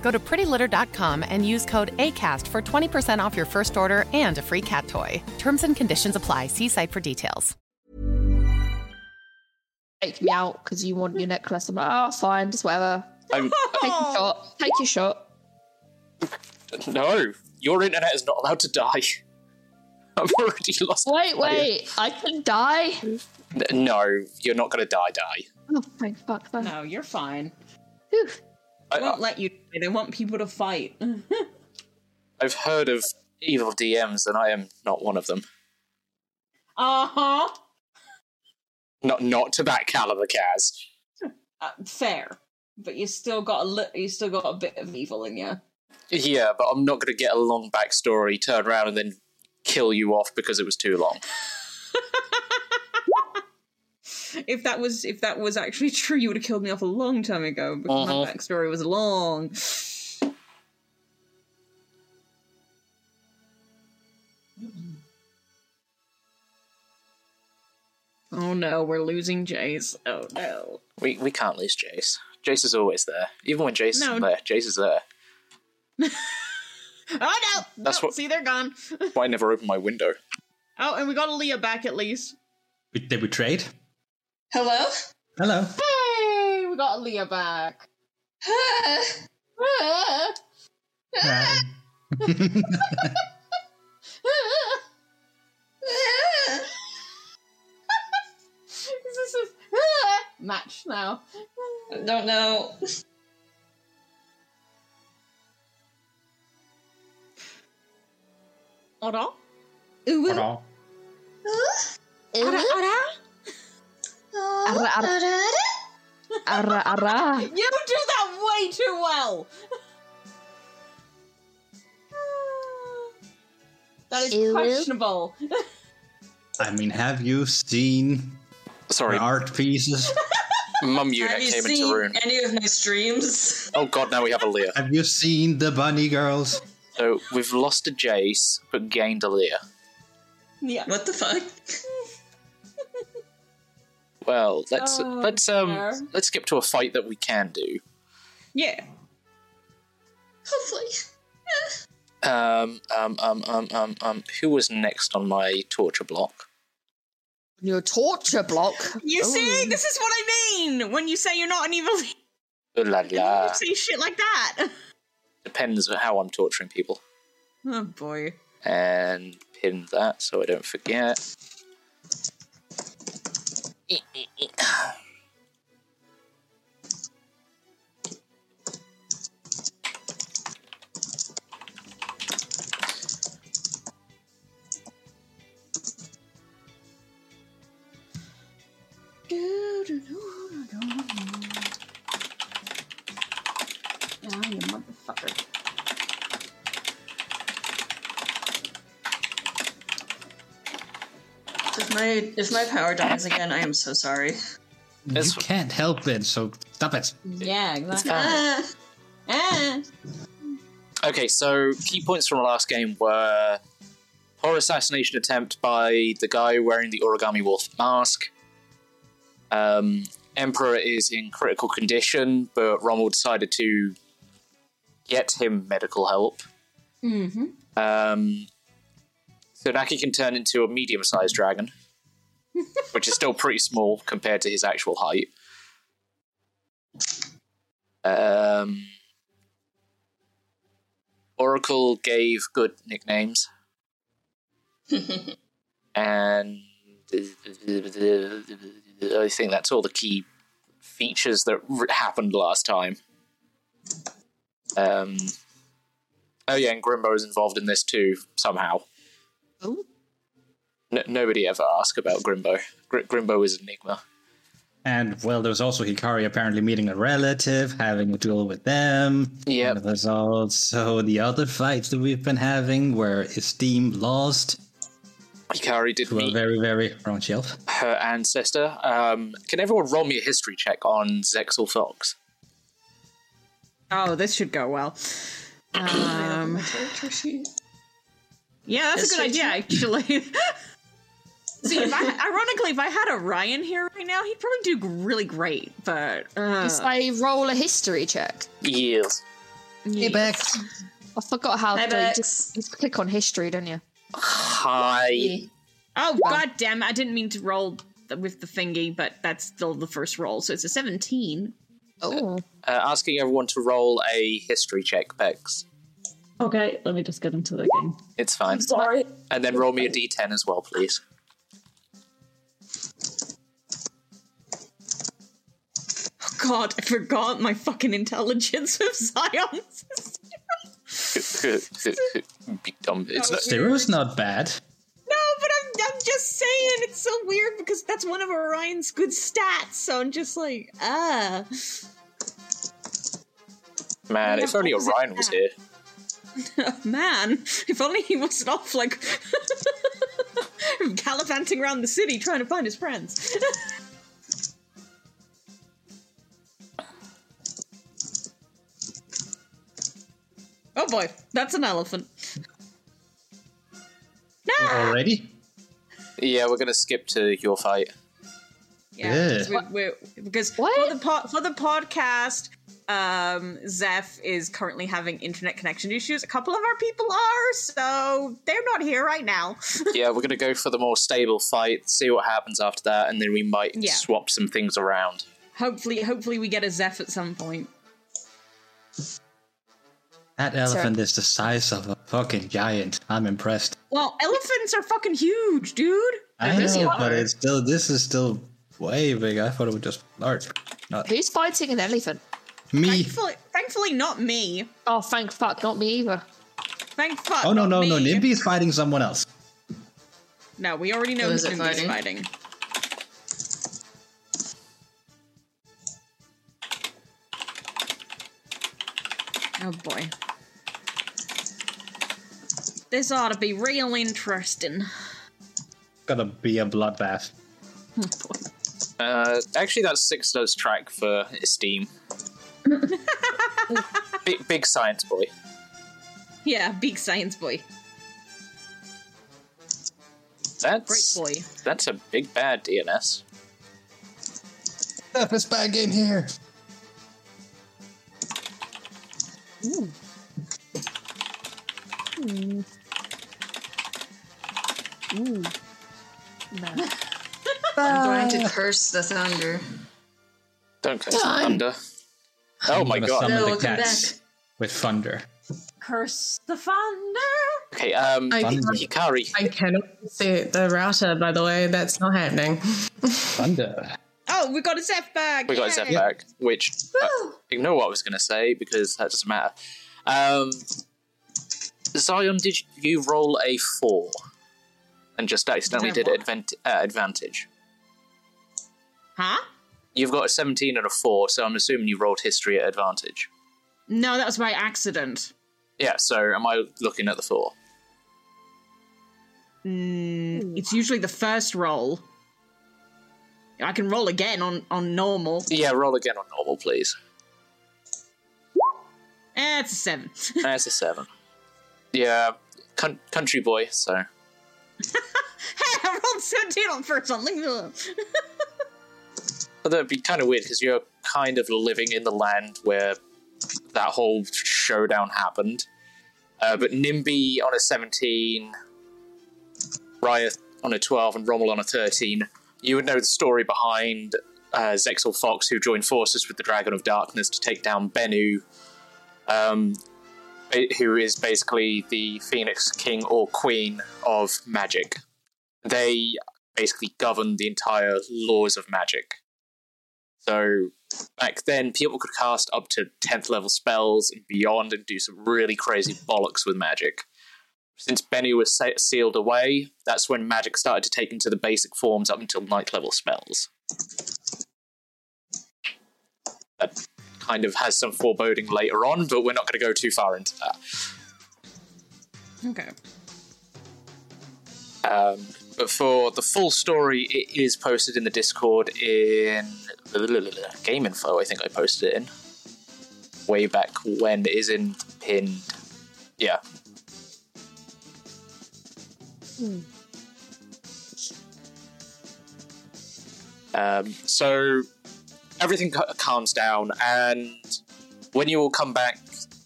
Go to prettylitter.com and use code ACAST for 20% off your first order and a free cat toy. Terms and conditions apply. See site for details. take me out because you want your necklace. I'm like, oh, fine, just whatever. I'm, Take your shot. Take your shot. no, your internet is not allowed to die. I've already lost. Wait, wait, I can die. No, you're not going to die. Die. Oh, thank fuck. That. No, you're fine. Whew. I, uh, They won't let you. They want people to fight. I've heard of evil DMs, and I am not one of them. uh huh. Not not to that caliber, Kaz. Uh, fair, but you still got a li- you still got a bit of evil in you. Yeah, but I'm not going to get a long backstory, turn around, and then kill you off because it was too long. If that was if that was actually true, you would have killed me off a long time ago because my Uh-huh. backstory was long. Oh no, we're losing Jace. Oh no. We we can't lose Jace. Jace is always there. Even when Jace No. is there, Jace is there. Oh no! That's no, what- See, they're gone. That's Why I never open my window? Oh, and we got Aaliyah back at least. We- Did we trade? Hello? Hello. Hey, we got Aaliyah back. Ah. Hi. this is ah, match now. Don't know. Ora? Ooh. Ara, Hello. ara? Arra, arra, arra, arra. You do that way too well. That is Ooh. questionable. I mean, have you seen my Sorry, art pieces? Mum Have unit you came seen into room. any of my streams? Oh god, now we have a Leah. Have you seen the bunny girls? So we've lost a Jace, but gained a Leah. Yeah. What the fuck? Well, let's Oh, let's um fair. let's skip to a fight that we can do. Yeah. Hopefully. Um um um um um um. Who was next on my torture block? Your torture block. You see, Ooh. this is what I mean when you say you're not an evil leader. Ooh la la. You say shit like that. Depends on how I'm torturing people. Oh boy. and pin that so I don't forget. Ah, you motherfucker. If my if my power dies again, I am so sorry. That's- you can't help it, so stop it. Yeah, exactly. Ah, Ah. Okay, so key points from last game were horror assassination attempt by the guy wearing the origami wolf mask. Um, Emperor is in critical condition, but Rommel decided to get him medical help. Mm-hmm. Um, so Naki can turn into a medium sized dragon, which is still pretty small compared to his actual height. Um, Oracle gave good nicknames. and I think that's all the key features that r- happened last time. Um, oh yeah, and Grimbo is involved in this too somehow. Oh. N- nobody ever asked about Grimbo. Gr- Grimbo is Enigma. And well, there's also Hikari apparently meeting a relative, having a duel with them. Yep. And There's also the other fights that we've been having where Esteem lost Hikari did to a meet very, very wrong shelf. her ancestor. Um, can everyone roll me a history check on Zexel Fox? Oh, this should go well. Um, Character sheet. yeah, that's a good idea, actually. See, if I, ironically, if I had Orion here right now, he'd probably do really great. But uh, If I roll a history check, Yes. Hey, Bex. I forgot how Hi, to Bex. just, just click on history, don't you? Hi. oh god damn, I didn't mean to roll th- with the thingy, but that's still the first roll, so it's a seventeen. Oh, Uh, asking everyone to roll a history check, Pex. Okay, let me just get into the game. It's fine. Sorry. And then roll me a d10 as well, please. Oh god, I forgot my fucking intelligence of Zion's. Big dumb. It's not, Zero's not bad. No, but I'm, I'm just saying it's so weird because that's one of Orion's good stats. So I'm just like, ah. man, if only Orion was here. Man, if only he wasn't off like gallivanting around the city trying to find his friends. oh boy, that's an elephant. No! Already? Yeah, we're gonna skip to your fight. Yeah, because, Yeah. we, we because What? for the po- for the podcast, um, Zeph is currently having internet connection issues. A couple of our people are, so they're not here right now. Yeah, we're gonna go for the more stable fight, see what happens after that, and then we might Yeah. swap some things around. Hopefully, hopefully we get a Zeph at some point. That elephant is the size of a fucking giant. I'm impressed. Well, elephants are fucking huge, dude. I know, but it's still this is still way big. I thought it would just large. Not who's fighting an elephant? me. Thankfully, thankfully not me. Oh, thank fuck, not me either. Thank fuck. Oh no not no no! me. Nimby is fighting someone else. No, we already know Who who's is it fighting. fighting? fighting. Oh boy. This ought to be real interesting. Gonna be a bloodbath. Uh, actually, that's six notes track for Esteem. big, big science boy. Yeah, big science boy. Great That's boy. that's a big bad DNS. It's bad game here. Ah. I'm going Ah. to curse the thunder. Don't curse the thunder. Oh my gonna god. Summon No, the come cats with thunder. Curse the thunder. Okay, um, I, Hikari. I cannot see the router, by the way. That's not happening. Thunder. Oh, we got a Zeph bag. We got Zeph back, which uh, ignore what I was going to say because that doesn't matter. Um, Zion, did you roll a four and just accidentally did advent- uh, advantage? Huh? You've got a seventeen and a four, so I'm assuming you rolled history at advantage. No, that was by accident. Yeah. So am I looking at the four? It's usually the first roll. I can roll again on on normal. Yeah. Roll again on normal, please. Eh, it's a seven. That's a seven. Yeah. Con- country boy. So I rolled 17 on the first one. Look at that. Although it'd be kind of weird because you're kind of living in the land where that whole showdown happened. Uh, but Nimby on a 17, Raya on a 12, and Rommel on a 13. You would know the story behind uh, Zexel Fox, who joined forces with the Dragon of Darkness to take down Bennu, um, ba- who is basically the Phoenix King or Queen of magic. They basically governed the entire laws of magic. So back then, people could cast up to 10th level spells and beyond and do some really crazy bollocks with magic. Since Benny was se- sealed away, that's when magic started to take into the basic forms up until ninth level spells. That kind of has some foreboding later on, but we're not going to go too far into that. Okay. Um, but for the full story, it is posted in the Discord in Game Info. I think I posted it in way back when. It is in pinned. Yeah. Hmm. Um, so everything ca- calms down, and when you all come back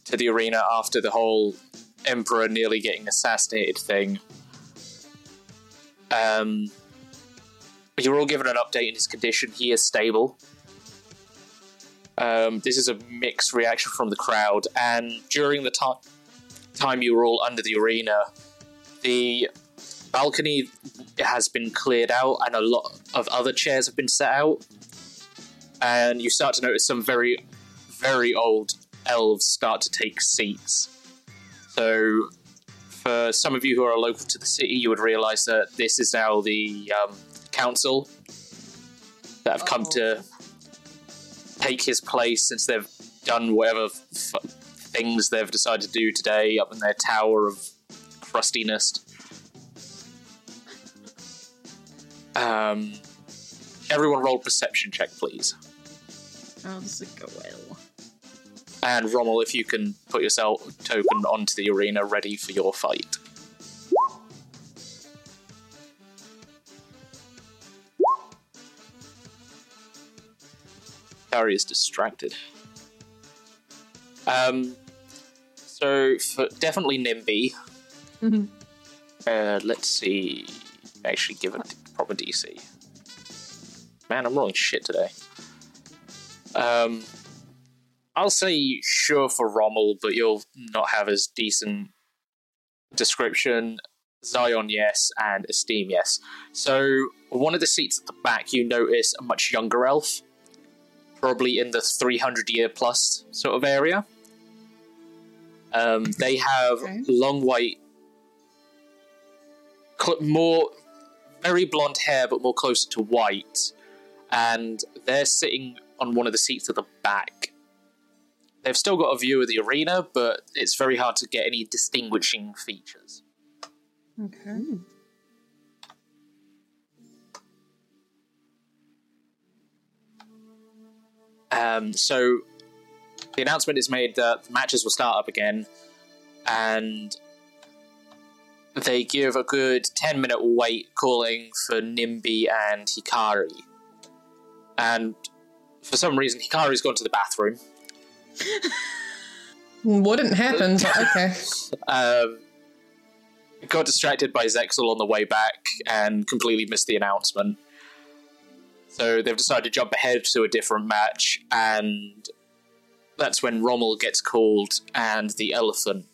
to the arena after the whole Emperor nearly getting assassinated thing, um, you're all given an update in his condition. He is stable. Um, this is a mixed reaction from the crowd, and during the ti- time you were all under the arena, the balcony has been cleared out, and a lot of other chairs have been set out. And you start to notice some very, very old elves start to take seats. So for some of you who are local to the city, you would realise that this is now the um, council that have come to take his place since they've done whatever f- things they've decided to do today up in their tower of crustiness. Um, everyone roll perception check, please. Oh, this would go well. And Rommel, if you can put yourself token onto the arena ready for your fight. Harry is distracted. Um, so for definitely Nimby. Mm-hmm. Mhm. Uh, let's see. Actually, give it proper DC. Man, I'm rolling shit today. Um, I'll say sure for Rommel, but you'll not have as decent description. Zion, yes, and Esteem, yes. So, one of the seats at the back, you notice a much younger elf, probably in the 300 year plus sort of area. Um, they have long white, cl- more, very blonde hair, but more closer to white. And they're sitting on one of the seats at the back they've still got a view of the arena, but it's very hard to get any distinguishing features. Okay. Um, so the announcement is made that the matches will start up again, and they give a good 10 minute wait calling for Nimby and Hikari. And for some reason, Hikari's gone to the bathroom. Wouldn't happen, but okay. um, got distracted by Zexel on the way back and completely missed the announcement. So they've decided to jump ahead to a different match, and that's when Rommel gets called and the elephant.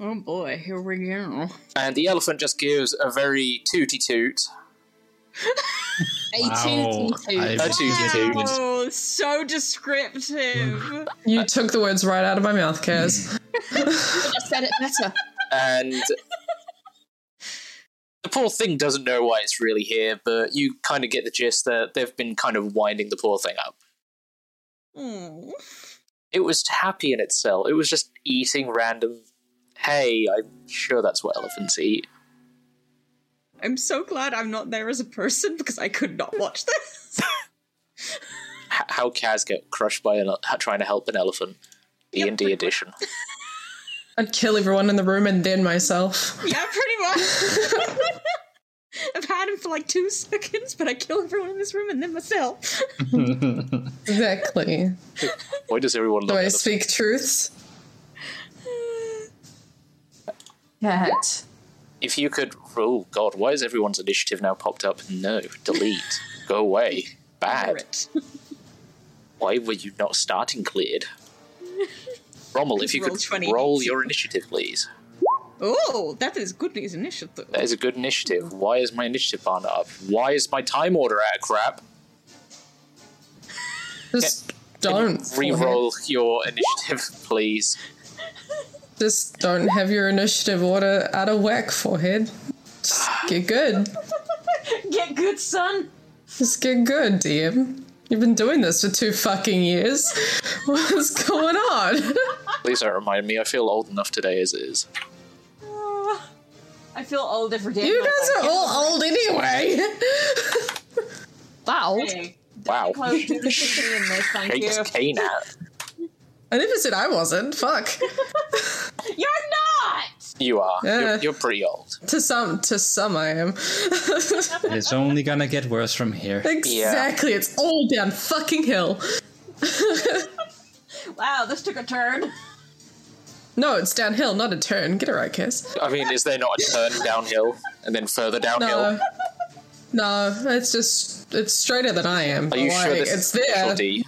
Oh boy, here we go. And the elephant just gives a very tooty toot. Wow, I've A tooty toot. Oh, so descriptive. You took the words right out of my mouth, Kaz. I said it better. and the poor thing doesn't know why it's really here, but you kind of get the gist that they've been kind of winding the poor thing up. Mm. It was happy in its cell. It was just eating random hay. I'm sure that's what elephants eat. I'm so glad I'm not there as a person because I could not watch this. H- how cows get crushed by an, h- trying to help an elephant. D and D edition. I'd kill everyone in the room and then myself. yeah, pretty much. I've had him for like two seconds, but I kill everyone in this room and then myself. Exactly. Why does everyone Do love I elephants? speak truths? Cat. If you could, oh god, why is everyone's initiative now popped up? No, delete, go away, bad. Why were you not starting cleared? Rommel, if you Roll could 20. roll your initiative, please. Oh, that is good news initiative. That is a good initiative. Why is my initiative bar not up? Why is my time order out of crap? Just don't Reroll your initiative, please. Just don't have your initiative order out of whack, forehead. Just get good. get good, son. Just get good, DM. You've been doing this for two fucking years. What's going on? Please don't remind me. I feel old enough today as it is. I feel older for damn. You guys are all old anyway. Wow. Wow. Close to the TV in this, thank He you. just came out. I never said I wasn't. Fuck. You're not. You are. Yeah. You're, you're pretty old. To some, to some, I am. It's only gonna get worse from here. exactly. It's all down fucking hill. Wow, this took a turn. No, it's downhill, not a turn. Get it right, Cass. I mean, is there not a turn downhill and then further downhill? No. No, it's just it's straighter than I am. Are you like, sure this it's is special there? D?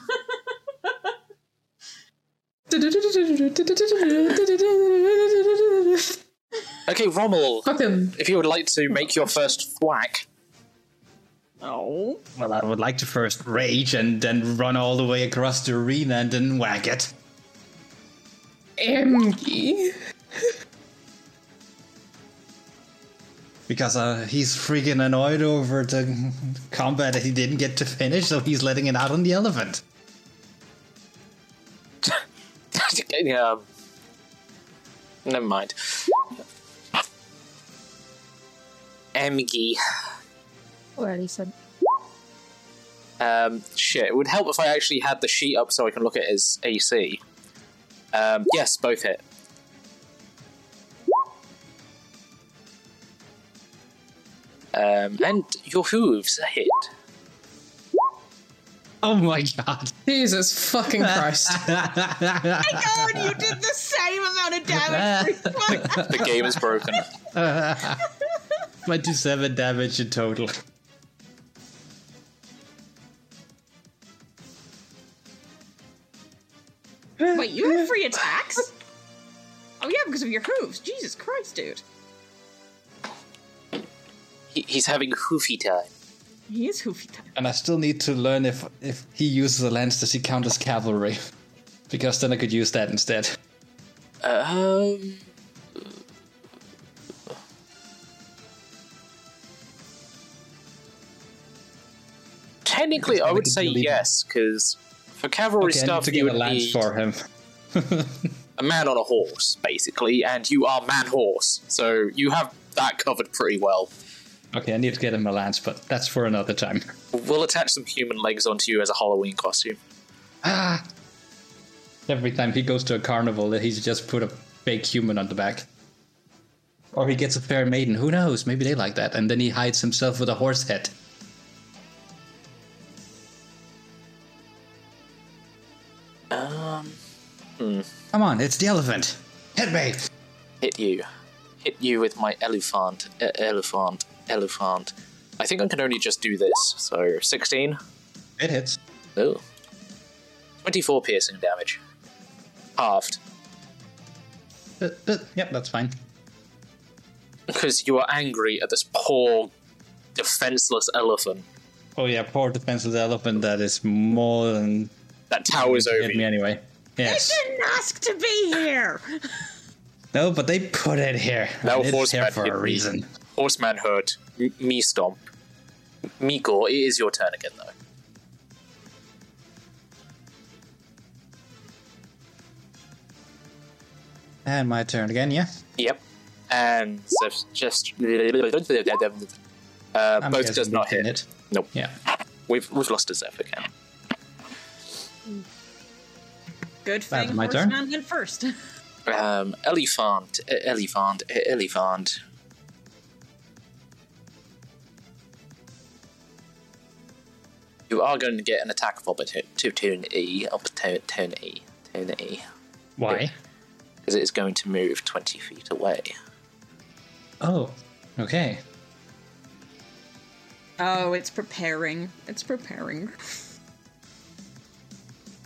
Okay, Rommel. Fucking. If you would like to make your first whack. Oh. Well, I would like to first rage and then run all the way across the arena and then whack it. Emgy. Because uh, he's freaking annoyed over the combat that he didn't get to finish, so he's letting it out on the elephant. yeah. um, Never mind. Emgy. Or at least I'm- Um, shit, it would help if I actually had the sheet up so I can look at his AC. Um, yes, both hit. Um, and your hooves hit. Oh my god. Jesus fucking Christ. God, you did the same amount of damage. the game is broken. My do seven damage in total. Wait, you have free attacks? Oh yeah, because of your hooves. Jesus Christ, dude. He, he's having hoofy time. He is hoofy time. And I still need to learn if if he uses a lance, does he count as cavalry? Because then I could use that instead. Um. Technically, I would say yes, because for cavalry Okay, I need stuff, to you get would a lance need for him. a man on a horse, basically, and you are man horse, so you have that covered pretty well. Okay, I need to get him a lance, but that's for another time. We'll attach some human legs onto you as a Halloween costume. Ah. Every time he goes to a carnival, he's just put a fake human on the back. Or he gets a fair maiden. Who knows? Maybe they like that. And then he hides himself with a horse head. Um, Come on, it's the elephant. Hit me. hit you, hit you with my elephant, e- elephant, elephant. I think I can only just do this. So sixteen. It hits. Oh. 24 piercing damage. Halved. Uh, uh, yep, that's fine. Because you are angry at this poor, defenseless elephant Oh yeah, poor defenseless elephant that is more than that towers over hit me you. anyway. Yes. Didn't ask to be here. No, but they put it here. Now And it's here horseman for hit a me. reason. Horseman hurt. M- me stomp. Me gore. It is your turn again, though. And my turn again, yeah? Yep. And so just. Uh, I'm both guessing does not we hit. did it. Nope. Yeah. We've, we've lost a Zephyr count. Good thing. my horse turn. man went first. Um, elephant, e- elephant, e- elephant. You are going to get an attack of opportunity, opportunity, opportunity, Why? because E, it is going to move twenty feet away. Oh. Okay. Oh, it's preparing. It's preparing.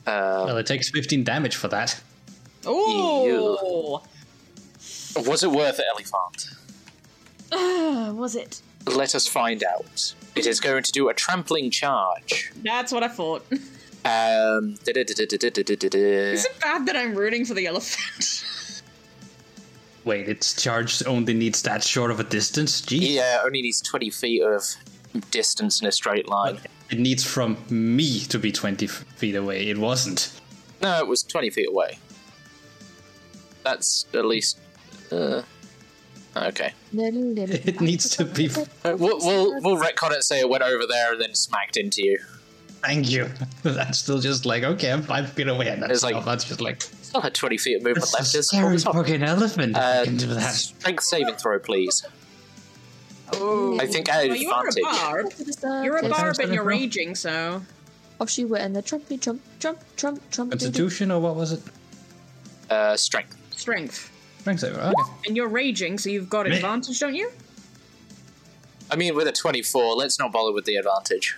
Uh, Well, it takes 15 damage for that. Oh. Was it worth it, Elephant? Uh, was it? Let us find out. It is going to do a trampling charge. That's what I thought. Um, da-da-da-da-da-da-da-da. Is it bad that I'm rooting for the elephant? Wait, its charge only needs that short of a distance? Gee. Yeah, only needs 20 feet of distance in a straight line. It needs from me to be 20 f- feet away. It wasn't. No, it was 20 feet away. That's at least. Uh, okay. It needs to be. Oh, Uh, We'll, we'll, we'll retcon it, say it went over there and then smacked into you. Thank you. That's still just like, okay, I'm five feet away. And that's, It's like- no, that's just like. Still had 20 feet of movement That's a left. It's scary fucking elephant. Uh, into that. strength saving throw, please. Oh, I think I had well, you are a advantage. barb. You're a barb and you're raging, so. Off she went, and the trumpy trump, trump, trump, trump. Constitution or what was it? Uh, strength. Strength. Strength saver. Okay. And you're raging, so you've got Me- advantage, don't you? I mean, with a 24, let's not bother with the advantage.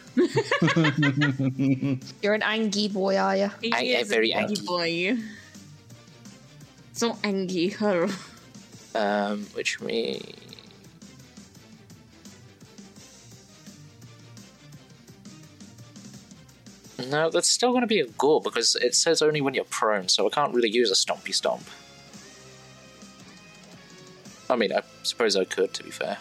You're an angy boy, are you? I am very angry. boy. So angry, her. Um, which means. No, that's still going to be a gore because it says only when you're prone, so I can't really use a stompy stomp. I mean, I suppose I could, to be fair.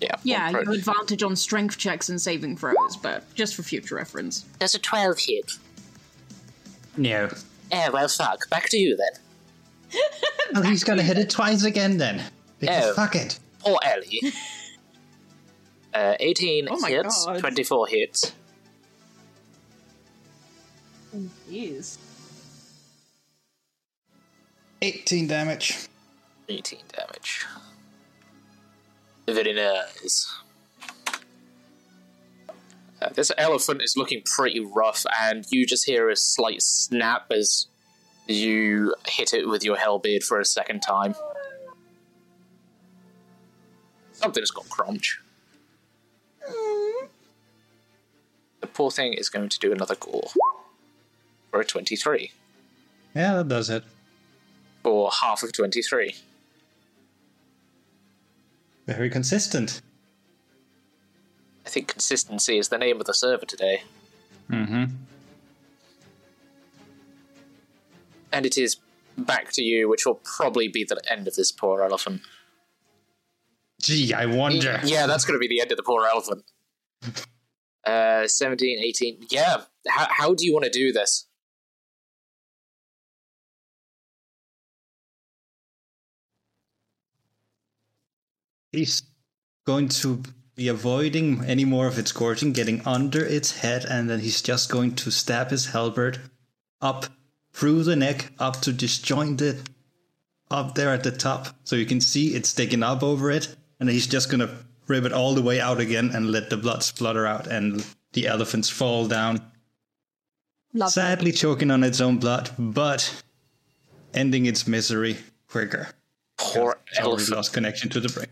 Yeah. one Yeah, you prone. have advantage on strength checks and saving throws, but just for future reference. Does a 12 hit? No. Eh, well, fuck. Back to you then. Oh, he's gonna hit it twice again then. Because Oh. fuck it. Poor Ellie. uh, 18 Oh my hits, God. 24 hits. Jeez. 18 damage. 18 damage. Very nice. Uh, this elephant is looking pretty rough, and you just hear a slight snap as you hit it with your hellbeard for a second time. Something's got crunch. The poor thing is going to do another gore for a 23, Yeah, that does it. or half of 23. Very consistent. I think consistency is the name of the server today. Mm-hmm. and it is back to you, which will probably be the end of this poor elephant. Gee, I wonder. Yeah, that's going to be the end of the poor elephant. Uh, 17, 18. Yeah. How, how do you want to do this? He's going to be avoiding any more of its gorging, getting under its head, and then he's just going to stab his halberd up through the neck, up to disjoint it up there at the top, so you can see it's sticking up over it, and he's just gonna rip it all the way out again and let the blood splutter out and the elephants fall down. Lovely. Sadly choking on its own blood, but ending its misery quicker. Poor It's already lost connection to the brain.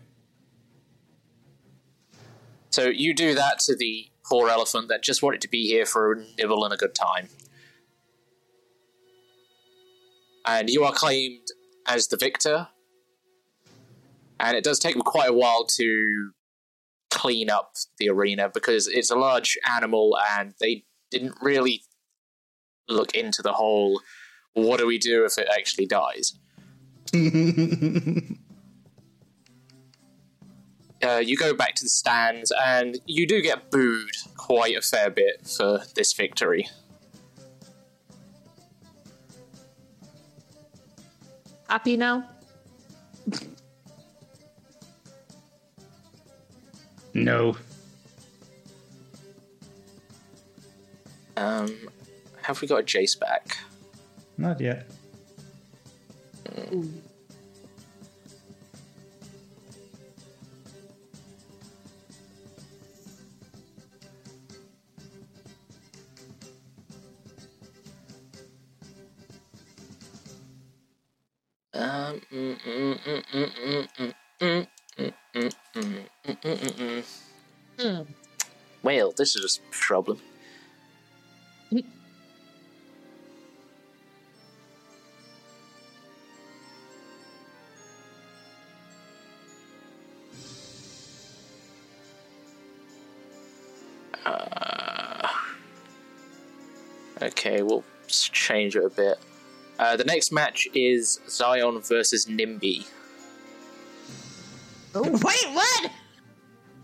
So you do that to the poor elephant that just wanted to be here for a nibble and a good time. And you are claimed as the victor. And it does take them quite a while to clean up the arena because it's a large animal and they didn't really look into the whole what do we do if it actually dies? uh, you go back to the stands and you do get booed quite a fair bit for this victory. Happy now? No. Um, have we got a Jace back? Not yet. Um, mm, mm, mm, mm, mm, mm, mm, mm, mm, mm, mm, mm, mm, Hmm. mm. Well, this is a problem. Uh, okay, we'll s- change it a bit. Uh, the next match is Zion versus Nimby. Wait, what?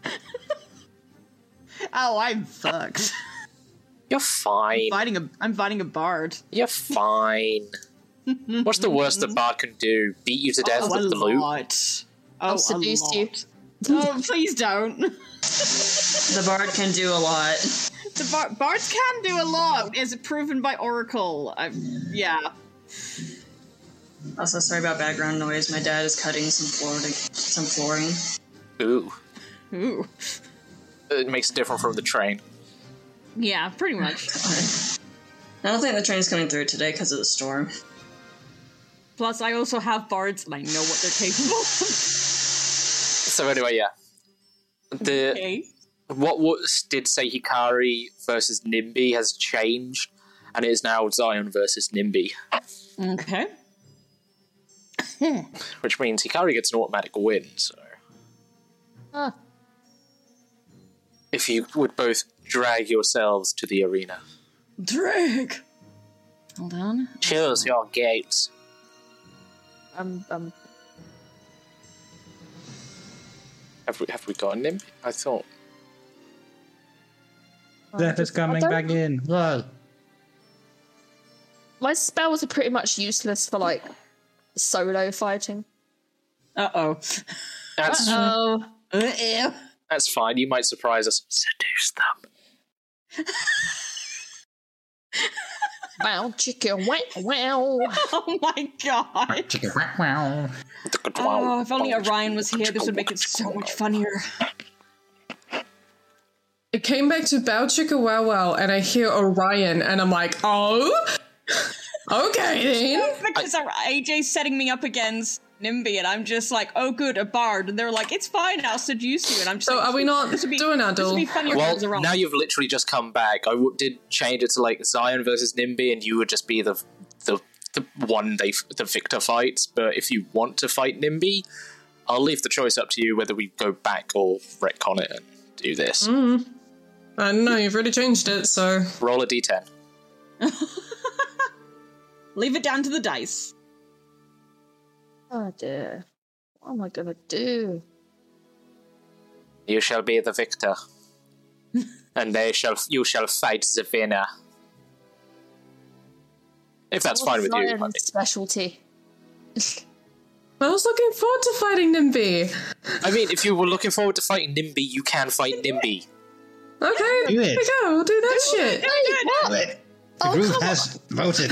oh, I'm fucked. You're fine. I'm fighting a, I'm fighting a bard. You're fine. What's the worst a bard can do? Beat you to death Oh, with a the loot? Oh, I'll seduce you. Oh, please don't. the bard can do a lot. The bar- bards can do a lot, as proven by Oracle. i yeah. Also, sorry about background noise. My dad is cutting some floor to, some flooring. Ooh. Ooh. It makes it different from the train. Yeah, pretty much. I don't think the train's coming through today because of the storm. Plus, I also have bards, and I know what they're capable of. So anyway, yeah. The what was did say Hikari versus Nimby has changed, and it is now Zion versus Nimby, Okay. which means Hikari gets an automatic win. So Oh, Ah. if you would both drag yourselves to the arena, Drag. Hold on. choose your gates. Um, I'm, I'm Have we have we got a Nimby? I thought Death is coming don't back in. Lol. My spells are pretty much useless for like solo fighting. Uh oh. That's oh. that's fine. You might surprise us. Seduce them. Wow, chicken, wow, wow. Oh my god. Wow. Oh, if only Orion was here, this would make it so much funnier. It came back to Bow Chicka Wow Wow, and I hear Orion, and I'm like, oh, okay then. because our AJ's setting me up against Nimby, and I'm just like, oh, good, a bard. And they're like, it's fine, I'll seduce you. And I'm just so like, are we not doing our This would be funnier if it Well, was Orion. now you've literally just come back. I w- did change it to like Zion versus Nimby, and you would just be the the, the one they f- the victor fights. But if you want to fight Nimby, I'll leave the choice up to you whether we go back or retcon it and do this. Mm-hmm. Mm. I don't know, you've already changed it, so. Roll a d10. Leave it down to the dice. Oh dear. What am I gonna do? You shall be the victor, and they shall you shall fight the winner. If Oh, that's fine with you, it might be. Specialty. I was looking forward to fighting Nimby. I mean, if you were looking forward to fighting Nimby, you can fight Nimby. Okay, Do there it. we go, we'll do that shit. The group has voted.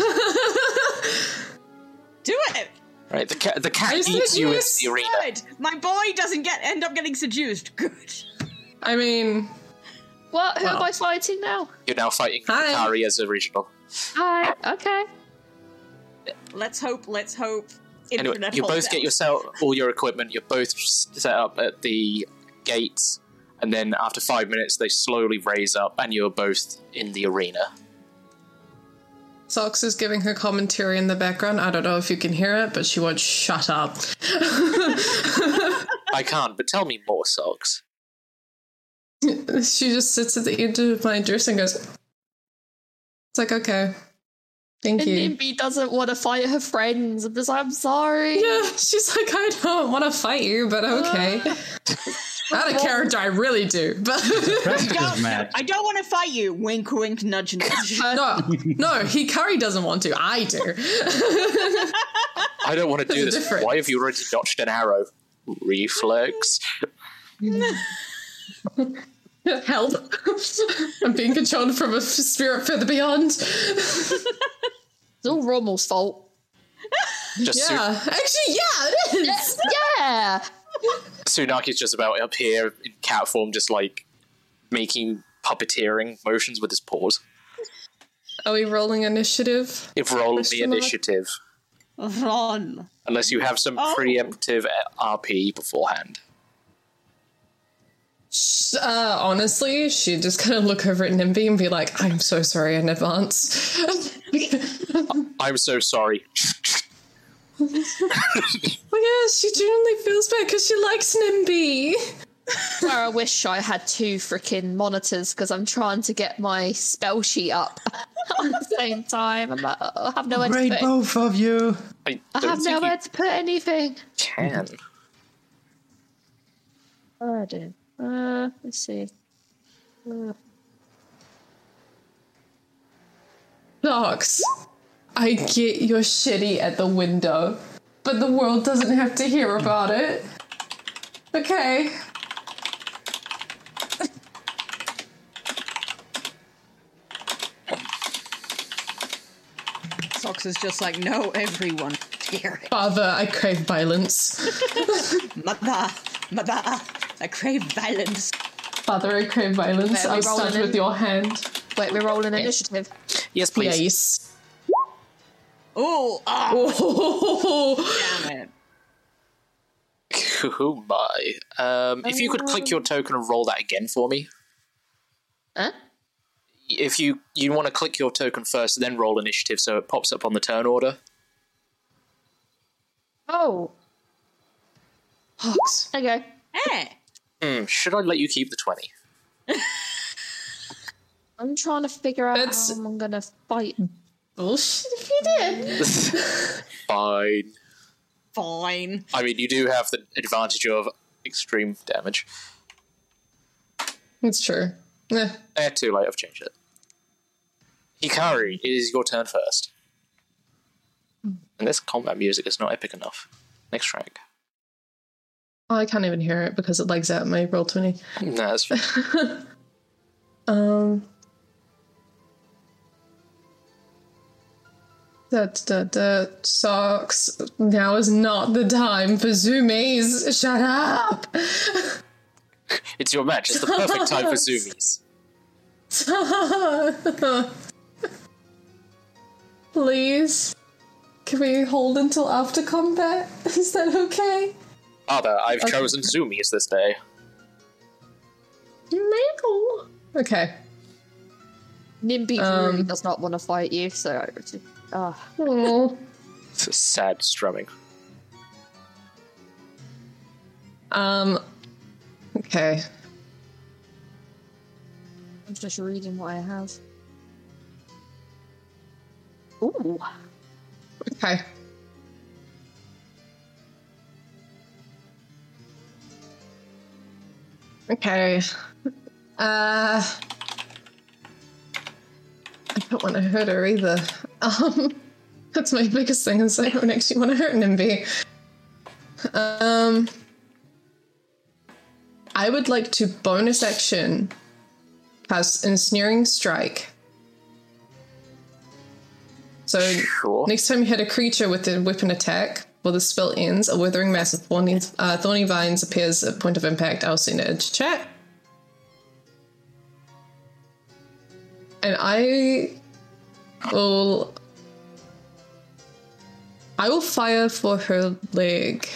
Do it! Right, the cat the cat eats you in the arena. Good. My boy doesn't get end up getting seduced. Good. I mean, What? Who am Well. I fighting now? You're now fighting Hi. Kari as a regional. Hi. Okay. Let's hope. Let's hope. Anyway, Internet you holds both get out. yourself all your equipment. You're both s- set up at the gates, and then after five minutes, they slowly raise up, and you're both in the arena. Sox is giving her commentary in the background. I don't know if you can hear it, but she won't shut up. I can't, but tell me more, socks. she just sits at the end of my dressing and goes, It's like, okay. Thank and you. Nimby doesn't want to fight her friends. I'm just like, I'm sorry. Yeah, she's like, I don't want to fight you, but okay. Out of character, I really do. But I don't want to fight you. Wink, wink, nudge, nudge. Uh, no, no, Hikari doesn't want to. I do. I don't want to do There's a this. difference. Why have you already notched an arrow? Reflex. Help. I'm being controlled from a spirit further beyond. It's all Rommel's fault. Just su- yeah. Actually, yeah, it is. Yeah. Tsunaki's just about up here in cat form, just like making puppeteering motions with his paws. Are we rolling initiative? If roll the Question mark? initiative. Ron. unless you have some Oh. preemptive RP beforehand. Sh- Uh, honestly, she'd just kind of look over at Nimby and be like, I'm so sorry in advance. I'm so sorry. oh, yeah, she genuinely feels bad because she likes Nimby. Where I wish I had two freaking monitors because I'm trying to get my spell sheet up at the same time. I'm like, oh, I have nowhere Great to put. both of you. I have nowhere to put anything. Can. Oh, I do. Uh, let's see. Uh, Knox, I get you're shitty at the window, but the world doesn't have to hear about it. Okay. Sox is just like, no, everyone hear it. Father, I crave violence. mother, mother, I crave violence. Father, I crave violence. Wait, are we I'm stuck rolling with in? your hand. Wait, we're rolling initiative. Yes, please. Yes. Oh, oh. Damn it. Oh my. Um, if you could click your token and roll that again for me. Huh? If you you want to click your token first, then roll initiative, so it pops up on the turn order. Oh. Hawks. There you go. Eh. Hmm, should I let you keep the twenty? I'm trying to figure out how I'm gonna fight. Bullshit if you did. Fine. Fine. I mean, you do have the advantage of extreme damage. It's true. Eh. Eh, too late. I've changed it. Hikari, it is your turn first. And this combat music is not epic enough. Next track. Oh, I can't even hear it because it lags out my roll 20. No, that's fine. Um. That that that sucks. Now is not the time for zoomies. Shut up. It's your match. It's the perfect time for zoomies. Please, can we hold until after combat? Is that okay? Father, I've chosen zoomies this day. No. Okay. Nimby really Um, does not want to fight you, so. Uh, Aw. It's a sad strumming. Um. Okay. I'm just reading what I have. Ooh. Okay. Okay. Uh, I don't want to hurt her either. Um, that's my biggest thing is I don't actually want to hurt Nimby. Um, I would like to bonus action cast ensnaring strike. So Sure. next time you hit a creature with a weapon attack, well, the spell ends. A withering mass of thorny, uh, thorny vines appears at point of impact. I'll send it into chat. And I will. I will fire for her leg.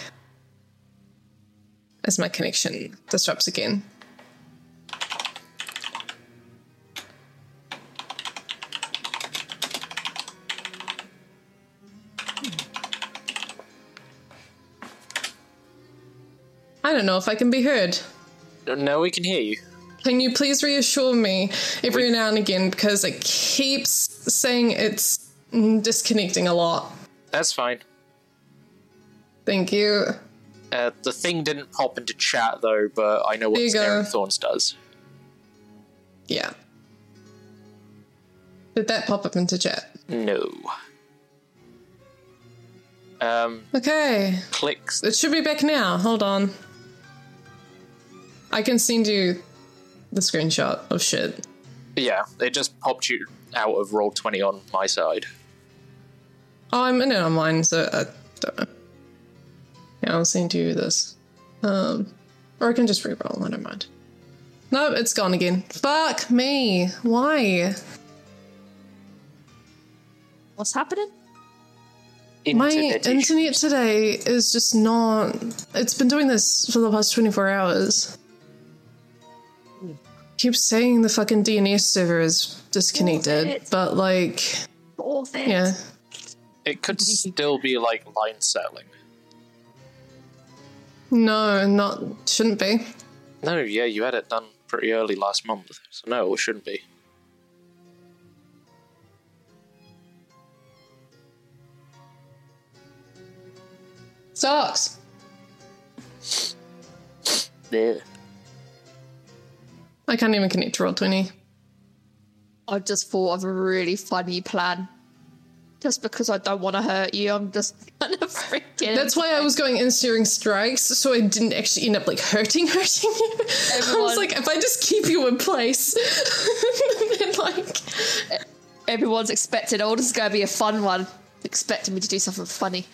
As my connection disrupts again. I don't know if I can be heard. No, we can hear you. Can you please reassure me every now and again because it keeps saying it's mm, disconnecting a lot. That's fine. Thank you. Uh, the thing didn't pop into chat though, but I know what There you Snaring go. Thorns does. Yeah. Did that pop up into chat? No. Um, Okay. clicks. It should be back now. Hold on. I can send you the screenshot of shit. Yeah, it just popped you out of roll twenty on my side. Oh, I'm in it on mine, so I don't know. Yeah, I'll send you this. Um, or I can just reroll. I don't mind. No, it's gone again. Fuck me. Why? What's happening? My Internet issue. internet today is just not. It's been doing this for the past 24 hours. Keeps saying the fucking DNS server is disconnected, Bullshit. but like, All it. yeah. It could still be like line selling. No, not. Shouldn't be. No, yeah, you had it done pretty early last month, so no, it shouldn't be. Sucks. Yeah. I can't even connect to roll twenty. I've just thought of a really funny plan. Just because I don't want to hurt you, I'm just gonna freaking. That's why I was going in steering strikes, so I didn't actually end up like hurting, hurting you. I was Everyone- like, if I just keep you in place, then like everyone's expecting. Oh, this is gonna be a fun one. Expecting me to do something funny.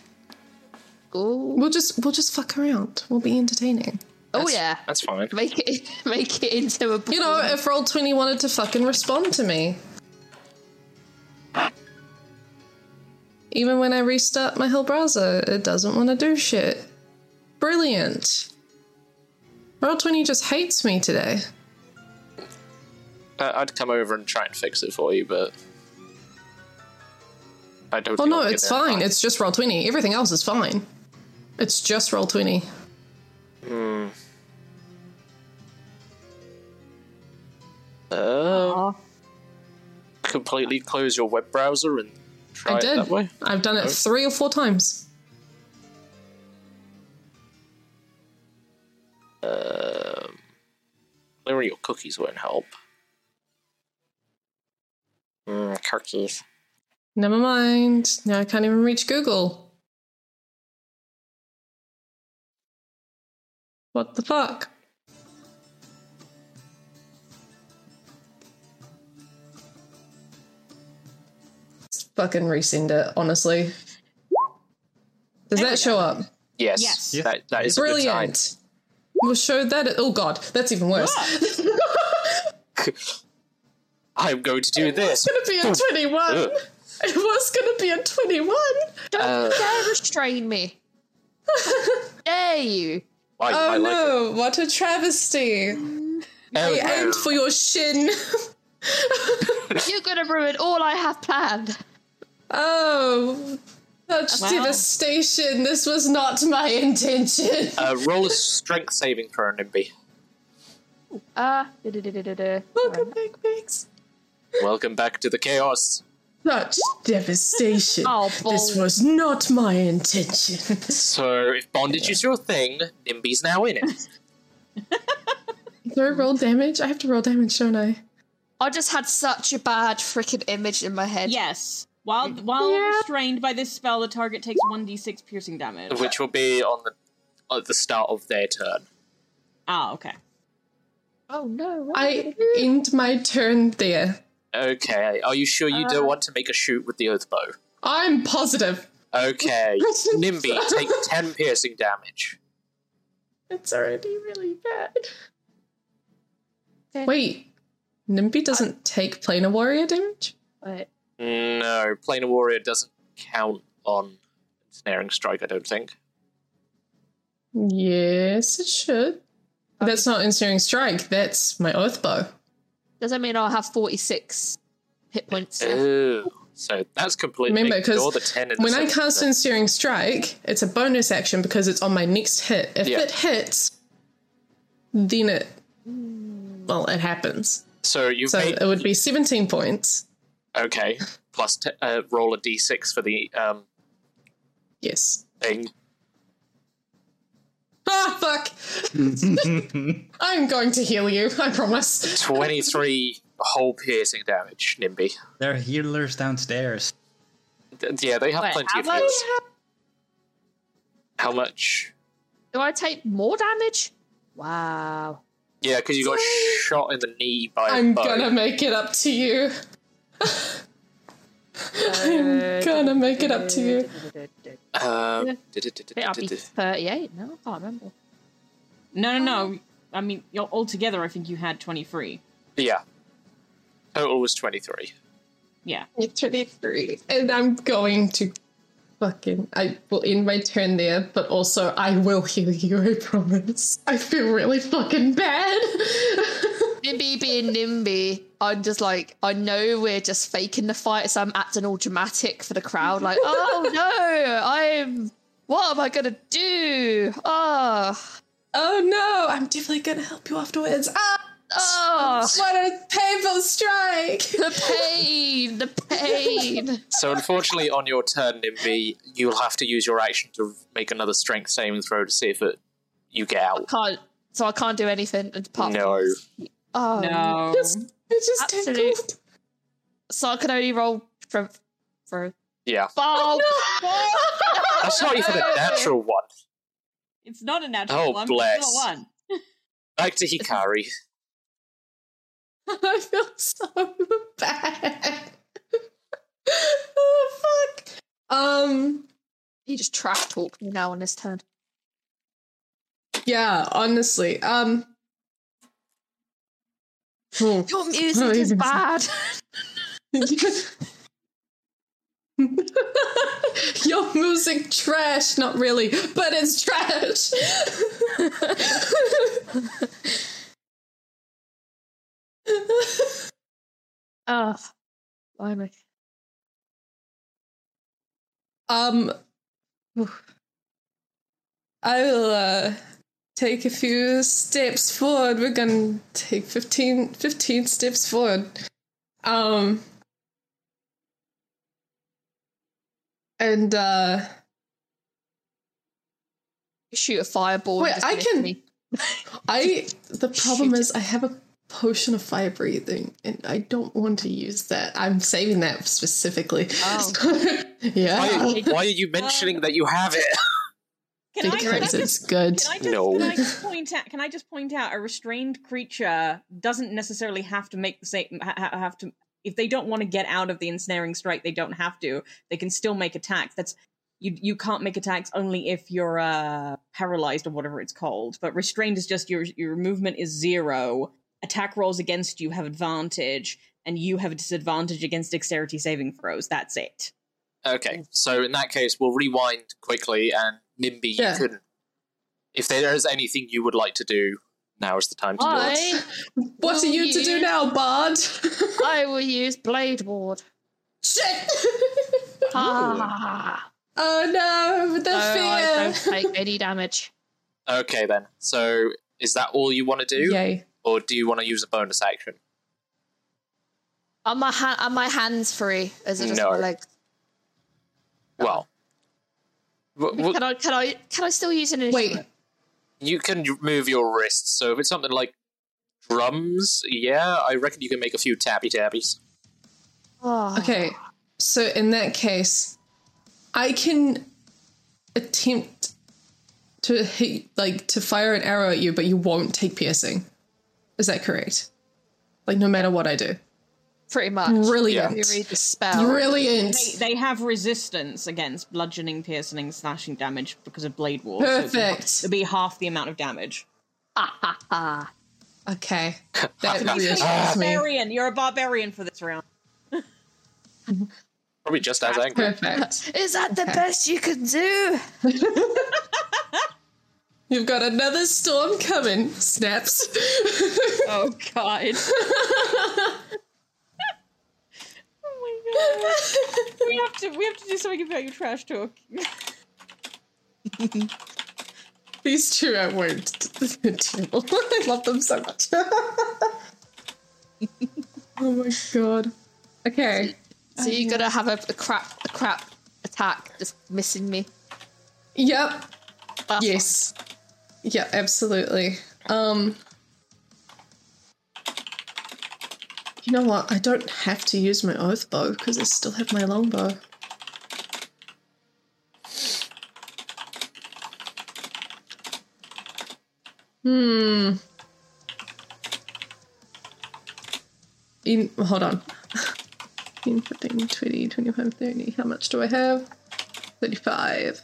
we'll just we'll just fuck around. We'll be entertaining. oh yeah, that's fine. Make it make it into a. You know, if roll twenty wanted to fucking respond to me, even when I restart my whole browser, it doesn't want to do shit. Brilliant. Roll twenty just hates me today. Uh, I'd come over and try and fix it for you, but I don't. Oh think no, I'll get it's there. fine. It's just roll twenty. Everything else is fine. It's just roll twenty. Hmm. Uh, completely close your web browser and try I it did. that way. I've done it Oh. three or four times. Um, clearing your cookies won't help. Mm, cookies. Never mind. Now I can't even reach Google. What the fuck? Just fucking resend it, honestly. Does that show up? Yes, Yes. That, that is A good Brilliant. We'll show that. At, oh god, that's even worse. Ah, sign. I'm going to do this. It's gonna be a 21. Ugh. It was gonna be a 21. Don't Uh. dare restrain me. How dare you? I- oh I like no, what a travesty. I no. aimed for your shin. You're gonna ruin all I have planned. Oh, such Wow. devastation. This was not my intention. Uh, roll a strength saving throw, Nimby. Uh, da-da-da-da-da. Welcome back, Pigs. Welcome back to the chaos. Such devastation. Oh, this was not my intention. So, if bondage is your thing, Nimby's now in it. Do I roll damage? I have to roll damage, don't I? I just had such a bad freaking image in my head. Yes. While while restrained by this spell, the target takes one d six piercing damage. Which will be on the at the start of their turn. Ah, okay. Oh no. I end my turn there. Okay. Are you sure you Uh. don't want to make a shoot with the oath bow? I'm positive. Okay. Nimby, take ten piercing damage. It's already really bad. Wait, Nimby doesn't take planar warrior damage? Wait. No, planar warrior doesn't count on snaring strike. I don't think. Yes, it should. But that's not ensnaring strike. That's my oath bow. Does that mean I have 46 hit points? Oh, so that's completely Remember, ignore the because ten. And the when I seven. cast ensnaring strike, it's a bonus action because it's on my next hit. If Yeah. it hits, then it well, it happens. so you So made it would be seventeen points. okay. Plus, t- uh, roll a d6 for the um Yes. thing. Ah, fuck! I'm going to heal you. I promise. Twenty-three whole piercing damage, Nimby. There are healers downstairs. Th- Yeah, they have Wait, plenty how of much? heals. How much? Do I take more damage? Wow. Yeah, because you got shot in the knee by a I'm bow. gonna make it up to you. I'm gonna make it up to you. Um, Yeah. I'll be 38 now. I can't remember. No, no, no. I mean, you altogether, I think you had twenty three. Yeah. Total was 23. Yeah. Twenty-three, and I'm going to fucking. I will end my turn there, but also I will heal you. I promise. I feel really fucking bad. Nimby being Nimby, I'm just like, I know we're just faking the fight, so I'm acting all dramatic for the crowd. Like, oh no, I'm. What am I gonna do? Ah, Oh no, I'm definitely gonna help you afterwards. Ah! Oh, what a painful strike! The pain, the pain. So unfortunately, on your turn, Nimby, you'll have to use your action to make another strength saving throw to see if it you get out. can't, so I can't do anything apart. No. Oh No. It's- it's just absolute. So I can only roll from through. Yeah. Oh, That's not even a natural one. It's not a natural Oh, one. but it's still bless. one. Back to Hikari. I feel so bad. oh fuck. Um You just trash talk me now on this turn. yeah, honestly. Um hmm. Your music is bad. Your music trash, not really, but it's trash. Oh, blimey. Um, I will uh, take a few steps forward. We're gonna take 15, 15 steps forward. Um, and uh, Shoot a fireball. and wait, just I miss can. me. I the problem is I have a potion of fire breathing, and I don't want to use that. I'm saving that specifically. Uh, yeah. Why, why are you mentioning that you have it? Can I- can I Because just- it's good. Can I just, No. can I just point out? Can I just point out a restrained creature doesn't necessarily have to make the same. Ha- ha- have to if they don't want to get out of the ensnaring strike, they don't have to. They can still make attacks. That's you. You can't make attacks only if you're uh, paralyzed or whatever it's called. But restrained is just your your movement is zero. Attack rolls against you have advantage, and you have a disadvantage against dexterity saving throws. That's it. Okay, so in that case, we'll rewind quickly, and Nimby, Yeah. you can. If there is anything you would like to do, now is the time to do it. What are you to do now, Bard? I will use Blade Ward. Shit! ah, oh no, the no, I fear. don't take any damage. Okay, then. So is that all you want to do? Yay. Or do you want to use a bonus action? Are my, ha- are my hands free? Is it just No. my legs? Well, w- w- Can I, can I, can I still use an initiative? Wait. you can move your wrists. So if it's something like drums, yeah, I reckon you can make a few tappy tappies. Okay, so in that case, I can attempt to hit, like, to fire an arrow at you, but you won't take piercing. Is that correct? Like, no matter what I do. Pretty much. Brilliant. You read the spell. Brilliant. They, they have resistance against bludgeoning, piercing, slashing damage because of blade war. Perfect. it'll be half the amount of damage. Ha ha ha. Okay. That You're reassures a me. barbarian. You're a barbarian for this round. Probably just as angry. Is that the best you can do? You've got another storm coming. Snaps. oh god. Oh we have to. We have to do something about your trash talk. These two I won't. do. I love them so much. oh my god. Okay. Um, So you're gonna have a, a crap, a crap attack, just missing me. Yep. yes. Yeah, absolutely. Um You know what? I don't have to use my oath bow because I still have my longbow. Hmm. In, hold on. 10, 15, 20, 25, 30. How much do I have? 35.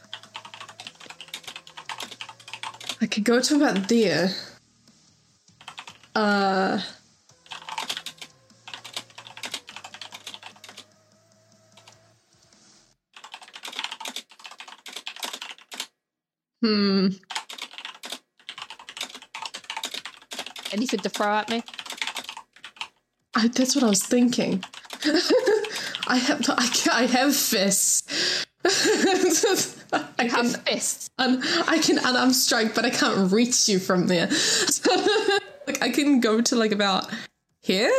I could go to about there. Uh. Hmm. Anything to throw at me? I, that's what I was thinking. I have I, ca- I have fists. I have can, fists. And I can and I'm strike, but I can't reach you from there. So, like I can go to like about here,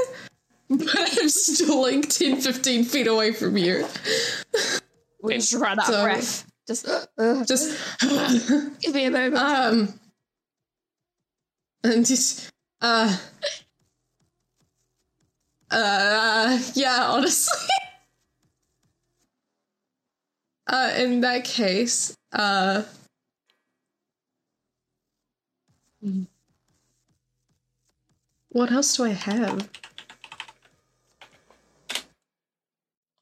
but I'm still like 10, 15 feet away from you. We just ran out of So- breath. Uh, Just, just uh, give me a moment. Um, and just uh, uh, yeah, honestly. uh, in that case, uh, what else do I have?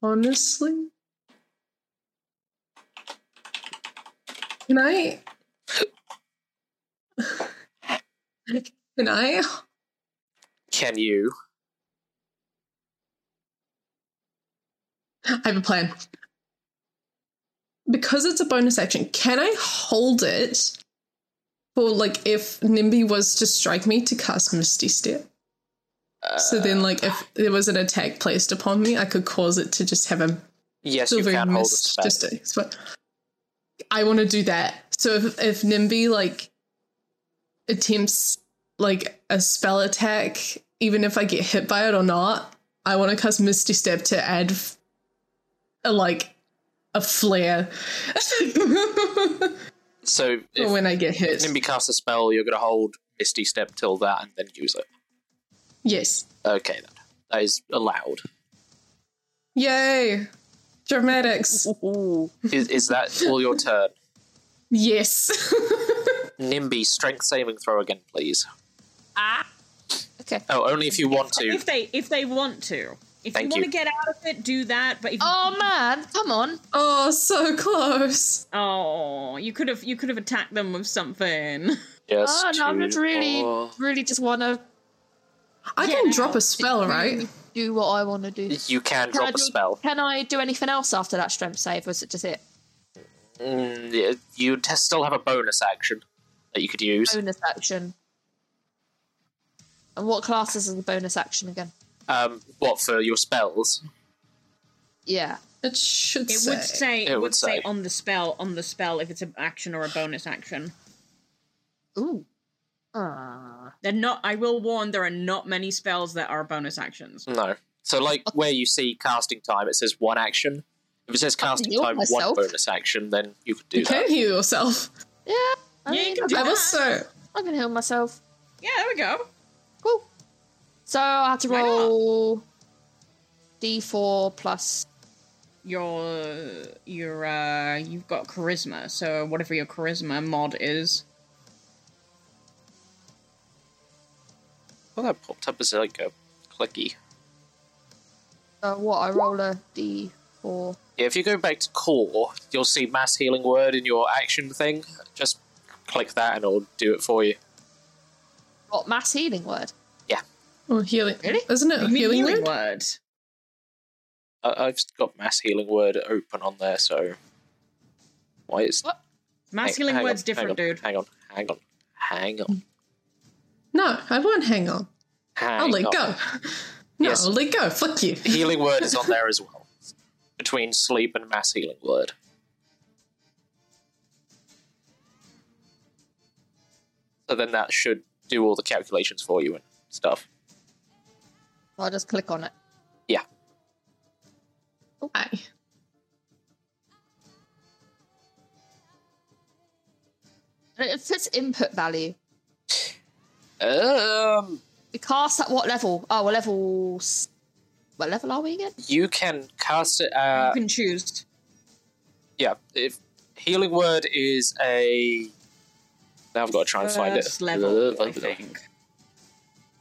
Honestly, can I? Can I? Can you? I have a plan. Because it's a bonus action, can I hold it for like if Nimby was to strike me to cast Misty Step? so then, like, if there was an attack placed upon me, I could cause it to just have a Yes, you silvery can hold a mist spell. just to- so I want to do that. So if if Nimby like attempts like a spell attack, even if I get hit by it or not, I want to cast Misty Step to add f- a like a flare So if for when I get hit. Nimby casts a spell, you're going to hold Misty Step till that and then use it. Yes. Okay, then. That is allowed. Yay! Dramatics. Is, is that all your turn? Yes. Nimby, strength saving throw again, please. Ah. Okay. Oh, only if you want to. If they if they want to. If Thank you you. want to get out of it, do that. But if oh man, come on! Oh, so close. Oh, you could have you could have attacked them with something. Yes. oh no, I'm just really, more. really just want to. I can drop a spell, right? Do what I want to do. You can drop I a do- spell. Can I do anything else after that strength save? Or is it just it? Mm, yeah, you t- still have a bonus action that you could use. Bonus action. And what classes is the bonus action again? Um, what for your spells? Yeah. It should It would say it, It would, would say. say. on the spell on the spell if it's an action or a bonus action. Ooh. Ah. They're not. I will warn. There are not many spells that are bonus actions. No. So, like where you see casting time, it says one action. If it says casting heal time, myself. one bonus action, then you could do you that. can heal yourself. Yeah. I Yeah, you mean, can do I that. was so. I can heal myself. Yeah, there we go. So I have to Why not? roll D4 plus. Your your uh, you've got charisma. So whatever your charisma mod is. Well, Oh, that popped up as like a clicky. Uh, what? I roll a D4. Yeah, if you go back to core, you'll see mass healing word in your action thing. Just click that and it'll do it for you. What? Mass healing word. Oh, healing. Really? Isn't it a healing, word? I- I've got mass healing word open on there, so why is Mass Hang- healing hang on, word's different, hang on, dude. Hang on, hang on, hang on, No, I won't hang on. hang I'll let on. go. No, Yes. I'll let go. Fuck you. healing word is on there as well. Between sleep and mass healing word. So then that should do all the calculations for you and stuff. I'll just click on it. Yeah. Aye. And it fits input value. Um, We cast at what level? Oh, we're level. s- What level are we again? you can cast it uh, at You can choose. yeah. If healing word is a now I've got to try and find it. First level, I think.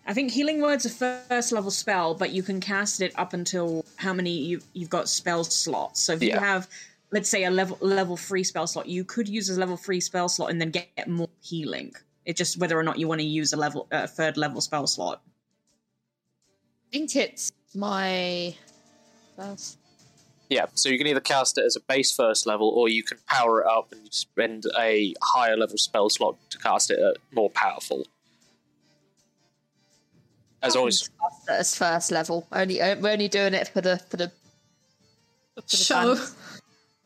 I think healing word's a first level spell, but you can cast it up until how many you, you've got spell slots. So if you Yeah. have, let's say, a level level three spell slot, you could use a level three spell slot and then get, get more healing. It's just whether or not you want to use a level a third level spell slot. I think it's my first. Yeah, so you can either cast it as a base first level, or you can power it up and spend a higher level spell slot to cast it at more powerful. As always, That's first level. Only uh, we're only doing it for the for the. For the Show. fans.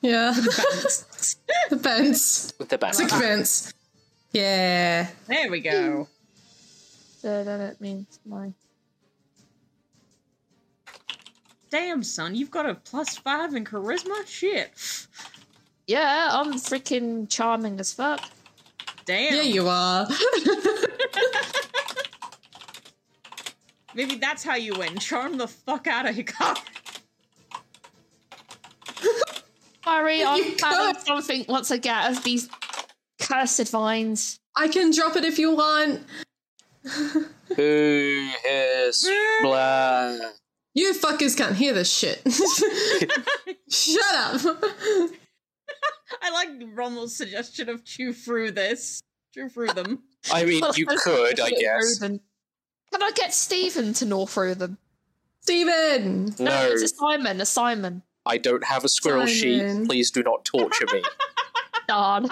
Yeah. the fence. With the back. Sick fence. Yeah. There we go. So then it means my. Damn, son, you've got a plus five in charisma? Shit. Yeah, I'm freaking charming as fuck. Damn. Yeah, you are. Maybe that's how you win. Charm the fuck out of Hikari. Sorry, You I'm planning something once I get out of these cursed vines. I can drop it if you want. Boo, hiss, blah. You fuckers can't hear this shit. Shut up. I like Rommel's suggestion of chew through this. Chew through them. I mean, you could, I guess. Can I get Stephen to gnaw through them? Stephen! No, No. it's a Simon, a Simon. I don't have a squirrel Simon. sheet. Please do not torture me. Darn.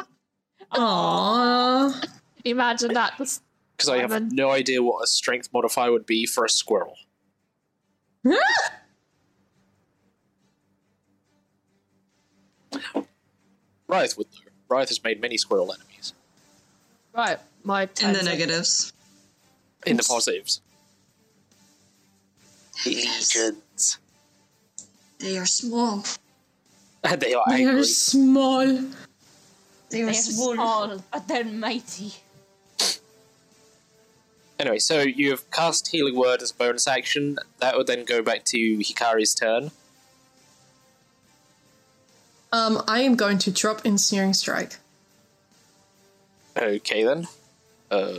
Aww. Imagine that. Just- Because I have no idea what a strength modifier would be for a squirrel. Riot would though. Riot has made many squirrel enemies. Right, my In the negatives. In the positives. Legions. They are small. they are They are angry. small. They are small. but they're mighty. Anyway, so you have cast Healing Word as a bonus action. That would then go back to Hikari's turn. Um, I am going to drop Engineering Strike. Okay then. Uh,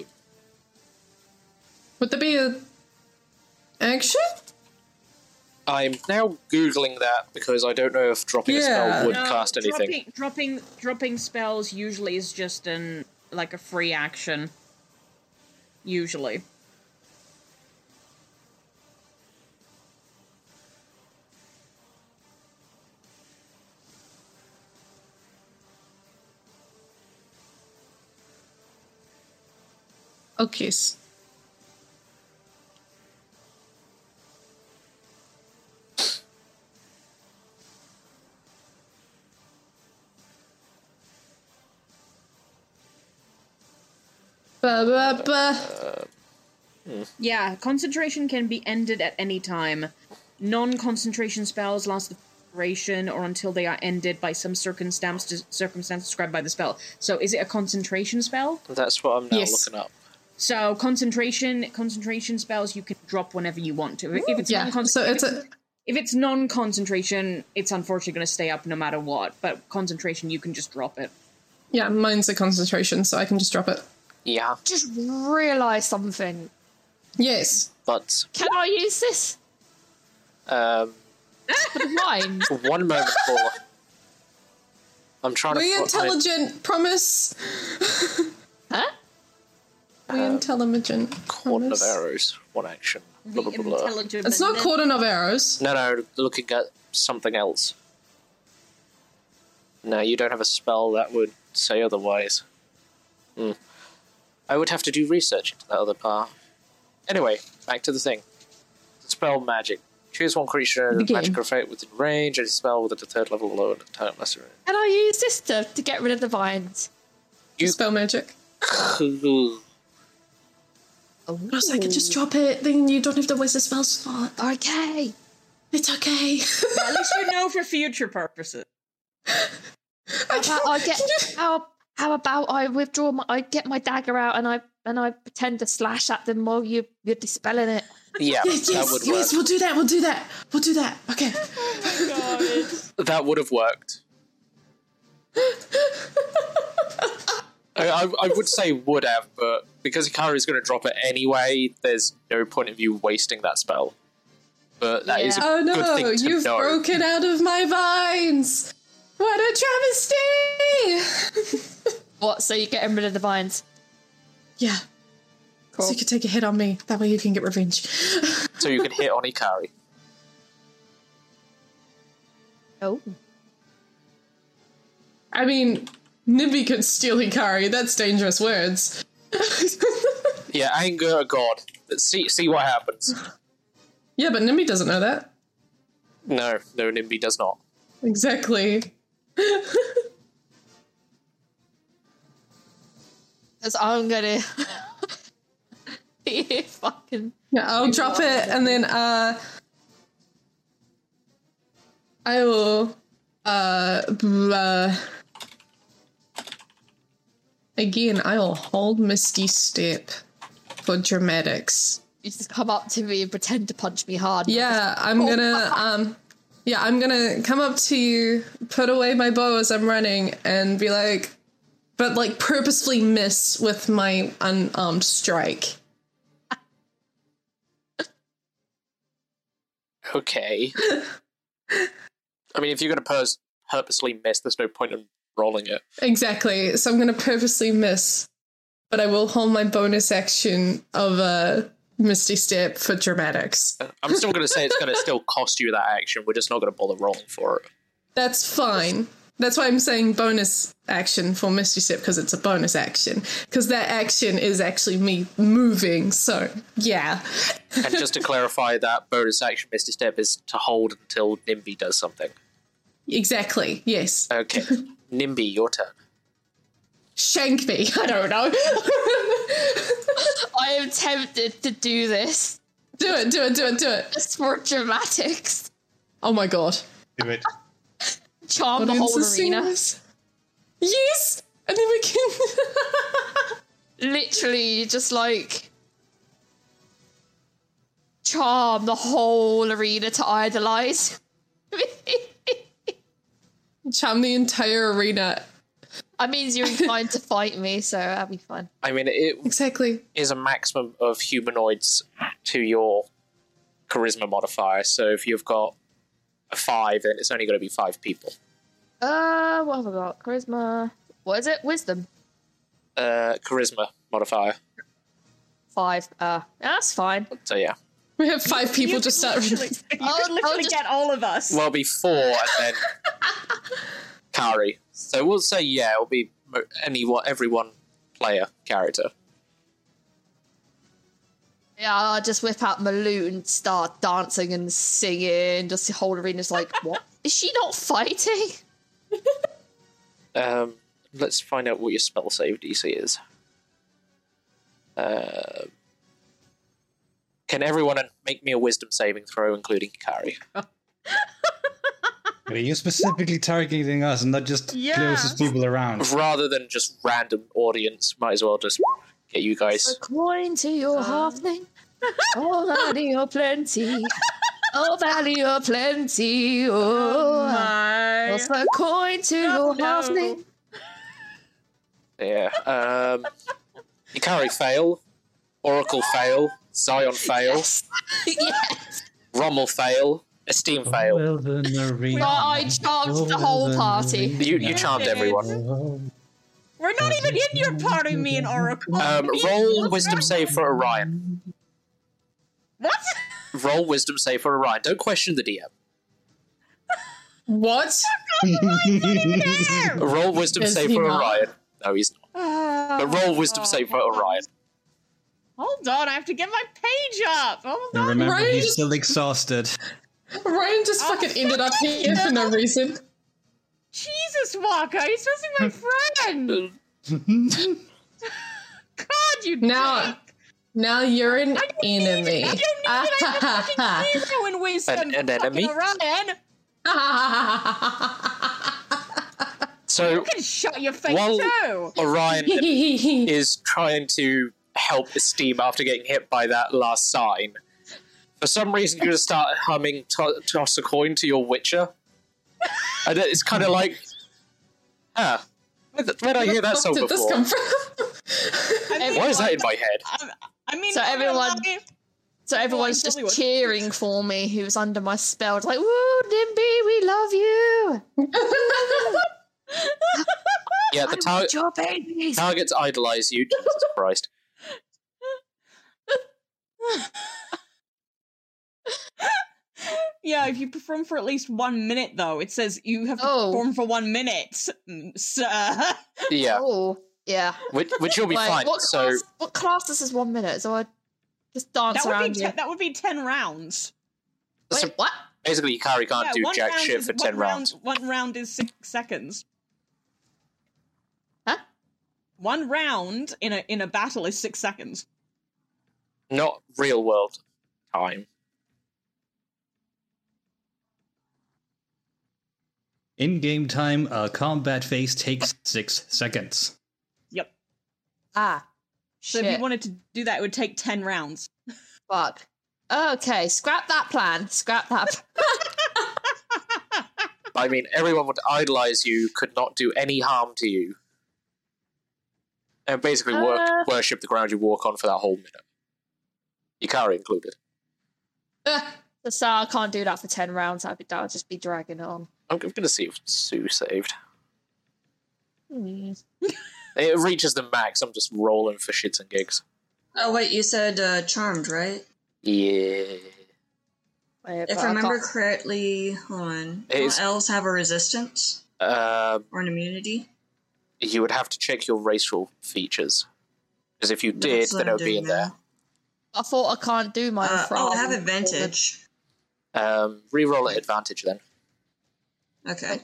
Would that be a action? I'm now googling that because I don't know if dropping a spell would cast anything. Dropping, dropping dropping spells usually is just an like a free action. Usually. Okay. s- Ba, ba, ba. Yeah, concentration can be ended at any time. Non-concentration spells last the duration or until they are ended by some circumstance circumstance described by the spell. So is it a concentration spell? That's what I'm now Yes. looking up. So concentration concentration spells you can drop whenever you want to. If it's Yeah, non so it's a- if it's non-concentration, it's unfortunately going to stay up no matter what. But concentration, you can just drop it. Yeah, mine's a concentration, so I can just drop it. Yeah, just realised something. Yes. but Can I use this? um, for the vines? one moment, Paula. I'm trying We to. fi- intelligent, promise. Huh? We intelligent. One Um, of promise. arrows, one action. Blah, blah, blah, blah. It's not cordon of arrows. No, no, looking at something else. No, you don't have a spell that would say otherwise. Hmm. I would have to do research into that other part. Anyway, back to the thing. Spell magic. Choose one creature and Begin. magic effect within range, and spell within the third level or lower attack lesser. Can I use this to, to get rid of the vines? You- Spell magic. Cool. Oh. I was like, just drop it. Then you don't have to waste a spell slot. Okay. It's okay. At least you know for future purposes. How about I get how, how about I withdraw my I get my dagger out and I and I pretend to slash at them while you you're dispelling it. Yeah, yes, that would yes, yes. work. We'll do that. We'll do that. We'll do that. Okay. That would have worked. I, I, I would say would have, but because Hikari's going to drop it anyway, there's no point of you wasting that spell. But that is oh a good no! thing to You've know. broken out of my vines. What a travesty! What? So you're getting rid of the vines? yeah. So you could take a hit on me. That way you can get revenge. So you can hit on Hikari. Oh. I mean, Nibby could steal Hikari. That's dangerous words. Yeah, anger a god. Let's see see what happens. Yeah, but Nimby doesn't know that. No, no, Nimby does not. Exactly. Because I'm gonna be a fucking. Yeah, I'll drop it and then uh I will uh, b- uh again I will hold Misty Step for dramatics. You just come up to me and pretend to punch me hard. Yeah, Oh, I'm gonna um yeah, I'm gonna come up to you, put away my bow as I'm running, and be like but like purposefully miss with my unarmed strike. Okay. I mean, if you're going to pers- purposely miss, there's no point in rolling it. Exactly. So I'm going to purposely miss, but I will hold my bonus action of a Misty Step for dramatics. I'm still going to say it's going to still cost you that action. We're just not going to bother rolling for it. That's fine. That's why I'm saying bonus action for Misty Step because it's a bonus action. Because that action is actually me moving. So, yeah. And just to clarify, that bonus action Misty Step is to hold until Nimby does something. Exactly. Yes. Okay. Nimby, your turn. Shank me. I don't know. I am tempted to do this. Do it, do it, do it, do it. Just for dramatics. Oh my god. Do it. Charm the Audience whole is seeing arena. this. Yes! And then we can. Literally, just like. Charm the whole arena to idolize. Charm the entire arena. I mean, you're inclined to fight me, so that'll be fun. I mean, it exactly is a maximum of humanoids to your charisma modifier. So if you've got a five, then it's only going to be five people. Uh, what have I got? Charisma. What is it? Wisdom. Uh, charisma modifier. Five. Uh, that's fine. So yeah, We have five people just start. You could literally get all of us. well, it'll be four, and then Kari. So we'll say yeah, it'll be mo- any one, every one player character. Yeah, I'll just whip out my lute and start dancing and singing. Just the whole arena's like, what? Is she not fighting? Um, let's find out what your spell save DC is. Uh, can everyone make me a wisdom saving throw, including Kari? But are you specifically targeting us and not just Yeah. closest people around? Rather than just random audience, might as well just get you guys. According to your Uh. halfling, oh valley of plenty, oh valley of plenty, oh, my. what's the coin to your halfling? Yeah. Um, Ikari fail, Oracle fail, Zion fail, yes. Rommel fail, Esteem fail. Well, I charmed the whole party. You, you charmed everyone. We're not even in your party, me and Oracle. Um, roll wisdom save for Orion. What? Roll wisdom save for Orion. Don't question the DM. What? Oh Roll wisdom Is save he for not? Oh, Orion. No, he's not. But roll wisdom save for Orion. Ah, Hold on, I have to get my page up. Hold And on. remember, he's still exhausted. Ryan Oh, just fucking ended up here for no reason. Jesus, Walker, you're supposed to be my friend. God, you Now, now you're an enemy. zero in wisdom. An, an enemy. Orion. So You can shut your face while too. Orion is trying to help Esteem after getting hit by that last sign, for some reason you just start humming to- "Toss a Coin" to your Witcher, and it's kind of like, ah, where did where did I hear that song Where the fuck did this before? come from? Why is that in my head? I mean, so I'm gonna everyone, lie. so everyone's tell just me what- cheering for me. Who was under my spell? It's like, woo, Nimby, we love you. Yeah, the tar- targets idolize you. Jesus Christ. Yeah, if you perform for at least one minute, though, it says you have to Oh. perform for one minute, mm, sir. Yeah. Oh, yeah. Which, which you'll be Wait, fine. What So, class, what class is this one minute? So I just dance That would around be you. te- that would be ten rounds. Wait, what? Basically, Hikari can't Yeah, do one jack round shit is- for one 10 round- rounds. One round is six seconds. Huh? One round in a in a battle is six seconds. Not real world time. In game time, a combat phase takes six seconds. Yep. Ah. So if you shit. wanted to do that, it would take ten rounds. Fuck. Okay, scrap that plan. Scrap that. I mean, everyone would idolize you, could not do any harm to you. And basically wor- Uh. worship the ground you walk on for that whole minute. Ikari included. the Sar can't do that for ten rounds. I'd be, that would just be dragging it on. I'm, I'm going to see if Sue saved. Hmm. It reaches the max. I'm just rolling for shits and gigs. Oh wait, you said uh, charmed, right? Yeah. If I remember correctly, hold on. It is- Don't elves have a resistance Um, or an immunity? you would have to check your racial features. Because if you did, That's what then it I'm would be doing in there. I thought I can't do my. Uh, oh, I have advantage. Um, reroll at advantage then. Okay.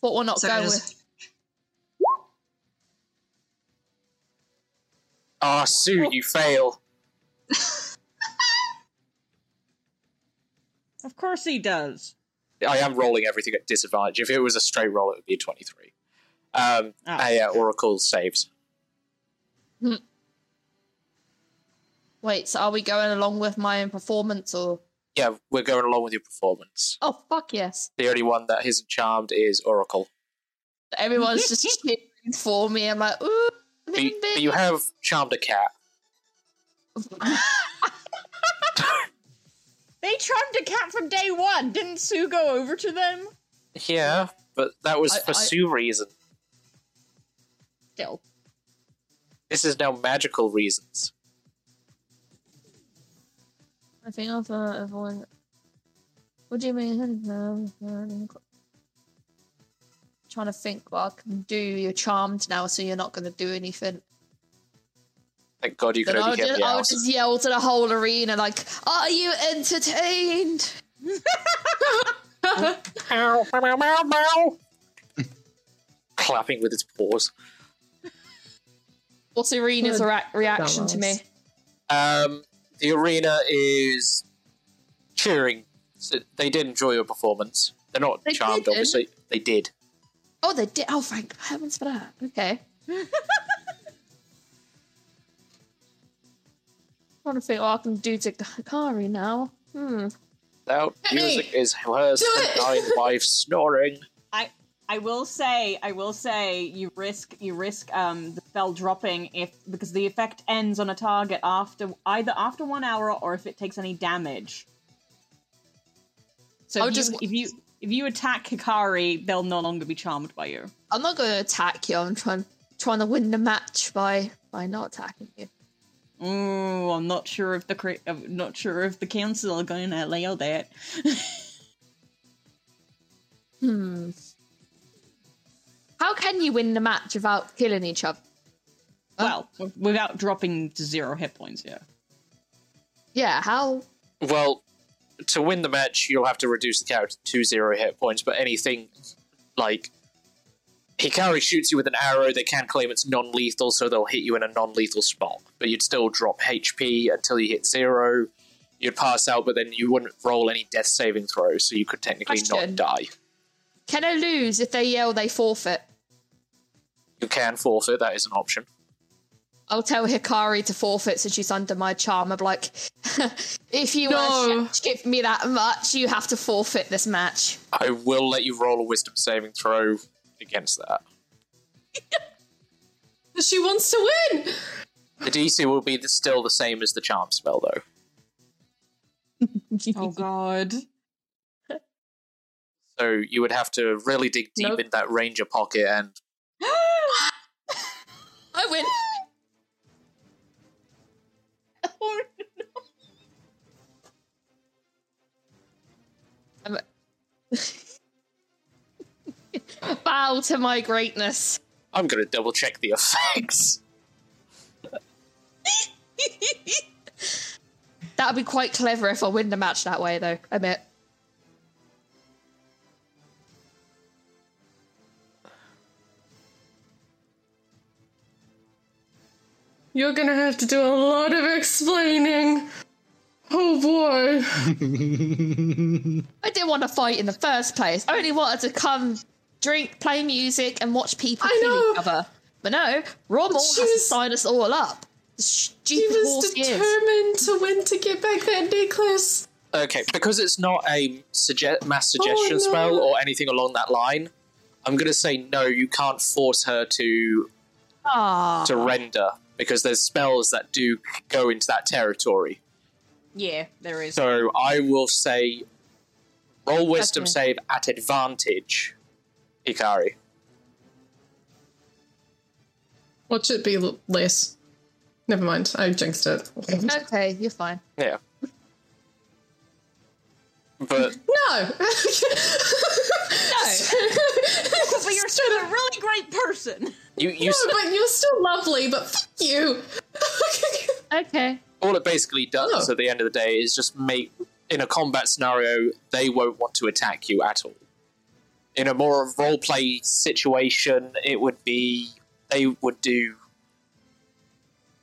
Thought we're not So going it is- with. Ah, Sue, you fail. Of course he does. I am rolling everything at disadvantage. If it was a straight roll, it would be 23. Um, ah, yeah, Oracle saves. Wait, so are we going along with my own performance or? Yeah, we're going along with your performance. Oh fuck yes! The only one that isn't charmed is Oracle. Everyone's just cheering for me. I'm like, ooh, But you, but you have charmed a cat. They charmed a cat from day one. Didn't Sue go over to them? Yeah, but that was I- for I- Sue reason. Still. This is now magical reasons. I think I've uh, avoided. What do you mean? Trying to think what I can do. You're charmed now, so you're not going to do anything. Thank God you could Then I only would get just, the I would hours. just yell to the whole arena, like, "Are you entertained?" Clapping with its paws. What's arena's ra- reaction to me? Um, the arena is cheering. So they did enjoy your performance. They're not They charmed, didn't? obviously. They did. Oh, they did. Oh, thank heavens for that. Okay. trying to think what I can do to Hikari now. Hmm. That music is her nine wife snoring. I I will say I will say you risk you risk um the spell dropping if because the effect ends on a target after either after one hour or if it takes any damage. So I'll if, Oh, just- you, if you if you attack Hikari, they'll no longer be charmed by you. I'm not going to attack you. I'm trying trying to win the match by by not attacking you. Ooh, I'm not sure if the cre- I'm not sure if the council are going to allow that. Hmm. How can you win the match without killing each other? Well, w- without dropping to zero hit points, yeah. Yeah. How? Well, to win the match, you'll have to reduce the character to zero hit points, but anything like Hikari shoots you with an arrow, they can claim it's non lethal, so they'll hit you in a non lethal spot. But you'd still drop HP until you hit zero. You'd pass out, but then you wouldn't roll any death saving throws, so you could technically Question. not die. Can I lose if they yell? They forfeit. You can forfeit, that is an option. I'll tell Hikari to forfeit since she's under my charm. I'm like, if you want to give me that much, you have to forfeit this match. I will let you roll a wisdom saving throw against that. She wants to win. The DC will be the, still the same as the charm spell, though. oh god. So you would have to really dig deep Nope. in that ranger pocket and I win. Oh, Bow to my greatness. I'm going to double check the effects. That that'd be quite clever if I win the match that way, though. Admit. You're gonna have to do a lot of explaining. Oh boy. I didn't want to fight in the first place. I only wanted to come, drink, play music, and watch people kill each other. But no, Rommel She has to was- sign us all up. The She Stupid was horse he is. determined to win to get back that necklace. Okay, because it's not a suge- mass suggestion Oh, no. spell or anything along that line, I'm going to say no, you can't force her to Ah. to render because there's spells that do go into that territory. Yeah, there is. So I will say roll wisdom Okay. save at advantage, Hikari. What should be l- less? Never mind. I jinxed it. Okay, you're fine. Yeah. But No. but you're still a really great person. you, you no, s- but you're still lovely. But fuck you. okay. all it basically does Oh. at the end of the day is just make in a combat scenario they won't want to attack you at all in a more of role play situation it would be they would do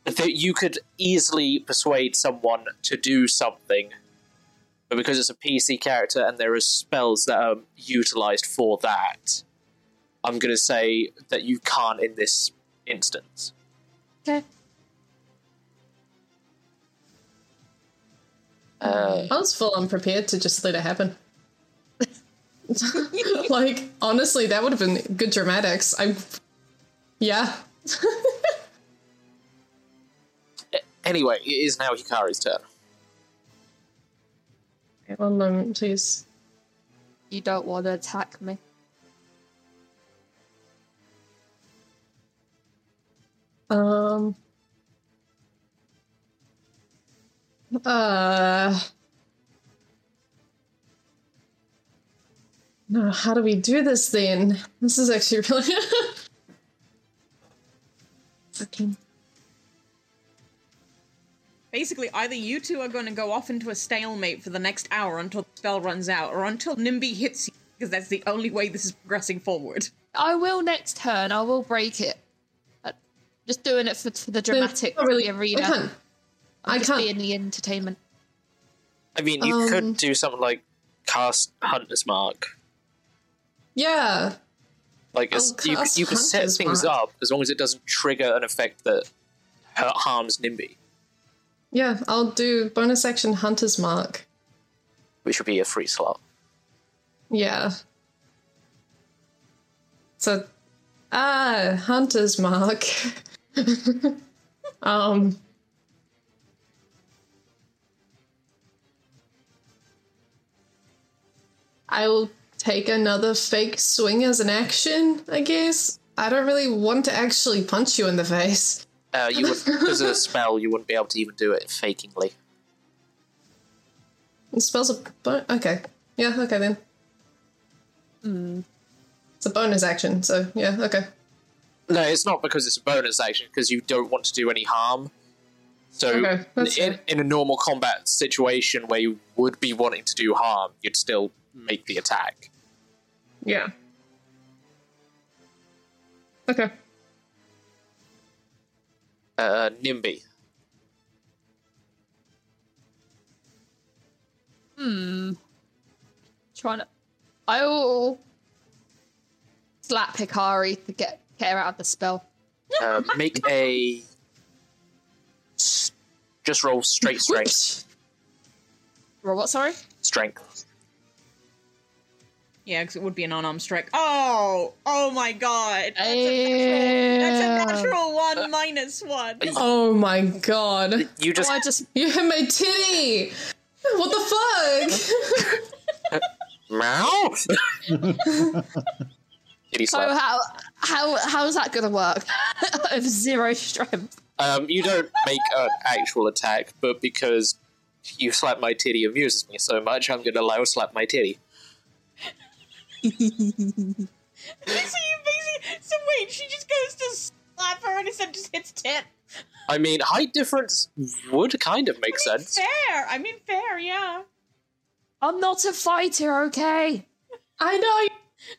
that you could easily persuade someone to do something but because it's a pc character and there are spells that are utilized for that i'm going to say that you can't in this instance Okay. uh, I was full unprepared to just let it happen. like honestly, that would have been good dramatics. I, yeah. anyway it is now hikari's turn Okay, One moment, please. You don't want to attack me. Um. Uh. No, how do we do this then? This is actually really. okay. Basically, either you two are going to go off into a stalemate for the next hour until the spell runs out, or until Nimby hits you, because that's the only way this is progressing forward. I will next turn. I will break it. Uh, Just doing it for, for the dramatic not really. the arena. I can't. I Just can't. Being the entertainment. I mean, you Um, could do something like cast Hunter's Mark. Yeah. Like, it's, I'll you, cast you can set Hunter's things Mark. up as long as it doesn't trigger an effect that hurt, harms Nimby, Yeah, I'll do bonus action Hunter's Mark. which would be a free slot. Yeah. So, ah, Hunter's Mark. um. I will take another fake swing as an action, I guess. I don't really want to actually punch you in the face. Uh, you would, because of the spell, you wouldn't be able to even do it fakingly. It spells a bon- okay. Yeah, okay then. It's a bonus action, so yeah, okay. No, it's not because it's a bonus action, because you don't want to do any harm. So, Okay, that's in, in a normal combat situation where you would be wanting to do harm, you'd still make the attack. Yeah. Okay. Uh, Nimby. Hmm. Trying to. I will slap Hikari to get, get her out of the spell. Uh, make a. Just roll straight strength. Roll what, sorry? Strength. Yeah, because it would be an unarmed strike. Oh, oh my god. That's a Damn. natural, that's a natural one minus one. Oh my god. Oh, You just I just. You hit my titty! What the fuck? meow. Kitty So slap. how how how's that gonna work? I have zero strength. Um, you don't make an actual attack, but because you slap my titty amuses me so much, I'm gonna allow slap my titty. so you basically. So wait, she just goes to slap her and instead just hits tit. I mean, height difference would kind of make sense. Fair. I mean, fair. Yeah. I'm not a fighter, okay? I know.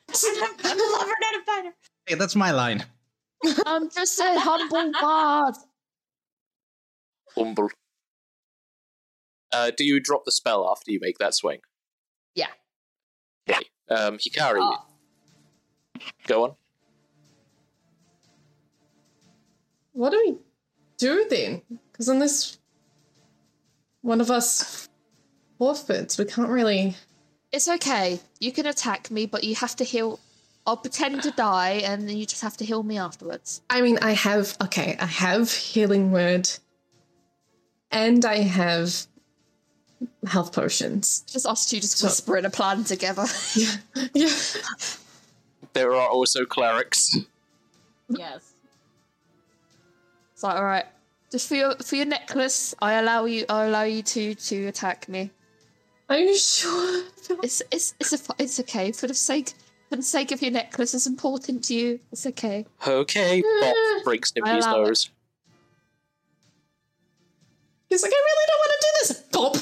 I'm a lover, not a fighter. Hey, that's my line. I'm just a humble bard. Humble. Uh, do you drop the spell after you make that swing? Yeah. Okay. Um, Hikari. Uh. Go on. What do we do then? Because unless one of us forfeits, we can't really. It's okay. You can attack me, but you have to heal. I'll pretend to die, and then you just have to heal me afterwards. I mean, I have. Okay, I have healing word, and I have health potions. Just us two just whispering a plan together. Yeah. There are also clerics. Yes. It's like, all right, just for your for your necklace, I allow you. I allow you to to attack me. Are you sure? It's it's it's a, fi- it's okay for the sake for the sake of your necklace. It's important to you. It's okay. Okay. Bop breaks Nimbly's I love it. nose. He's like, I really don't want to do this. Bob.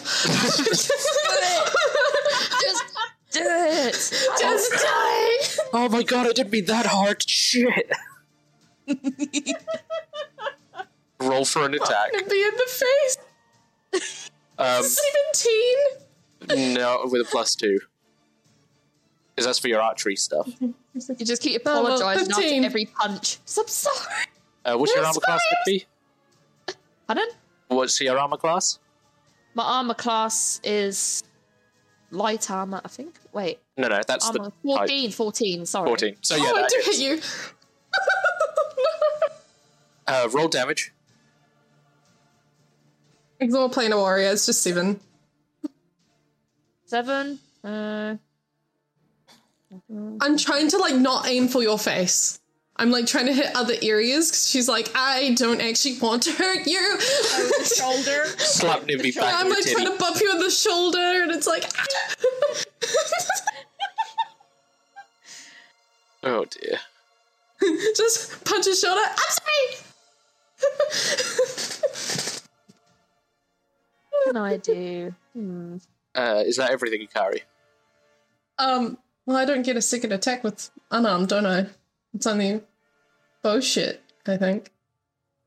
Just do it. Just die. Oh my god, it didn't be that hard. Shit. Roll for an attack. Hit me in the face. Um, Seventeen. no, with a plus two. Because that's for your archery stuff. You just keep Oh, well, apologising after 15. every punch. So I'm sorry. Uh, what's your That's armor class would be? Pardon? What's your armor class? My armor class is light armor, I think. Wait. No, no, that's armor. the height. 14, 14, sorry. 14. So yeah, oh, I that do hits. hit you. Uh, roll damage. Ignore planar warrior. It's just seven. Seven. Uh, I'm trying to like not aim for your face. I'm like trying to hit other areas because she's like, I don't actually want to hurt you. Oh, Shoulder. Slap Nimby back I'm in the like trying titty. to bump you on the shoulder, and it's like, "Ah." Oh dear. just punch his shoulder. I'm sorry. what can I do? Hmm. Uh, is that everything you carry? um, well, I don't get a second attack with unarmed, don't I? It's only bow shit, I think.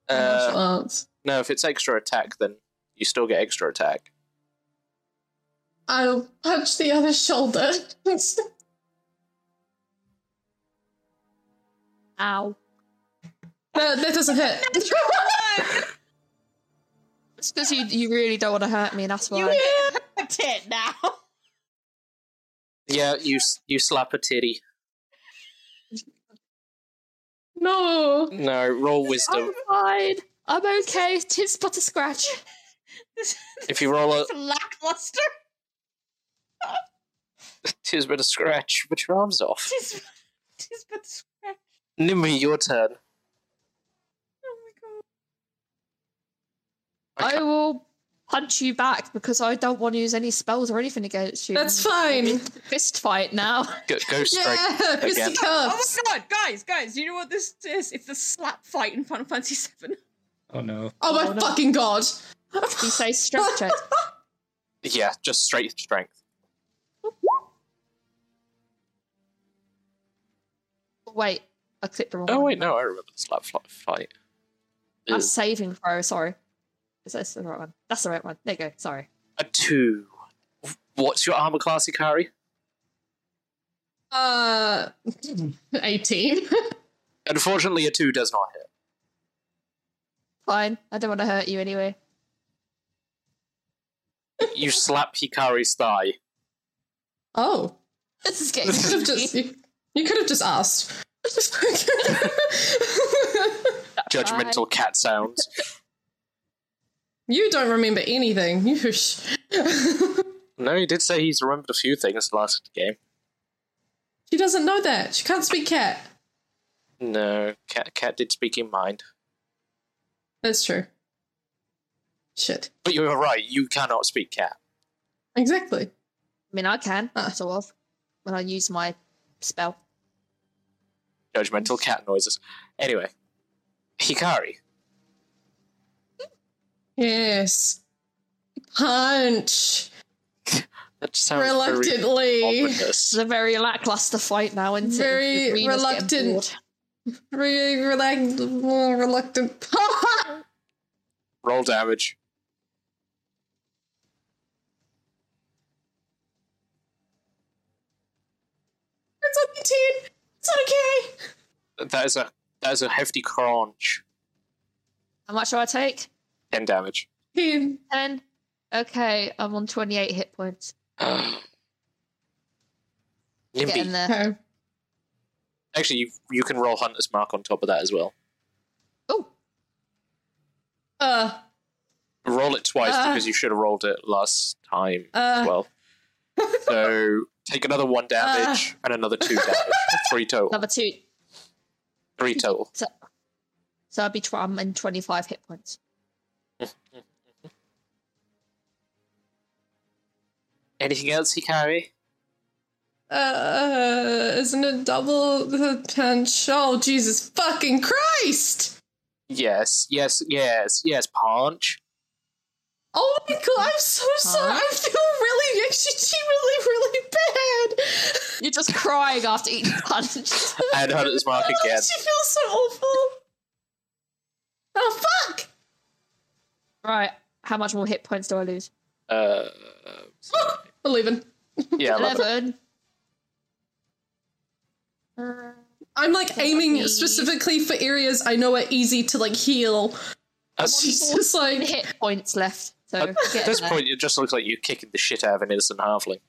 Martial Uh, arts. no, if it's extra attack, then you still get extra attack. I'll punch the other shoulder. Ow. No, that doesn't hit. It's because you, you really don't want to hurt me, and that's why. You get hurt it now. Um, Yeah, you s- you slap a titty. No. No, roll wisdom. I'm fine. I'm okay. Tis but a scratch. This If you roll a is lackluster. tis but a scratch, but your arm's off. Tis, tis but scratch. Nimmy, your turn. Oh my god. I will punch you back because I don't want to use any spells or anything against you. That's fine. fist fight now. Go, go straight. Yeah, again. Mr. Oh Cuffs. my god, guys, guys, do you know what this is? It's the slap fight in Final Fantasy VII. Oh no. Oh my Oh, no. fucking god. You say strength check. Yeah, just straight strength. Wait, I clicked the wrong. Oh one. wait, no, I remember the slap fl- fight. I'm saving throw. Sorry. Is this the right one? That's the right one. There you go. Sorry. A two. What's your armor class, you carry? Uh, 18. Unfortunately, a two does not hit. Fine. I don't want to hurt you anyway. You slap Hikari's thigh. oh. This is You getting. could have just, you, you could have just asked. Judgmental cat sounds. you don't remember anything. You sh- No, he did say he's remembered a few things last game. She doesn't know that. She can't speak cat. No, cat cat did speak in mind. That's true. Shit. But you were right. You cannot speak cat. Exactly. I mean, I can Ah. sort of when I use my spell. Judgmental cat noises. Anyway, Hikari. Yes. Punch. That sounds very reluctantly. ominous. It's a very lackluster fight now, isn't it? Very The queen is getting reluctant. bored. Very relax, more Oh, reluctant punch. Roll damage. It's only 10. It's okay. That is a that is a hefty crunch. How much do I take? Ten damage. 10. Okay, I'm on 28 hit points. Getting Nimby. there. Actually, you, you can roll Hunter's Mark on top of that as well. Uh, Roll it twice Ah. because you should have rolled it last time Ah. as well. So take another one damage and another two damage. Three total. Number two. Three total. So, so I'd be tw- I'm in 25 hit points. Anything else, Hikari? Uh, isn't it double the punch? Oh, Jesus fucking Christ! Yes, yes, yes, yes, Punch. Oh my god, I'm so sorry. I feel really, actually, really, really bad. You're just crying after each punch. And Hunter's Mark I again. actually feel so awful. Oh, fuck! Right, how much more hit points do I lose? Uh, We're leaving. yeah, 11. I'm like aiming specifically for areas I know are easy to like heal. That's- It's like hit points left. So At we're this getting there. point, it just looks like you're kicking the shit out of an innocent halfling.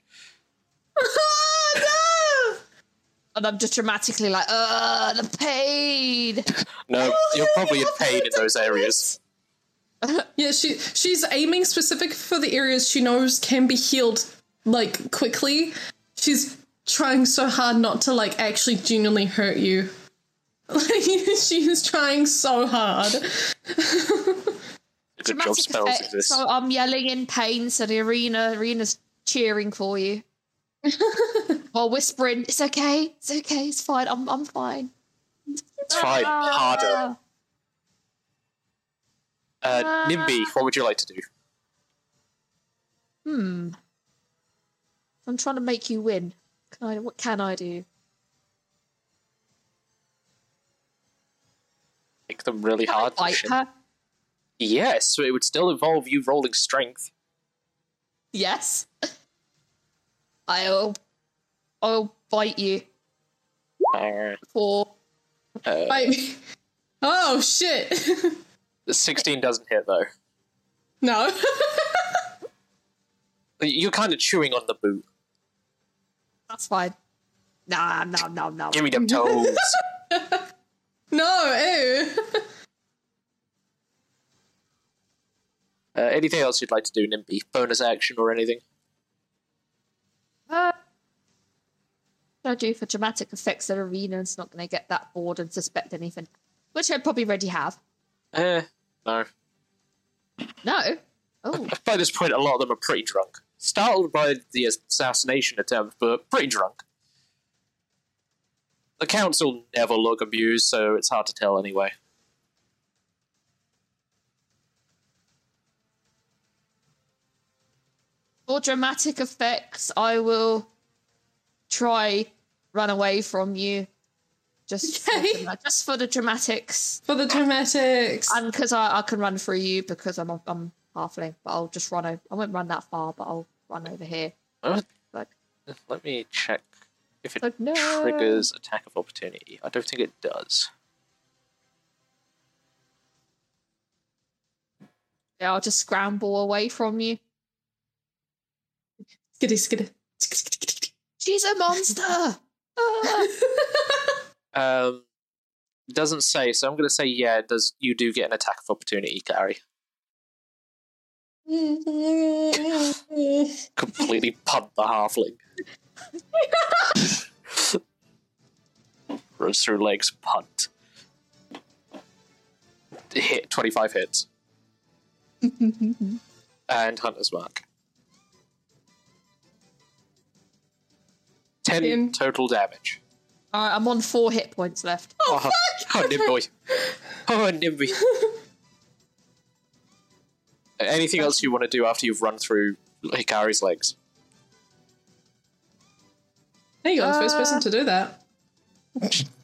And I'm just dramatically like, uh, the pain. No, Oh, you're probably in pain in those areas. yeah, she she's aiming specific for the areas she knows can be healed like quickly. She's trying so hard not to like actually genuinely hurt you. Like she is trying so hard. Good job spells exist. Uh, So I'm yelling in pain, so the arena arena's cheering for you. While whispering, it's okay, it's okay, it's fine, I'm I'm fine. It's fine. Harder. Uh, Nimby, what would you like to do? Hmm. I'm trying to make you win. Can I what can I do? Make them really hard. to Fight shit. her? Yes, so it would still involve you rolling strength. Yes. I'll I'll bite you Uh, for uh, Bite me. Oh shit. the 16 uh, doesn't hit, though. no. You're kind of chewing on the boot. that's fine. Nah, no, no, no. Give me them toes. No, ew. uh, anything else you'd like to do, Nimby? Bonus action or anything? Uh, what I do for dramatic effects that arena's not going to get that bored and suspect anything, which I probably already have. Eh, no. No. Oh, By this point, a lot of them are pretty drunk. Startled by the assassination attempt, but pretty drunk. The council never look abused, so it's hard to tell anyway. for dramatic effects, I will try run away from you, just for Okay. drama- just for the dramatics, For the dramatics. and because I, I can run through you because I'm a- I'm halfling, but I'll just run. Over, I won't run that far, but I'll run over here. Uh, Like Let me check if it Like, no. triggers attack of opportunity. I don't think it does. yeah, I'll just scramble away from you. Skitty skitty. She's a monster. Ah. Um, it doesn't say, so I'm going to say, yeah, it does you do get an attack of opportunity, Gary? Completely punt the halfling. Runs through legs, punt. Hit 25 hits. and Hunter's Mark. Ten Ten. total damage. Alright, I'm on four hit points left. Oh, oh, Nimby. Oh, Nimby. anything else you want to do after you've run through Hikari's legs? Hey, you're the first Uh, person to do that.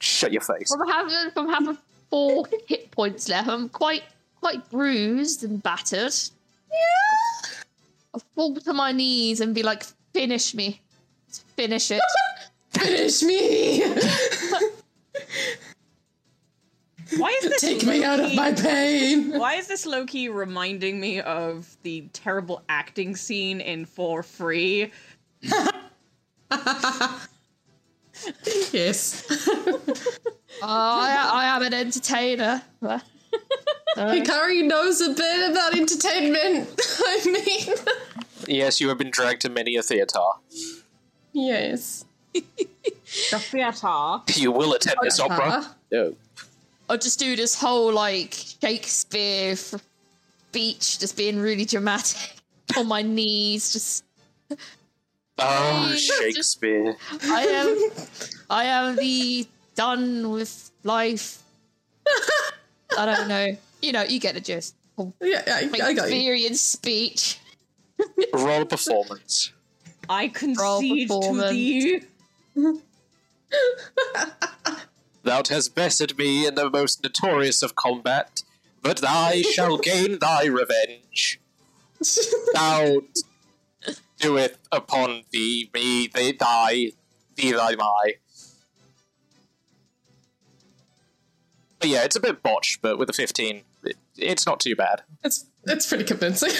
Shut your face. From having from having four hit points left, I'm quite quite bruised and battered. Yeah. I'll fall to my knees and be like, finish me. Finish it. Finish me! Why is this Take me out of low-key- my pain. Why is this low key reminding me of the terrible acting scene in For Free? yes. Oh, I, I am an entertainer. Hikari knows a bit about entertainment. I mean, Yes, you have been dragged to many a theatre. yes. the theater. You will attend this Uh-huh. opera. No. I'll just do this whole like Shakespeare f- speech, just being really dramatic on my knees, just Oh, Please, Shakespeare. I am, I am the done with life. I don't know. You know, you get the gist. Yeah, I, My I got you. experience speech. Roll performance. I concede to performance. thee. Thou hast bested me in the most notorious of combat, but I shall gain thy revenge. Thou doeth upon thee me thee thy thee thy my. But yeah, it's a bit botched, but with a fifteen, it, it's not too bad. It's it's pretty convincing.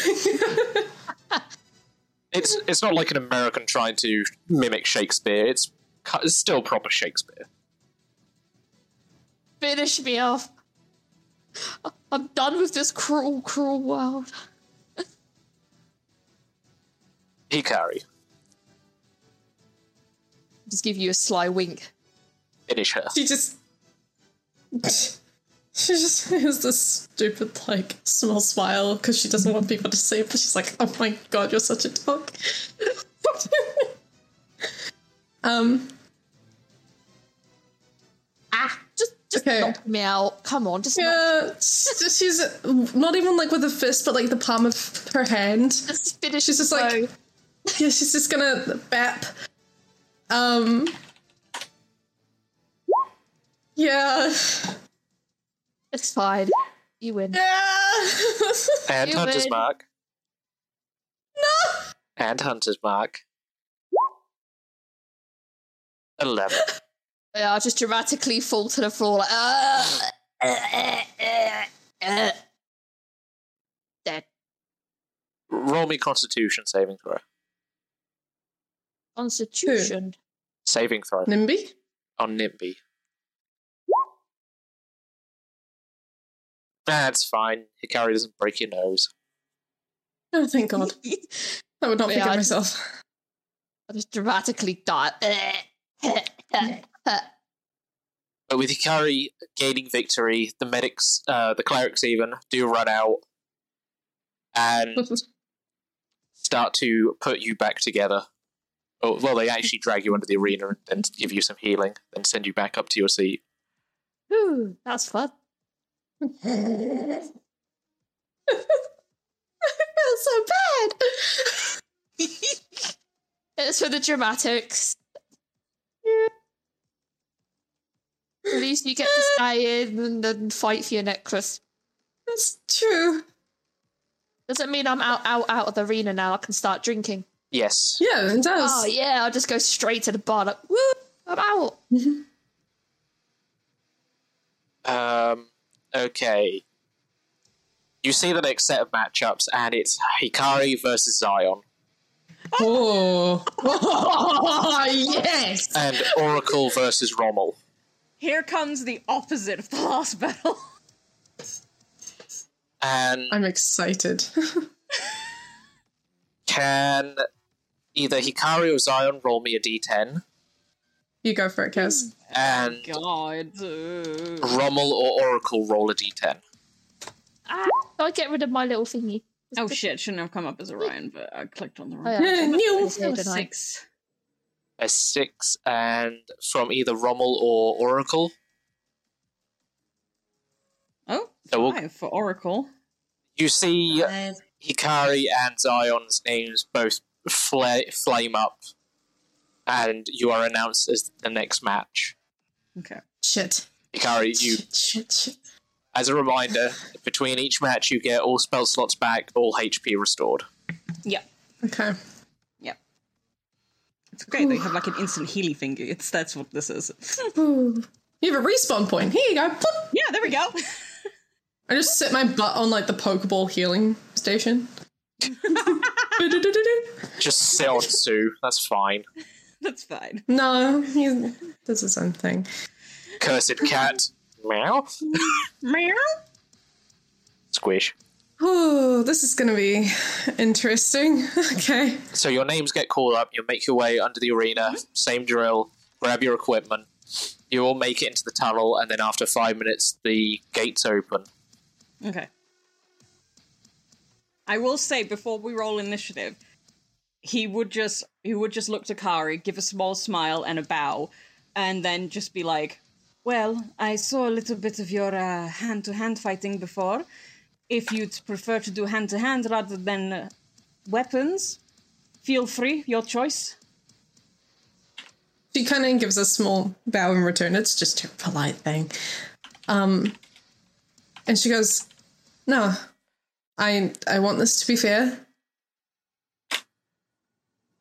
It's it's not like an American trying to mimic Shakespeare. It's, cu- it's still proper Shakespeare. Finish me off. I'm done with this cruel, cruel world. Hikari, Just give you a sly wink. finish her. she just she just has this stupid like small smile because she doesn't want people to see it, but she's like, "Oh my god, you're such a dog." um. Ah, just just Okay. knock me out. Come on, just knock- Yeah, s- she's not even like with a fist, but like the palm of her hand. Just finish she's just like, yeah, she's just gonna bap. Um, yeah, it's fine. You win. yeah. And You Hunter's would- Mark. No! And Hunter's Mark. 11. Yeah, I'll just dramatically fall to the floor like, "Ah, eh, eh, eh, eh." dead. Roll me Constitution saving throw. Constitution. Saving throw. Nimby. On Nimby. That's fine. Hikari doesn't break your nose. Oh, thank God. I would not Yeah, forgive I- myself. I'll just dramatically die. Eh, eh, eh, eh. But with Hikari gaining victory, the medics, uh, the clerics even, do run out and start to put you back together. Oh, well, they actually drag you into the arena and then give you some healing, then send you back up to your seat. Whew, that's fun. I feel so bad. it's for the dramatics. At least you get to stay in and, and fight for your necklace. That's true. Doesn't mean I'm out, out, out of the arena now. I can start drinking. Yes. Yeah, it does. Oh yeah, I'll just go straight to the bar. Like, woo, I'm out. Um, okay. You see the next set of matchups, and it's Hikari versus Zion, Oh. oh, yes. and Oracle versus Rommel. Here comes the opposite of the last battle. And I'm excited. can either Hikari or Zion roll me a d10, you go for it, Kaz. and Oh God. Rommel or Oracle roll a d10. Ah, I'll get rid of my little thingy. Oh shit, shouldn't have come up as Orion, but I clicked on the wrong. Oh, yeah. Yeah, new. That was Did I? six. A six, and from either Rommel or Oracle. Oh, So we'll- five for Oracle. You see Five. Hikari and Zion's names both fla- flame up, and you are announced as the next match. Okay. Shit. Hikari, you. Shit, shit. As a reminder, between each match, you get all spell slots back, all HP restored. Yep. Okay. Yep. It's okay. They have like an instant healy finger. It's that's what this is. you have a respawn point. Here you go. Boop. Yeah, there we go. I just set my butt on like the Pokeball healing station. Du-du-du-du-du. Just sit on Sue. That's fine. That's fine. no, he does his own thing. Cursed cat. Meow. Meow. Squish. Oh, this is gonna be interesting. Okay. So your names get called up. You make your way under the arena. Same drill. Grab your equipment. You all make it into the tunnel, and then after five minutes, the gates open. Okay. I will say before we roll initiative, he would just he would just look to Kari, give a small smile and a bow, and then just be like, "Well, I saw a little bit of your uh, hand-to-hand fighting before. If you'd prefer to do hand-to-hand rather than uh, weapons, feel free, your choice." She kind of gives a small bow in return. It's just a polite thing. Um, and she goes, "No, I I want this to be fair.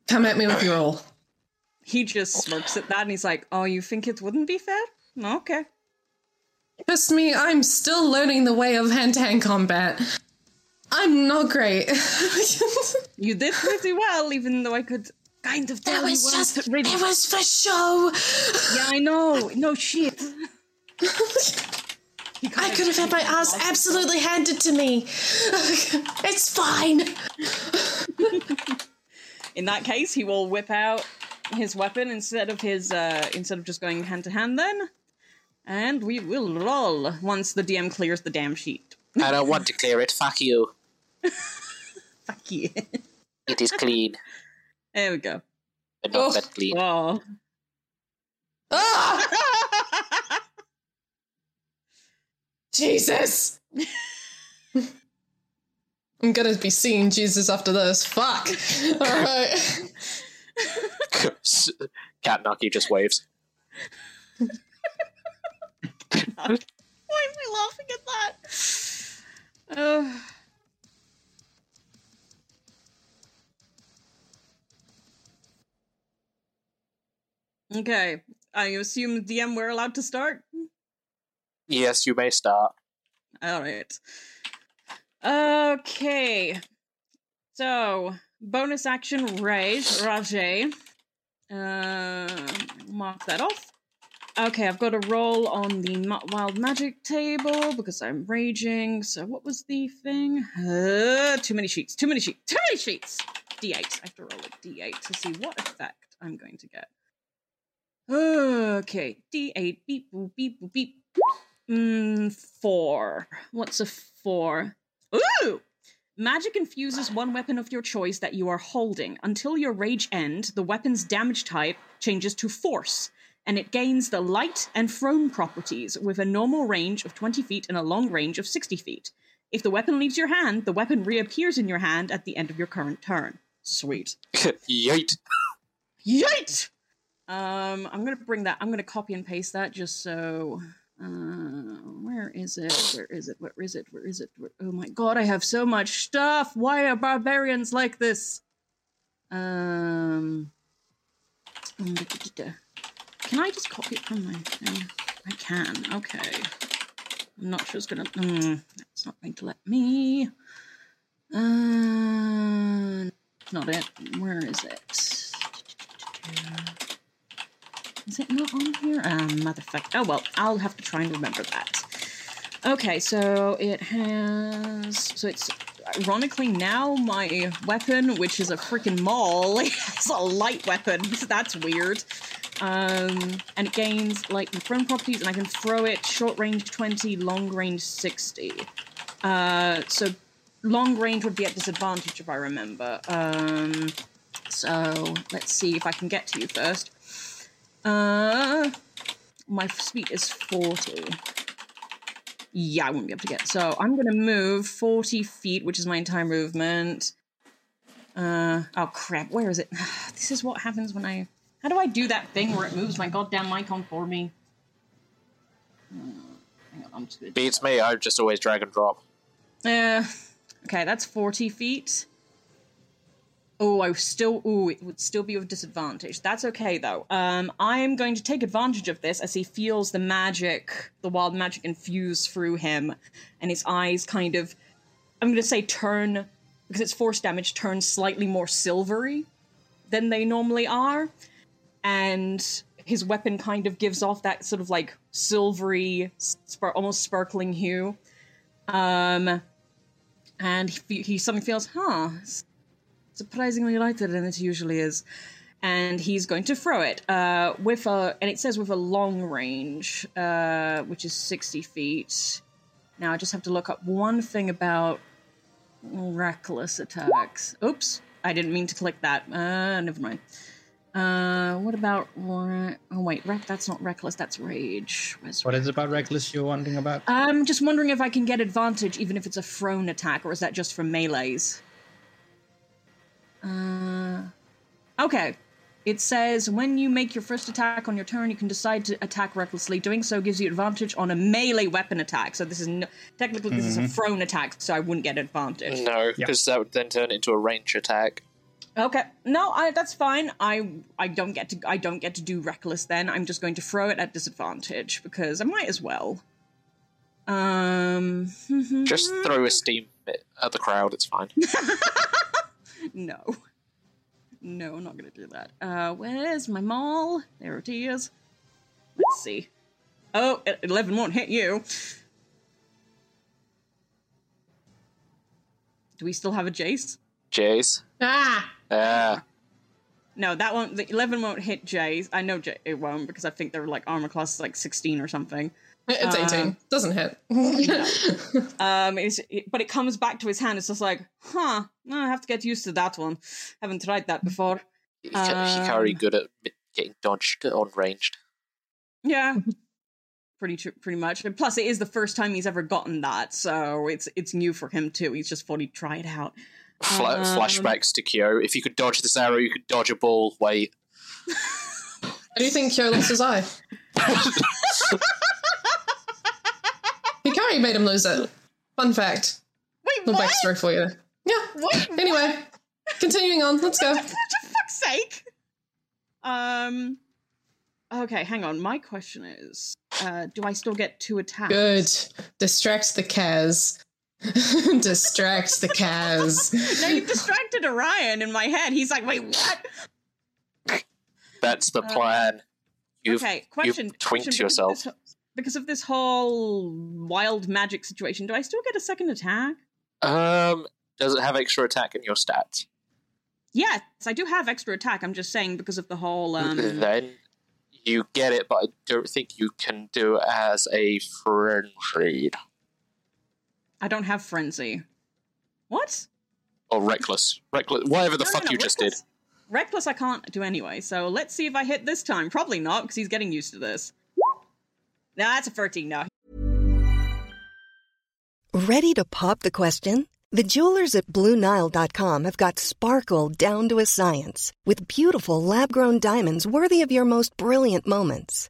Come at me with your all." He just smirks at that and he's like, "Oh, you think it wouldn't be fair? Okay." Trust me, I'm still learning the way of hand-to-hand combat. I'm not great. you did pretty well, even though I could kind of tell That was you weren't just. really- It was for show. Yeah, I know. No shit. I could have had my ass absolutely handed to me. it's fine. In that case, he will whip out his weapon instead of his uh, instead of just going hand to hand then, and we will roll once the DM clears the damn sheet. I don't want to clear it. Fuck you. Fuck you. It is clean, There we go. but not that clean. Oh. Jesus. I'm gonna be seeing Jesus after this. Fuck. All right. Cat Nucky just waves. Why am I laughing at that? Uh, okay, I assume DM we're allowed to start. Yes, you may start. All right. Okay. So, bonus action raise, Rajay. Uh, mark that off. Okay, I've got to roll on the ma- wild magic table because I'm raging. So, what was the thing? Uh, too many sheets. Too many sheets. Too many sheets. D8. I have to roll a D8 to see what effect I'm going to get. Okay, D8. Beep boop beep boop beep. Mm, four. What's a four? Ooh! Magic infuses one weapon of your choice that you are holding. Until your rage end, the weapon's damage type changes to force, and it gains the light and thrown properties with a normal range of 20 feet and a long range of 60 feet. If the weapon leaves your hand, the weapon reappears in your hand at the end of your current turn. Sweet. Yate. Yikes! Um, I'm gonna bring that. I'm gonna copy and paste that just so. Uh, where is it? Where is it? Where is it? Where is it? Where, oh my god! I have so much stuff. Why are barbarians like this? Um. Can I just copy it from my thing? I can. Okay. I'm not sure it's gonna. Mm, it's not going to let me. Uh, not it. Where is it? Is it not on here? Um, motherfucker. Oh well, I'll have to try and remember that. Okay, so it has. So it's ironically now my weapon, which is a freaking maul, it's a light weapon. That's weird. Um, and it gains like my thrown properties, and I can throw it short range twenty, long range sixty. Uh, so long range would be at disadvantage if I remember. Um, so let's see if I can get to you first. Uh, my speed is 40. Yeah, I won't be able to get. So I'm going to move 40 feet, which is my entire movement. Uh, oh crap, where is it? this is what happens when I. How do I do that thing where it moves my goddamn icon for me? Beats me. I just always drag and drop. Uh, okay, that's 40 feet. Oh, I still. Oh, it would still be with disadvantage. That's okay though. Um, I am going to take advantage of this as he feels the magic, the wild magic, infuse through him, and his eyes kind of. I'm going to say turn because it's force damage. Turn slightly more silvery than they normally are, and his weapon kind of gives off that sort of like silvery, spar- almost sparkling hue. Um, and he, he suddenly feels, huh, it's surprisingly lighter than it usually is. And he's going to throw it uh, with a, and it says with a long range, uh, which is 60 feet. Now I just have to look up one thing about reckless attacks. Oops, I didn't mean to click that. Uh, never mind. Uh, what about ra- oh wait, rec- that's not reckless, that's rage. Where's What is it about reckless you're wondering about? I'm just wondering if I can get advantage even if it's a thrown attack, or is that just for melees? Uh, okay. It says when you make your first attack on your turn, you can decide to attack recklessly. Doing so gives you advantage on a melee weapon attack. So this is no, technically this is a Mhm. thrown attack, so I wouldn't get advantage. No, because that would then turn it into a range attack. Okay. No, I, that's fine. I I don't get to I don't get to do reckless then. I'm just going to throw it at disadvantage because I might as well. Um Just throw a steam bit at the crowd. It's fine. no. No, I'm not going to do that. Uh where's my maul? There it is. Let's see. Oh, e- 11 won't hit you. Do we still have a Jace? Jace. Ah. Uh, No, that won't. The eleven won't hit Jay's. I know Jay, it won't because I think their like armor class is like sixteen or something. It's Um, 18. Doesn't hit. um, it's, it, but it comes back to his hand. It's just like, huh? no, I have to get used to that one. Haven't tried that before. Um, Hikari good at mi- getting dodged on ranged. Yeah, pretty tr- pretty much. And plus, it is the first time he's ever gotten that, so it's it's new for him too. He's just thought he'd try it out. Fla- Um, flashbacks to Kyo. If you could dodge this arrow, you could dodge a ball. Wait. How do you think Kyo lost his eye? Hikari made him lose it. Fun fact. Wait, Little backstory for you. Yeah. Anyway, continuing on. Let's go. fuck's sake. Um. Okay, hang on. My question is, uh, do I still get two attacks? Good. Distract the Kaz. Distract the Kaz. No, you've distracted Orion in my head. He's like, wait, what? That's the Uh, plan. You've, okay, question. You've twinked question, because of yourself. this- Because of this whole wild magic situation, do I still get a second attack? Um, does it have extra attack in your stats? Yes, I do have extra attack. I'm just saying because of the whole. Um, Then you get it, but I don't think you can do it as a friend raid I don't have frenzy. What? or reckless, reckless, whatever the No, no, fuck no, you just did. Reckless, I can't do anyway. So let's see if I hit this time. Probably not because he's getting used to this. That's a 13. No, Ready to pop the question? The jewelers at BlueNile.com have got sparkle down to a science with beautiful lab grown diamonds worthy of your most brilliant moments.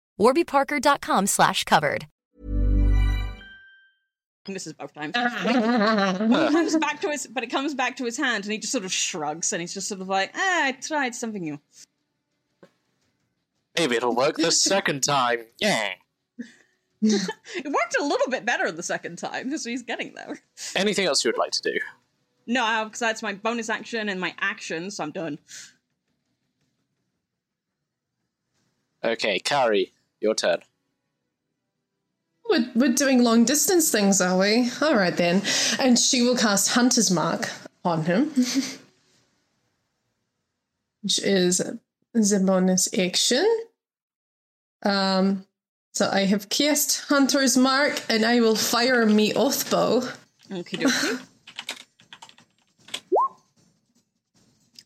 warbyparker.com/covered. slash covered. This is both times. it comes back to his, but it comes back to his hand, and he just sort of shrugs, and he's just sort of like, "Ah, I tried something new." Maybe it'll work the second time. Yeah. It worked a little bit better the second time, so he's getting there. Anything else you would like to do? No, because that's my bonus action and my action, so I'm done. Okay, Carrie, your turn. We're, we're doing long distance things, are we? All right then. And she will cast Hunter's Mark on him, which is the bonus action. Um, so I have cast Hunter's Mark, and I will fire me oath bow. Okay, dokie.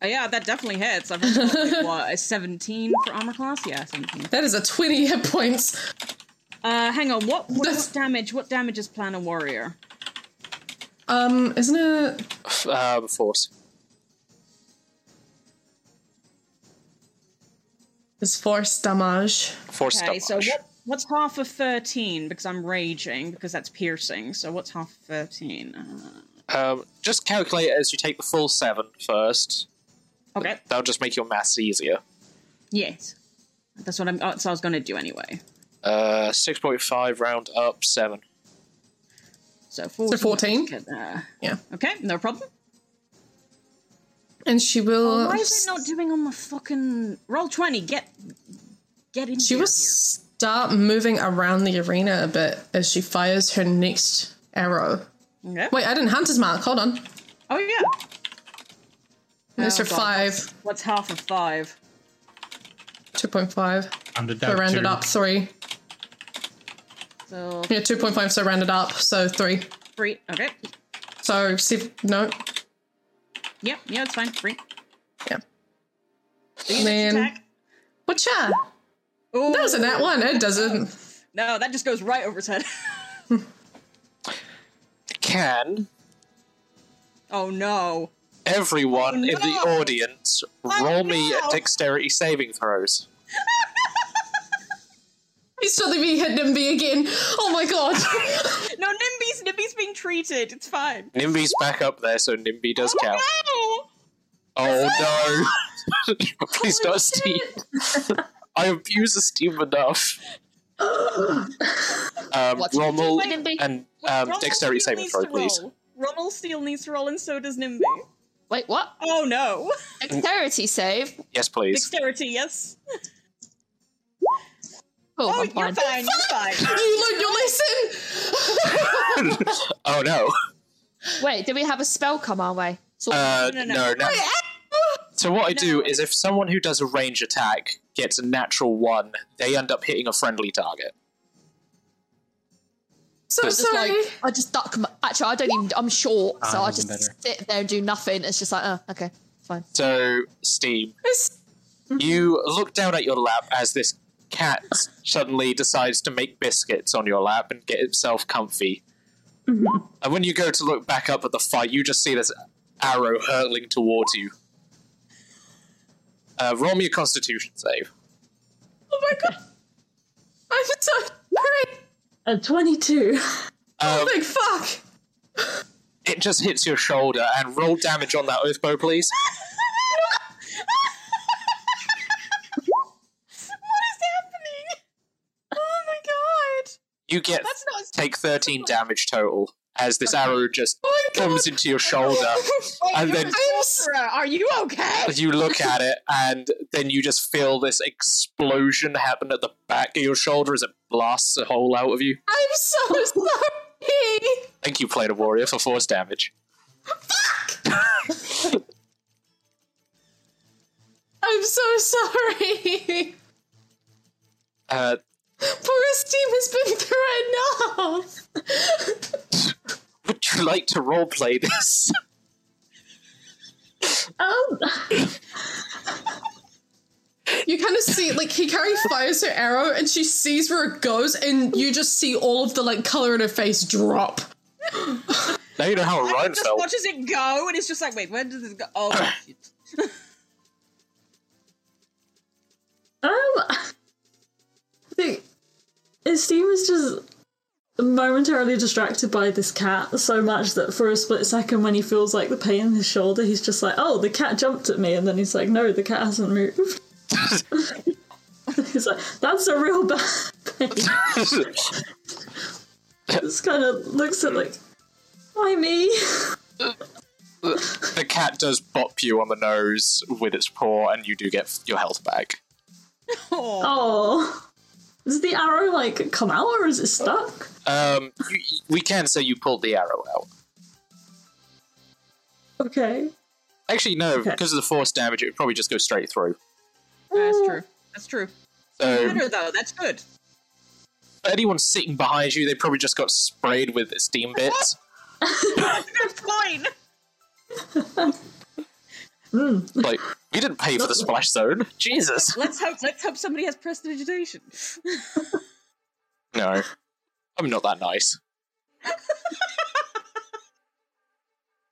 Oh, yeah, that definitely hits. I've got, like, what a 17 for armor class. Yeah, 17. That is a twenty hit points. Uh, hang on. What what, what damage? What damage is Plan a Warrior? Um, isn't it? Uh, force. It's force damage. Force okay, so what what's half of 13? Because I'm raging because that's piercing. So what's half of 13? Uh, Um, just calculate it as you take the full seven first. Okay. That'll just make your maths easier. yes, that's what I'm. oh, So I was going to do anyway. Uh, 6.5 round up, 7. So 14. So 14? yeah. Okay, no problem. And she will. Oh, why is it not doing on the fucking roll twenty? Get get in. She will start moving around the arena a bit as she fires her next arrow. Okay. Wait, I didn't Hunter's Mark. Hold on. Oh yeah. Those Oh, are God, five, What's half of five? 2.5. Under So rounded up, three. So Yeah, 2.5, so rounded up, so three. three. Okay. So, seven, no. Yep. Yeah, it's fine. Three. Yeah. And then. Whatcha? Oh, That was a nat one. It doesn't. No, that just goes right over his head. Can Oh no. Oh, everyone in the audience roll me at dexterity saving throws? He's still be hit Nimby again. Oh my god. no, Nimby's Nimby's being treated. It's fine. Nimby's back up there, so Nimby does count. Oh no! Please don't steam. I abuse steam enough. Um, Rommel and um, Rommel dexterity still saving needs throw, to please. roll. Rommel still needs to roll, and so does Nimby. Wait, what? Oh no. Dexterity save. Yes, please. Dexterity, yes. Oh, Oh, I'm you're fine. fine. You're fine. you learned your lesson. oh no! Wait, did we have a spell come our way? So- Uh, no, no. So what I do is, if someone who does a range attack gets a natural one, they end up hitting a friendly target. So just like, I just duck. My, actually, I don't even. I'm short, so Ah, I even just better. sit there and do nothing. It's just like, oh, okay, fine. So, Steam, you look down at your lap as this cat suddenly decides to make biscuits on your lap and get himself comfy. Mm-hmm. And when you go to look back up at the fight, you just see this arrow hurtling towards you. Uh, roll me a Constitution save. Oh my god. I'm so sorry. A 22. Um, Like, fuck. it just hits your shoulder and roll damage on that oath bow, please. What is happening? Oh my god. Oh You get That's not Take 13 damage total as this arrow just Oh comes into your shoulder. and then Are you okay? you look at it, and then you just feel this explosion happen at the back of your shoulder as it blasts a hole out of you. I'm so sorry. I think you played a warrior for force damage. I'm so sorry. Uh, Poor Esteem has been through enough. would you like to roleplay this? Oh. You kind of see, like, Hikari fires her arrow and she sees where it goes, and you just see all of the, like, color in her face drop. now you know how Ryan Just felt. watches it go, and it's just like, wait, where does this go? Oh, shit. Um, I think Esteem was just momentarily distracted by this cat so much that for a split second, when he feels like the pain in his shoulder, he's just like, "Oh, the cat jumped at me," and then he's like, "No, the cat hasn't moved." he's like, "That's a real bad pain." just kind of looks at like, "Why me?" The the cat does bop you on the nose with its paw, and you do get your health back. Oh. Does the arrow like come out or is it stuck? Um, you, we can say you pulled the arrow out. Okay. Actually, no, because of the force damage, it would probably just go straight through. That's true. That's true. So, Better though. That's good. for anyone sitting behind you, they probably just got sprayed with steam bits. That's a good point. Hmm. like, we didn't pay for the splash zone. Jesus. Let's hope. Let's hope somebody has prestidigitation. No, I'm not that nice.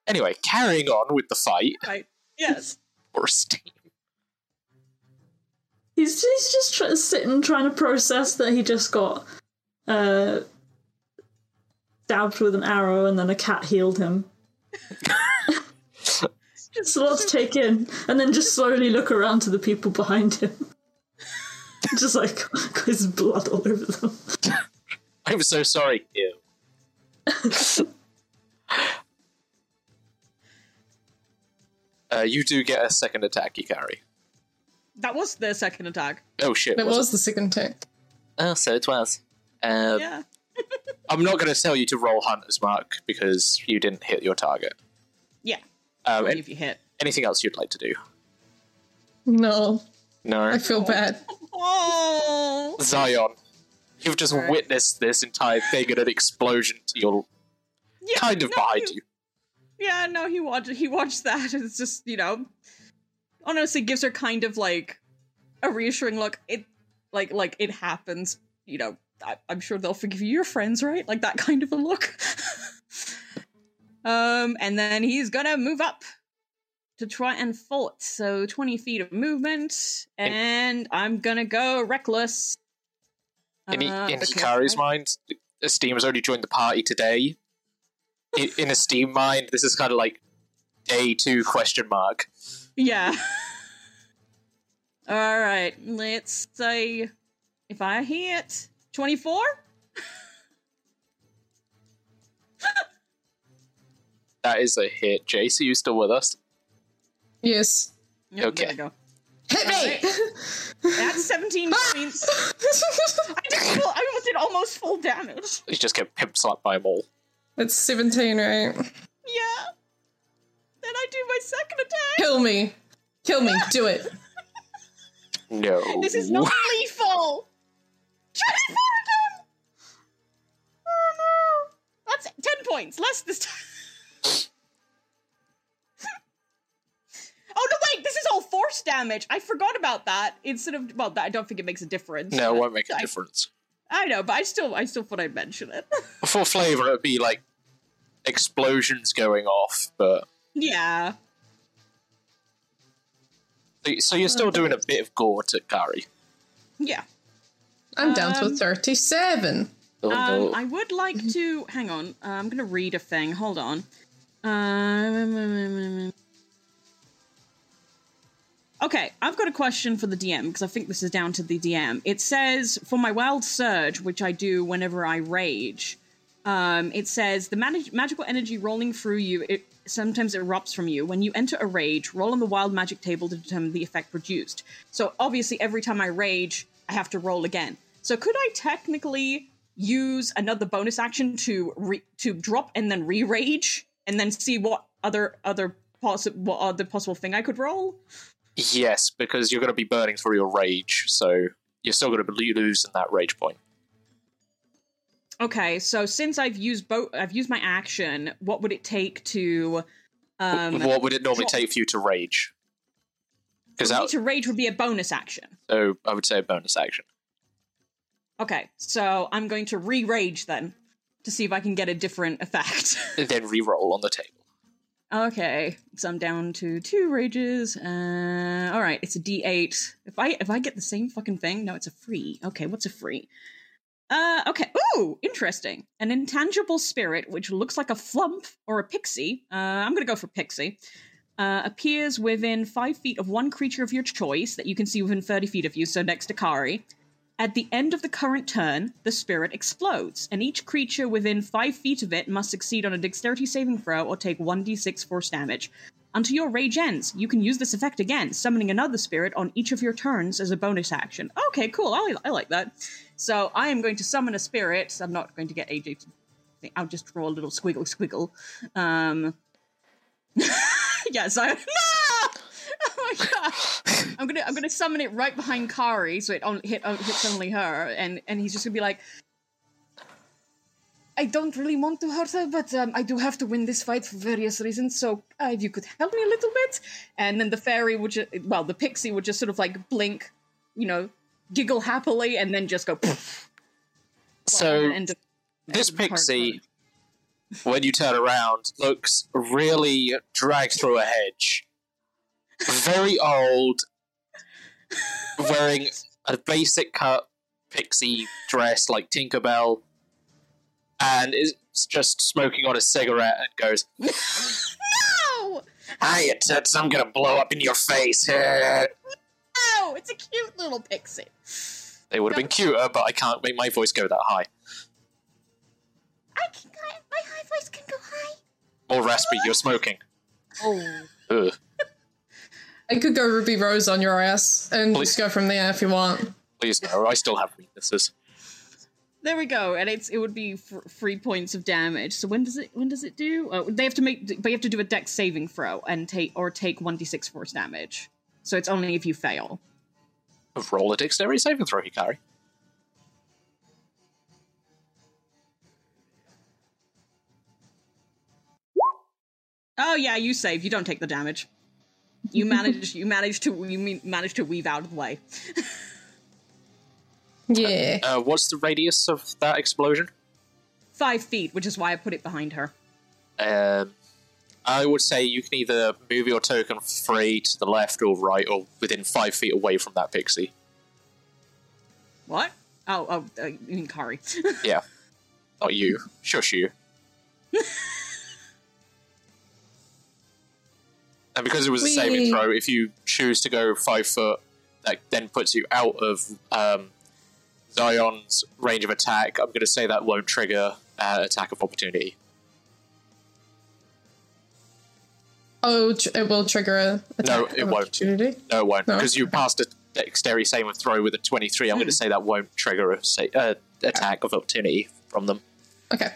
anyway, carrying on with the fight, Right. Yes. or steam. He's he's just tr- sitting trying to process that he just got uh stabbed with an arrow and then a cat healed him. It's a lot to take in, and then just slowly look around to the people behind him, just like there's blood all over them. I'm so sorry. Ew. Uh, you do get a second attack, Ikari. That was their second attack. Oh shit! That was was the second attack. Oh, so it was. Um, yeah. I'm not going to tell you to roll Hunter's Mark because you didn't hit your target. Yeah. Um, if you hit. Anything else you'd like to do? No. No. I feel bad. Oh. Zion, you've just Alright. witnessed this entire thing and an explosion to your Yeah, kind of no, behind he- you. Yeah, no, he watched. He watched that. and It's just you know, honestly, gives her kind of like a reassuring look. It like like it happens. You know, I, I'm sure they'll forgive you. Your friends, right? Like that kind of a look. um, and then he's gonna move up to try and fault. So 20 feet of movement, and I'm gonna go reckless. In, Uh, in okay. Hikari's mind, Esteem has only joined the party today. In, in Esteem mind, this is kind of like day two question mark. Yeah. All right. Let's say if I hit 24. That is a hit. Jace, are you still with us? Yes. okay. Hit me! That's 17 points. I, just feel, I did almost full damage. You just get pimp slapped by them all. That's 17, right? Yeah. Then I do my second attack. Kill me. Kill me. Do it. No. This is not lethal. 24 again. Oh no. That's 10 points. Less this time. oh no, wait. This is all force damage. I forgot about that. Instead of, well, that, I don't think it makes a difference. No, it won't make a I- difference. I know, but I still, I still thought I'd mention it. For flavor, it'd be like explosions going off, but yeah. so you're Oh. still doing a bit of gore to Kari. Yeah. I'm down to a Um, 37. Oh, Um, no. I would like to hang on. Uh, I'm going to read a thing. Hold on. Um, okay, I've got a question for the DM because I think this is down to the DM. It says for my wild surge, which I do whenever I rage, Um, it says the manag- magical energy rolling through you. It sometimes erupts from you. When you enter a rage, roll on the wild magic table to determine the effect produced. So obviously, every time I rage, I have to roll again. So could I technically use another bonus action to re- to drop and then re-rage and then see what other other possible what other possible thing I could roll? Yes, because you're going to be burning through your rage, so you're still going to be losing that rage point. Okay, so since I've used both, I've used my action. What would it take to? Um, what would it normally drop- take for you to rage? Because For me that, to rage would be a bonus action. so I would say a bonus action. Okay, so I'm going to re-rage then to see if I can get a different effect. And then re-roll on the table. okay, so I'm down to two rages. Uh, all right, it's a D8. If I if I get the same fucking thing, no, it's a free. Okay, what's a free? Uh, okay. Ooh, interesting. An intangible spirit, which looks like a flump or a pixie. Uh, I'm gonna go for pixie. Uh, appears within five feet of one creature of your choice that you can see within 30 feet of you, so next to Kari. At the end of the current turn, the spirit explodes, and each creature within five feet of it must succeed on a dexterity saving throw or take 1d6 force damage. Until your rage ends, you can use this effect again, summoning another spirit on each of your turns as a bonus action. Okay, cool. I, I like that. So I am going to summon a spirit. I'm not going to get AJ to. think- I'll just draw a little squiggle squiggle. Um, yes, I. No! Oh my god! I'm gonna I'm gonna summon it right behind Kari, so it on, hit, oh, hits only her, and and he's just gonna be like, I don't really want to hurt her, but um, I do have to win this fight for various reasons. So uh, if you could help me a little bit, and then the fairy would just well, the pixie would just sort of like blink, you know, giggle happily, and then just go. Poof, So and end this pixie, when you turn around, looks really dragged through a hedge, very old, wearing a basic cut pixie dress like Tinkerbell, and is just smoking on a cigarette and goes, no, "Hey, you tits, I'm gonna blow up in your face." they no, it's a cute little pixie. would have been cuter, but I can't make my voice go that high. I can, I, my high voice can go high. More raspy. You're smoking. Oh. Ugh. I could go Ruby Rose on your ass and just go from there if you want. Please no, I still have weaknesses. There we go, and it's it would be f- three points of damage. So when does it when does it do? Oh, they have to make, but you have to do a Dex saving throw and take or take one d six force damage. So it's only if you fail. Roll a dexterity saving throw, Hikari. Oh yeah, you save. You don't take the damage. You manage. you manage to you mean, manage to weave out of the way. Yeah. Uh, what's the radius of that explosion? Five feet, which is why I put it behind her. Um, I would say you can either move your token free to the left or right, or within five feet away from that pixie. What? Oh, oh, uh, you mean Kari? Yeah. Not you. Shush you. and because it was a saving Whee! throw, if you choose to go five foot, that then puts you out of um, Zion's range of attack. I'm going to say that won't trigger uh, attack of opportunity. Oh, tr- it will trigger a No, attack it of won't. opportunity. No, it won't. No. Hmm. Because you passed a dexterity saving throw with a 23, I'm going to say that won't trigger a sa- uh, attack of opportunity from them. Okay.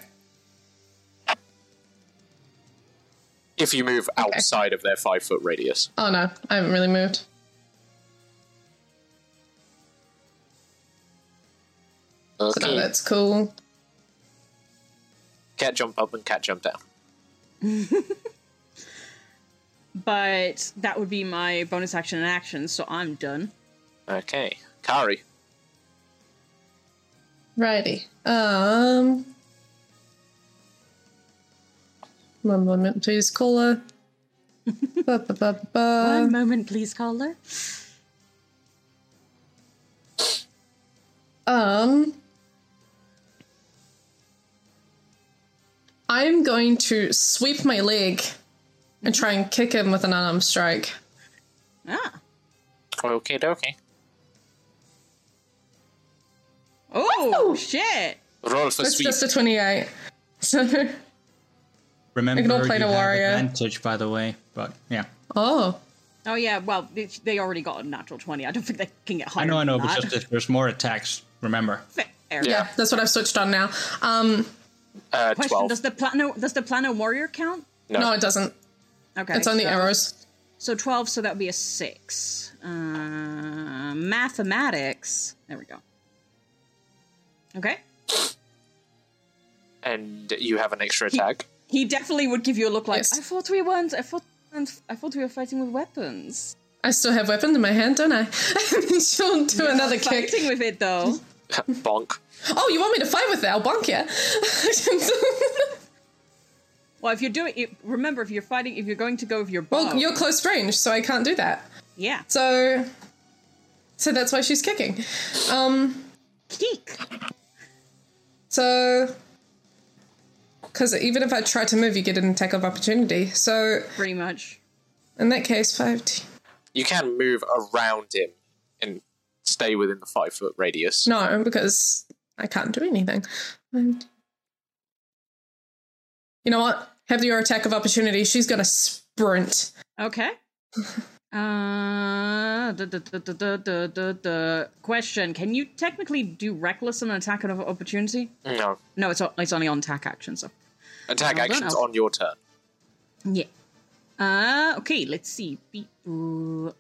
If you move outside of their five foot radius. Oh no, I haven't really moved. Okay. So no, that's cool. Cat jump up and cat jump down. but that would be my bonus action and action. So I'm done. Okay. Kari. Righty. Um. One moment, please, caller. ba, ba, ba, ba. One moment, please, caller. Um, I'm going to sweep my leg and Mm-hmm. try and kick him with an unarmed strike. Ah. Okay, dokie. Oh shit! Roll for Oh, That's sweep. just a 28. So Remember, Ignore you Play to have Warrior. advantage, by the way. But yeah, Oh. Oh yeah. Well, it- they already got a natural twenty. I don't think they can get higher. I know, I than know. But that. just if there's more attacks, remember. Fair. Yeah, that's what I've switched on now. Um, Uh, Question: Does the plano does the plano warrior count? no. it doesn't. Okay. It's on the so- arrows. So twelve. So that would be a six. Uh, mathematics. There we go. Okay. and you have an extra attack. He definitely would give you a look like I thought we weren't. I thought. I thought we were fighting with weapons. I still have weapon in my hand, don't I? She'll do You're another not kick. Fighting with it though. Bonk. Oh, you want me to fight with it? I'll bonk you. Well, if you're doing, it, remember if you're fighting, if you're going to go with your bow. Well, you're close range, so I can't do that. Oh. Yeah. So, so that's why she's kicking. Um, kick. So, because even if I try to move, you get an attack of opportunity. So pretty much. In that case, five. T- You can move around him and stay within the five foot radius. no, because I can't do anything. And- you know what? Have your attack of opportunity. She's gonna sprint. Okay. Uh, the, the, the, the, the, the, the question: Can you technically do reckless on an attack of opportunity? No. No, it's o- it's only on attack action. So Attack Well done, actions Alf. on your turn. yeah. Uh, okay. Let's see. Beep. ooh.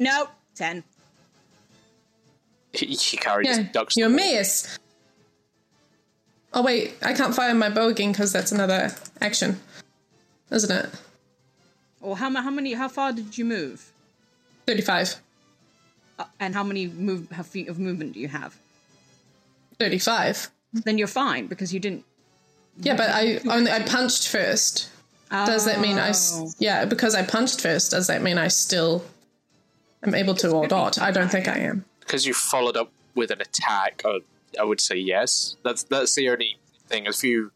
No, ten. Hikari just ducks. you miss. Oh wait, I can't fire my bow again because that's another action, isn't it? Or how mu- how many? How far did you move? Thirty-five. Uh, and how many move how feet of movement do you have? Thirty-five. Then you're fine because you didn't. Yeah, but I only I punched first. Does that mean I? s- Yeah, because I punched first. Does that mean I still am able to or not? I don't think I am. Because you followed up with an attack, I, I would say yes. That's that's the only thing. If you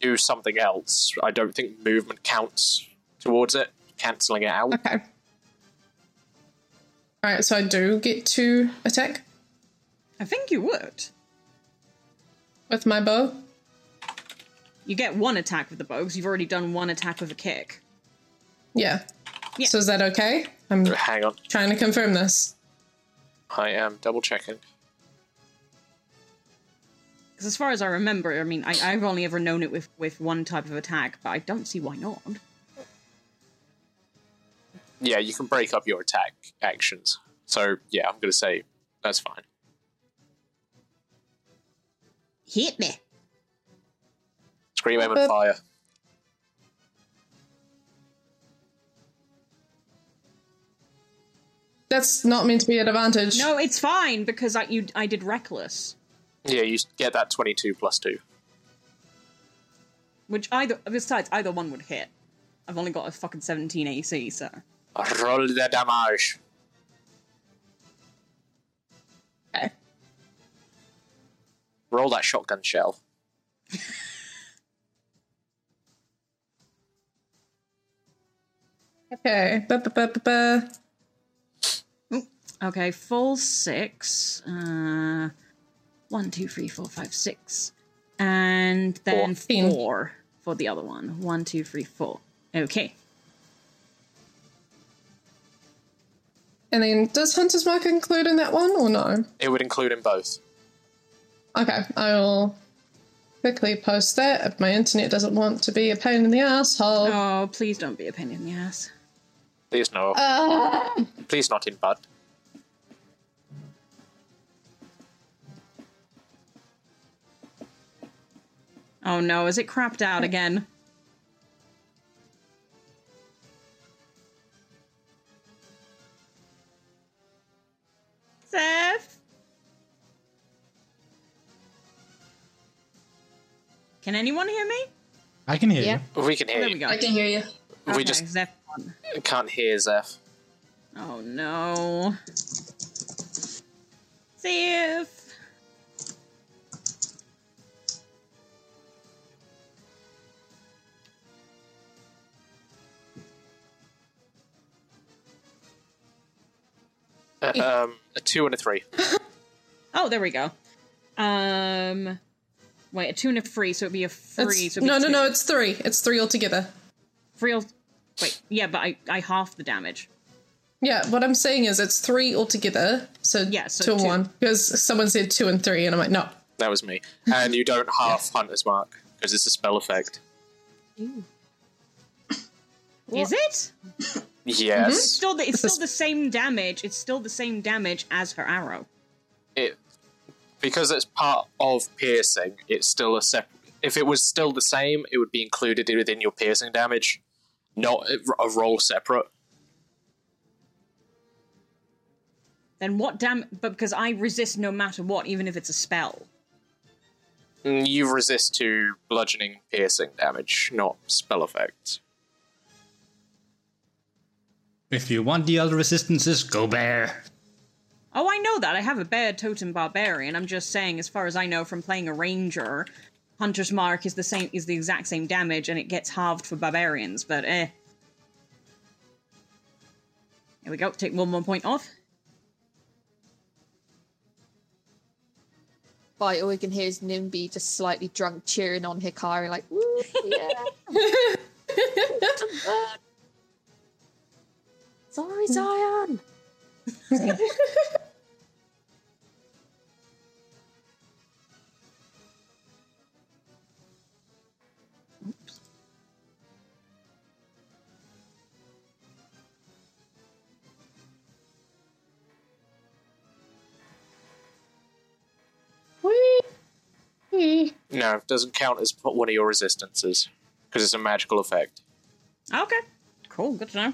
do something else, I don't think movement counts towards it, cancelling it out. Okay. All right, so I do get to attack I think you would. with my bow. You get one attack with the bow because you've already done one attack with a kick. Yeah. So is that okay? I'm Hang on, trying to confirm this. I am double checking. Because as far as I remember, I mean, I, I've only ever known it with, with one type of attack, but I don't see why not. Yeah, you can break up your attack actions. So yeah, I'm gonna say that's fine. Hit me. Scream, aim, and fire. That's not meant to be an advantage. No, it's fine because I you I did reckless, Yeah, you get that twenty-two plus two. which either besides either one would hit. I've only got a fucking seventeen AC, so Roll the damage. Okay. Roll that shotgun shell. Okay. Ba-ba-ba-ba-ba. okay, full six. Uh, one, two, three, four, five, six, and then Fourteen. four for the other one. One, two, three, four. Okay. And then does Hunter's Mark include in that one or no? It would include in both. Okay, I will quickly post that if my internet doesn't want to be a pain in the asshole. Oh, please don't be a pain in the ass. Please no. Uh. Please not in butt. Oh no, is it crapped out again? Seth? Can anyone hear me? Oh, I can hear We can hear There you. we go. you. We Okay, just Zeph. can't hear Zeph. Oh no. Zeph! Uh, um, a two and a three. Oh, there we go. Um, Wait, a two and a free, so it'd be a free. It's- so it'd be no, no, two. no. It's three. It's three altogether. Three. al- Wait, yeah, but I I half the damage. Yeah, what I'm saying is it's three altogether. So, yeah, so two and two. one. Because someone said two and three, and I'm like, no. That was me. And you don't half Hunter's Mark because it's a spell effect. Is it? It's Yes. still the, it's still the same damage. It's still the same damage as her arrow. It because it's part of piercing. It's still a separate. If it was still the same, it would be included within your piercing damage, not a- a roll separate. Then what dam? But because I resist no matter what, even if it's a spell. Mm, You resist to bludgeoning piercing damage, not spell effects. If you want the other resistances, go bear. Oh, I know that. I have a bear totem barbarian. I'm just saying, as far as I know from playing a ranger, hunter's mark is the same is the exact same damage, and it gets halved for barbarians. But eh. Here we go. Take one more point off. Right, all we can hear is Nimby just slightly drunk cheering on Hikari, like, "Woo, yeah. Sorry, Zion. No, it doesn't count as one of your resistances because it's a magical effect. Okay. Cool. Good to know.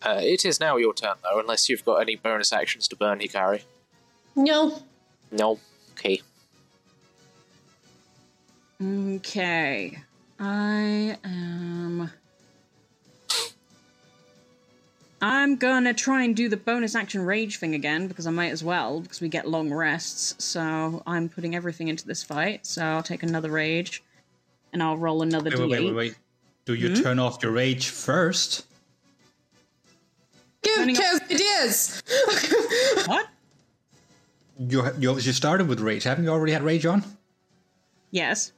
Uh, it is now your turn, though, unless you've got any bonus actions to burn, Hikari. No. No. Okay. Okay. I am. I'm gonna try and do the bonus action rage thing again because I might as well because we get long rests. So I'm putting everything into this fight. So I'll take another rage, and I'll roll another Wait, d8. wait, wait, wait, wait. Do you Hmm? turn off your rage first? Give Kaz ideas! what? You, you you started with rage. Haven't you already had rage on? Yes.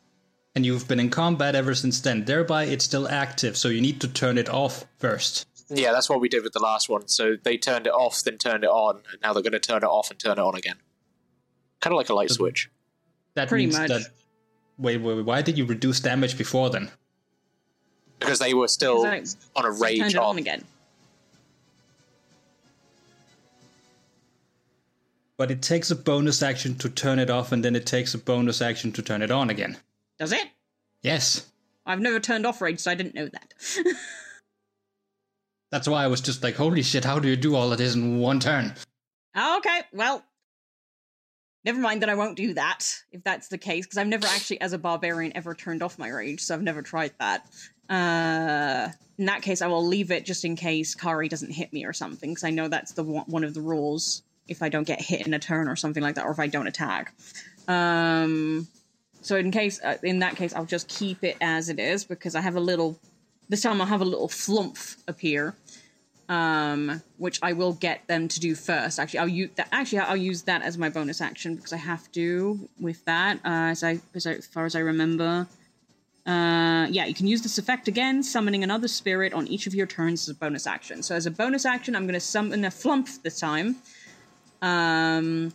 And you've been in combat ever since then. Thereby, it's still active. So you need to turn it off first. Yeah, that's what we did with the last one. So they turned it off, then turned it on, and now they're going to turn it off and turn it on again. Kind of like a light switch. That Pretty means much. that. Wait, wait, wait, why did you reduce damage before then? Because they were still Because on a So I turned rage it on on. again. But it takes a bonus action to turn it off, and then it takes a bonus action to turn it on again. Does it? Yes. I've never turned off rage, so I didn't know that. That's why I was just like, holy shit, how do you do all of this in one turn? Oh, okay, well, never mind. Then I won't do that if that's the case, because I've never actually, as a barbarian, ever turned off my rage, so I've never tried that. Uh, in that case, I will leave it just in case Kari doesn't hit me or something, because I know that's the one one of the rules. If I don't get hit in a turn or something like that, or if I don't attack, um, so in case uh, in that case, I'll just keep it as it is because I have a little. This time I'll have a little flump appear um, which I will get them to do first. Actually, I'll use that. Actually, I'll use that as my bonus action because I have to with that. Uh, as I, as, I, as far as I remember, uh, yeah, you can use this effect again, summoning another spirit on each of your turns as a bonus action. So as a bonus action, I'm going to summon a flump this time. Um,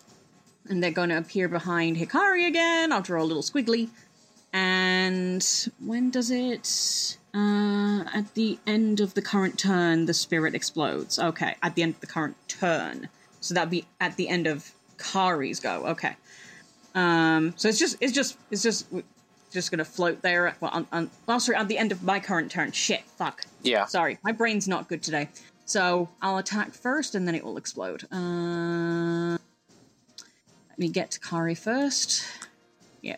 and they're going to appear behind Hikari again. I'll draw a little squiggly. And when does it? Uh, at the end of the current turn, the spirit explodes. Okay, at the end of the current turn. So that'd be at the end of Kari's go. Okay. Um, so it's just, it's just, it's just, just gonna float there. Well, on, on, well, sorry, at the end of my current turn. Shit, fuck. Yeah. Sorry, my brain's not good today. So I'll attack first, and then it will explode. Uh, let me get to Kari first. Yeah.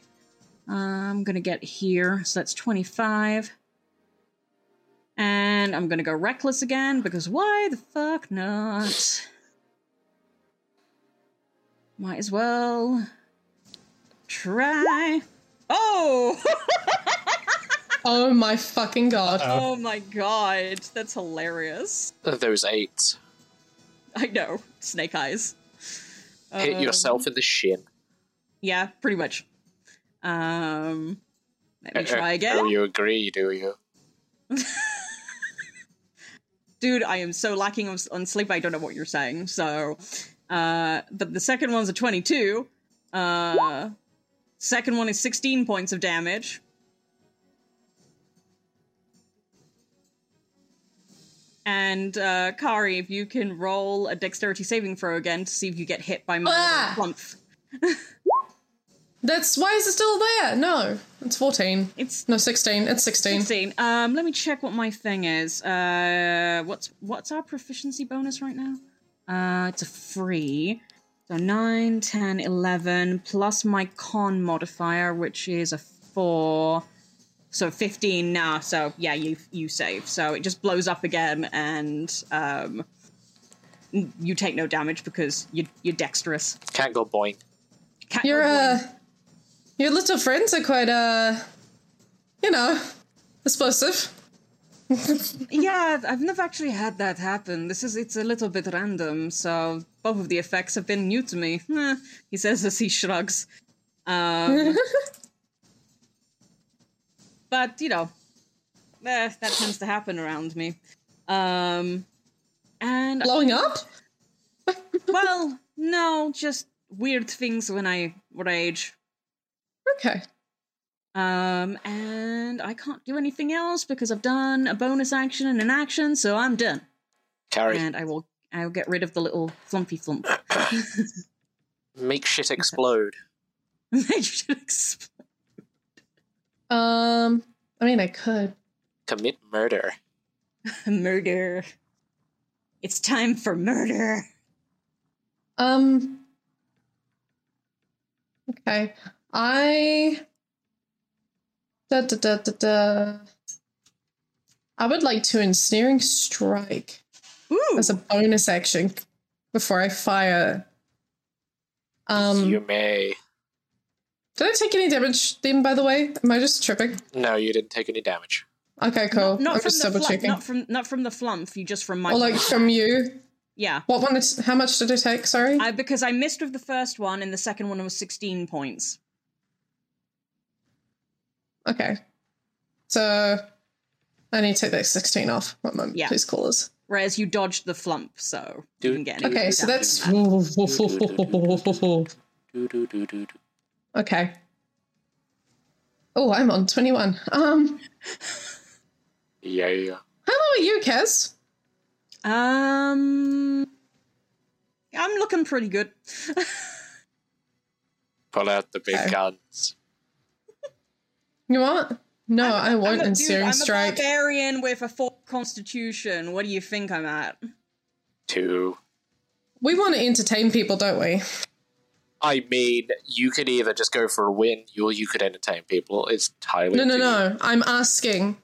I'm going to get here. So that's 25. And I'm going to go reckless again because why the fuck not? Might as well try. Oh! oh my fucking god. Uh, oh my god. That's hilarious. Those eight. I know. Snake eyes. Hit Um, yourself in the shin. Yeah, pretty much. Um, let me Uh, uh, try again. Do you agree? Do you? dude, I am so lacking on, on sleep. I don't know what you're saying. So, uh, but the second one's a 22. Uh, second one is 16 points of damage. And uh, Kari, if you can roll a dexterity saving throw again to see if you get hit by more than a month. That's why is it still there? No, it's fourteen. It's no sixteen. It's sixteen. 16. Um, let me check what my thing is. Uh, what's what's our proficiency bonus right now? Uh, it's a free. So 9, 10, 11, plus my con modifier, which is a 4. So 15 now. So yeah, you you save. So it just blows up again and um, n- you take no damage because you, you're dexterous. Can't go boing. Your uh, your little friends are quite uh, you know, explosive. yeah, I've never actually had that happen. This is it's a little bit random, so both of the effects have been new to me. Eh, he says as he shrugs. Um, but you know, eh, that tends to happen around me. Um, and blowing up. well, no, just weird things when I rage. Okay. Um, and I can't do anything else because I've done a bonus action and an action, so I'm done. Carry. And I will I will get rid of the little flumpy flump. Make shit explode. Make shit explode. Um, I mean, I could. Commit murder. murder. It's time for murder. Um. Okay, I. Da, da, da, da, da. I would like to ensnaring strike as a bonus action before I fire. Um, you may. did I take any damage then? By the way, am I just tripping? No, you didn't take any damage. Okay, cool. Not I'm from just the double flump, checking. not from not from the flump, you just from my or like from you. Yeah. What one? Is, how much did I take? Sorry. I, because I missed with the first one and the second one was sixteen points. Okay. So I need to take that 16 off. One moment, Yeah. please, callers. Whereas you dodged the flump, so you can get any Okay, so damage that's. from that. okay. Oh, I'm on 21. Um, Yeah, yeah. how low are you, Kaz? Um, I'm looking pretty good. Pull out the big guns. You want? No, I'm, I will I'm not a, dude, Ensuring I'm a Strike. barbarian with a four constitution. What do you think I'm at? Two. We want to entertain people, don't we? I mean, you could either just go for a win, or you could entertain people. It's entirely. No, up no, to you. no. I'm asking.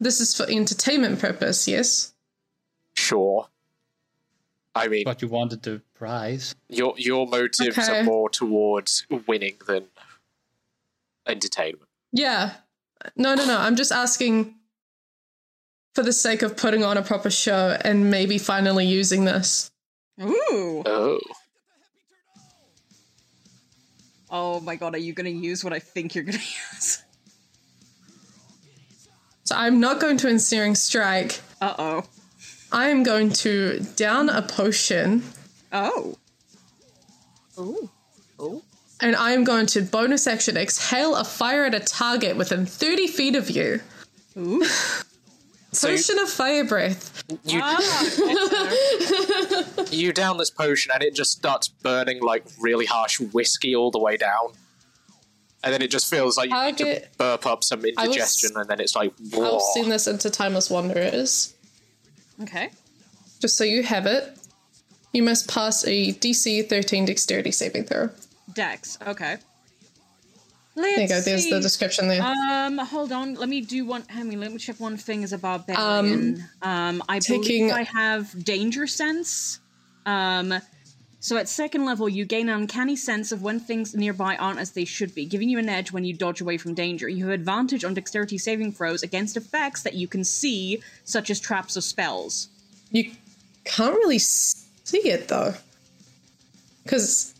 This is for entertainment purpose, yes? Sure. I mean, But you wanted the prize. your your motives Okay. are more towards winning than entertainment. Yeah. No, no, no. I'm just asking for the sake of putting on a proper show and maybe finally using this. Ooh. Oh. Oh my god, are you gonna use what I think you're gonna use? So I'm not going to ensnaring strike. Uh oh. I am going to down a potion Oh. Oh. Oh. and I am going to bonus action exhale a fire at a target within 30 feet of you. Ooh. So you- potion of fire breath. You you down this potion, and it just starts burning like really harsh whiskey all the way down, and then it just feels like you need to Target- burp up some I was- indigestion, and then it's like. I've "Whoa." seen this into Timeless Wanderers. Okay. Just so you have it, you must pass a DC 13 dexterity saving throw. Dex. Okay. There you go. Let's There's the see. description there. Um, hold on. Let me do one. Hang on. Let me check one thing as a barbarian. Um, I taking- believe I have danger sense. Um, so at second level, you gain an uncanny sense of when things nearby aren't as they should be, giving you an edge when you dodge away from danger. You have advantage on dexterity saving throws against effects that you can see, such as traps or spells. You can't really see it though, because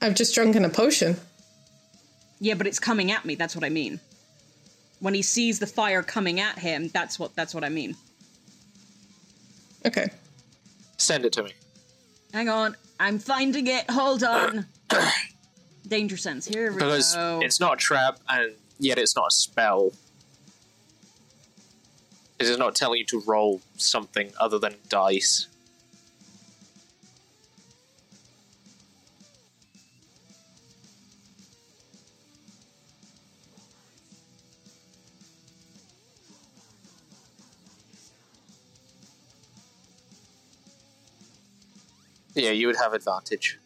I've just drunken a potion. Yeah, but it's coming at me. That's what I mean. When he sees the fire coming at him, that's what that's what I mean. Okay. Send it to me. Hang on, I'm finding it. Hold on. Danger sense. Here we Because go. it's not a trap and yet it's not a spell. It is not telling you to roll something other than dice. Yeah, you would have advantage.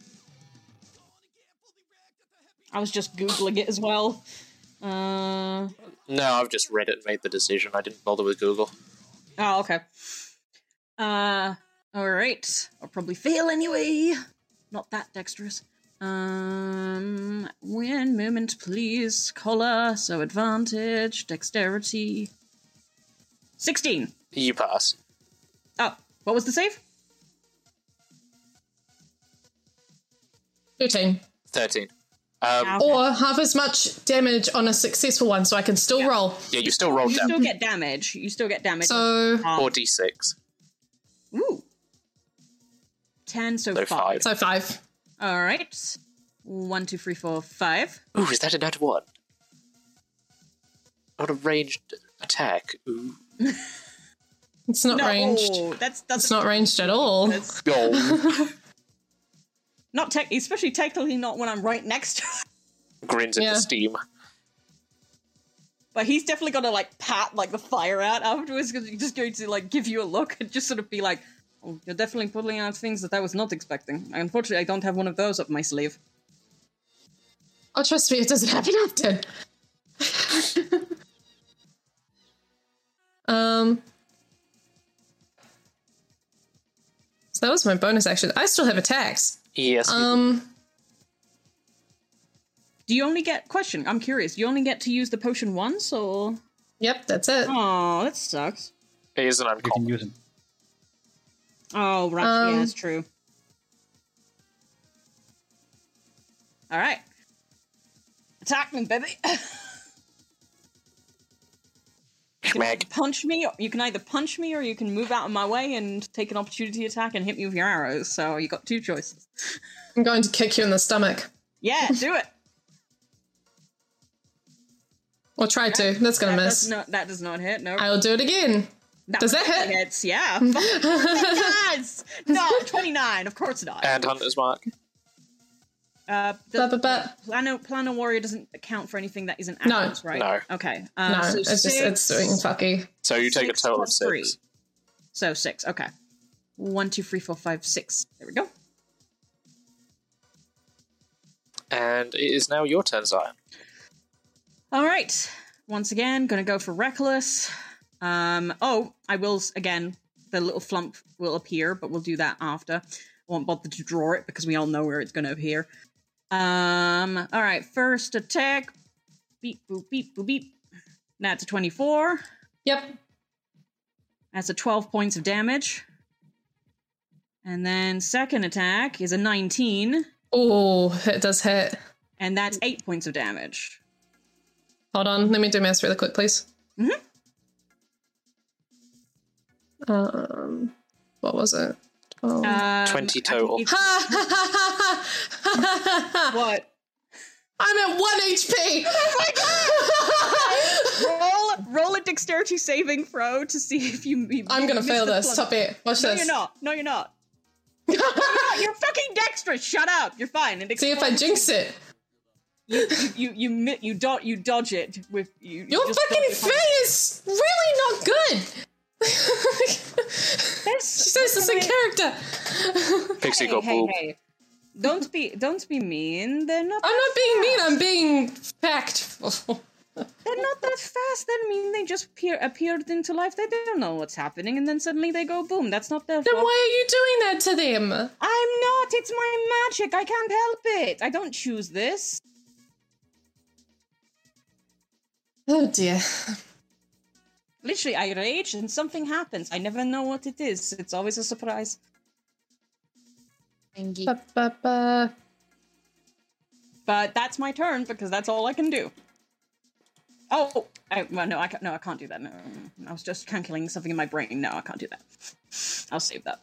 I was just googling it as well. Uh, No, I've just read it and made the decision. I didn't bother with Google. oh, okay. Uh, all right. I'll probably fail anyway. Not that dexterous. Um, win moment, please. Collar, so advantage, dexterity. Sixteen. You pass. Oh, what was the save? 13. 13. Um, Or half as much damage on a successful one, so I can still roll. yeah, you still roll you down. still get damage. You still get damage. So- Ah. 46. Ooh. 10, so, So 5. five. So 5. All right. One, two, three, four, five. Ooh, is that a nat one? Not a ranged attack. Ooh. It's not No, oh, ranged. That's, that's It's not ranged at all. not tech, especially technically not when I'm right next to him. Grins into Yeah. steam. But he's definitely gonna like pat like the fire out afterwards because he's just going to like give you a look and just sort of be like, oh, "You're definitely pulling out things that I was not expecting." Unfortunately, I don't have one of those up my sleeve. Oh, trust me, it doesn't happen often. um. So that was my bonus action. I still have attacks. Yes. Um. Do you only get question? I'm curious. You only get to use the potion once, or? Yep, that's it. Oh, that sucks. It is an uncommon. You can use it. Oh, right. Um, yeah, that's true. All right. Attack me, baby. You can either punch me. You can either punch me, or you can move out of my way and take an opportunity attack and hit me with your arrows. So you got two choices. I'm going to kick you in the stomach. Yeah, do it. Or try to. That's gonna That miss. does not. That does not hit. No. I'll do it again. Does that hit? Hits. Yeah. it does. No, twenty-nine. Of course not. And Hunter's Mark. Uh, the, Plano, Plano Warrior doesn't account for anything that isn't No. actions, right? No. Okay. Uh, no, so it's just it's six- doing fucky. So you take a total of six. three. So six. Okay. One, two, three, four, five, six. There we go. And it is now your turn, Zion. All right. Once again, gonna go for reckless. Um. Oh, I will s- again. The little flump will appear, but we'll do that after. I won't bother to draw it because we all know where it's gonna appear. Um. All right. First attack. Beep boop beep boop beep. That's a twenty-four. Yep. That's a twelve points of damage. And then second attack is a nineteen, Oh, it does hit. and that's eight points of damage. Hold on, let me do math really quick, please. Mhm. Um, what was it? Oh. Um, 20 total. what? I'm at one HP. roll, roll a dexterity saving throw to see if you. you I'm gonna miss fail the this. plug. Stop it. Watch no, this. you're not. No, you're not. No, you're not. You're fucking dexterous. Shut up. You're fine. And See if I explode- jinx it. You you you you, mi- you, do, you dodge it with you. Your just fucking dodge it. thing is really not good. That's- she says this in character. Pixie Hey, got hey, boob. hey. Don't be don't be mean. They're not. I'm not being mean. I'm being factful. They're not that fast. That mean they just appear, appeared into life. They don't know what's happening, and then suddenly they go boom. That's not their Then fault. why are you doing that to them? I'm not. It's my magic. I can't help it. I don't choose this. Oh dear. Literally, I rage and something happens. I never know what it is. It's always a surprise. Ba, ba, ba. But that's my turn because that's all I can do. Oh, I, well, no, I can't, no, I can't do that. No, I was just calculating something in my brain. No, I can't do that. I'll save that.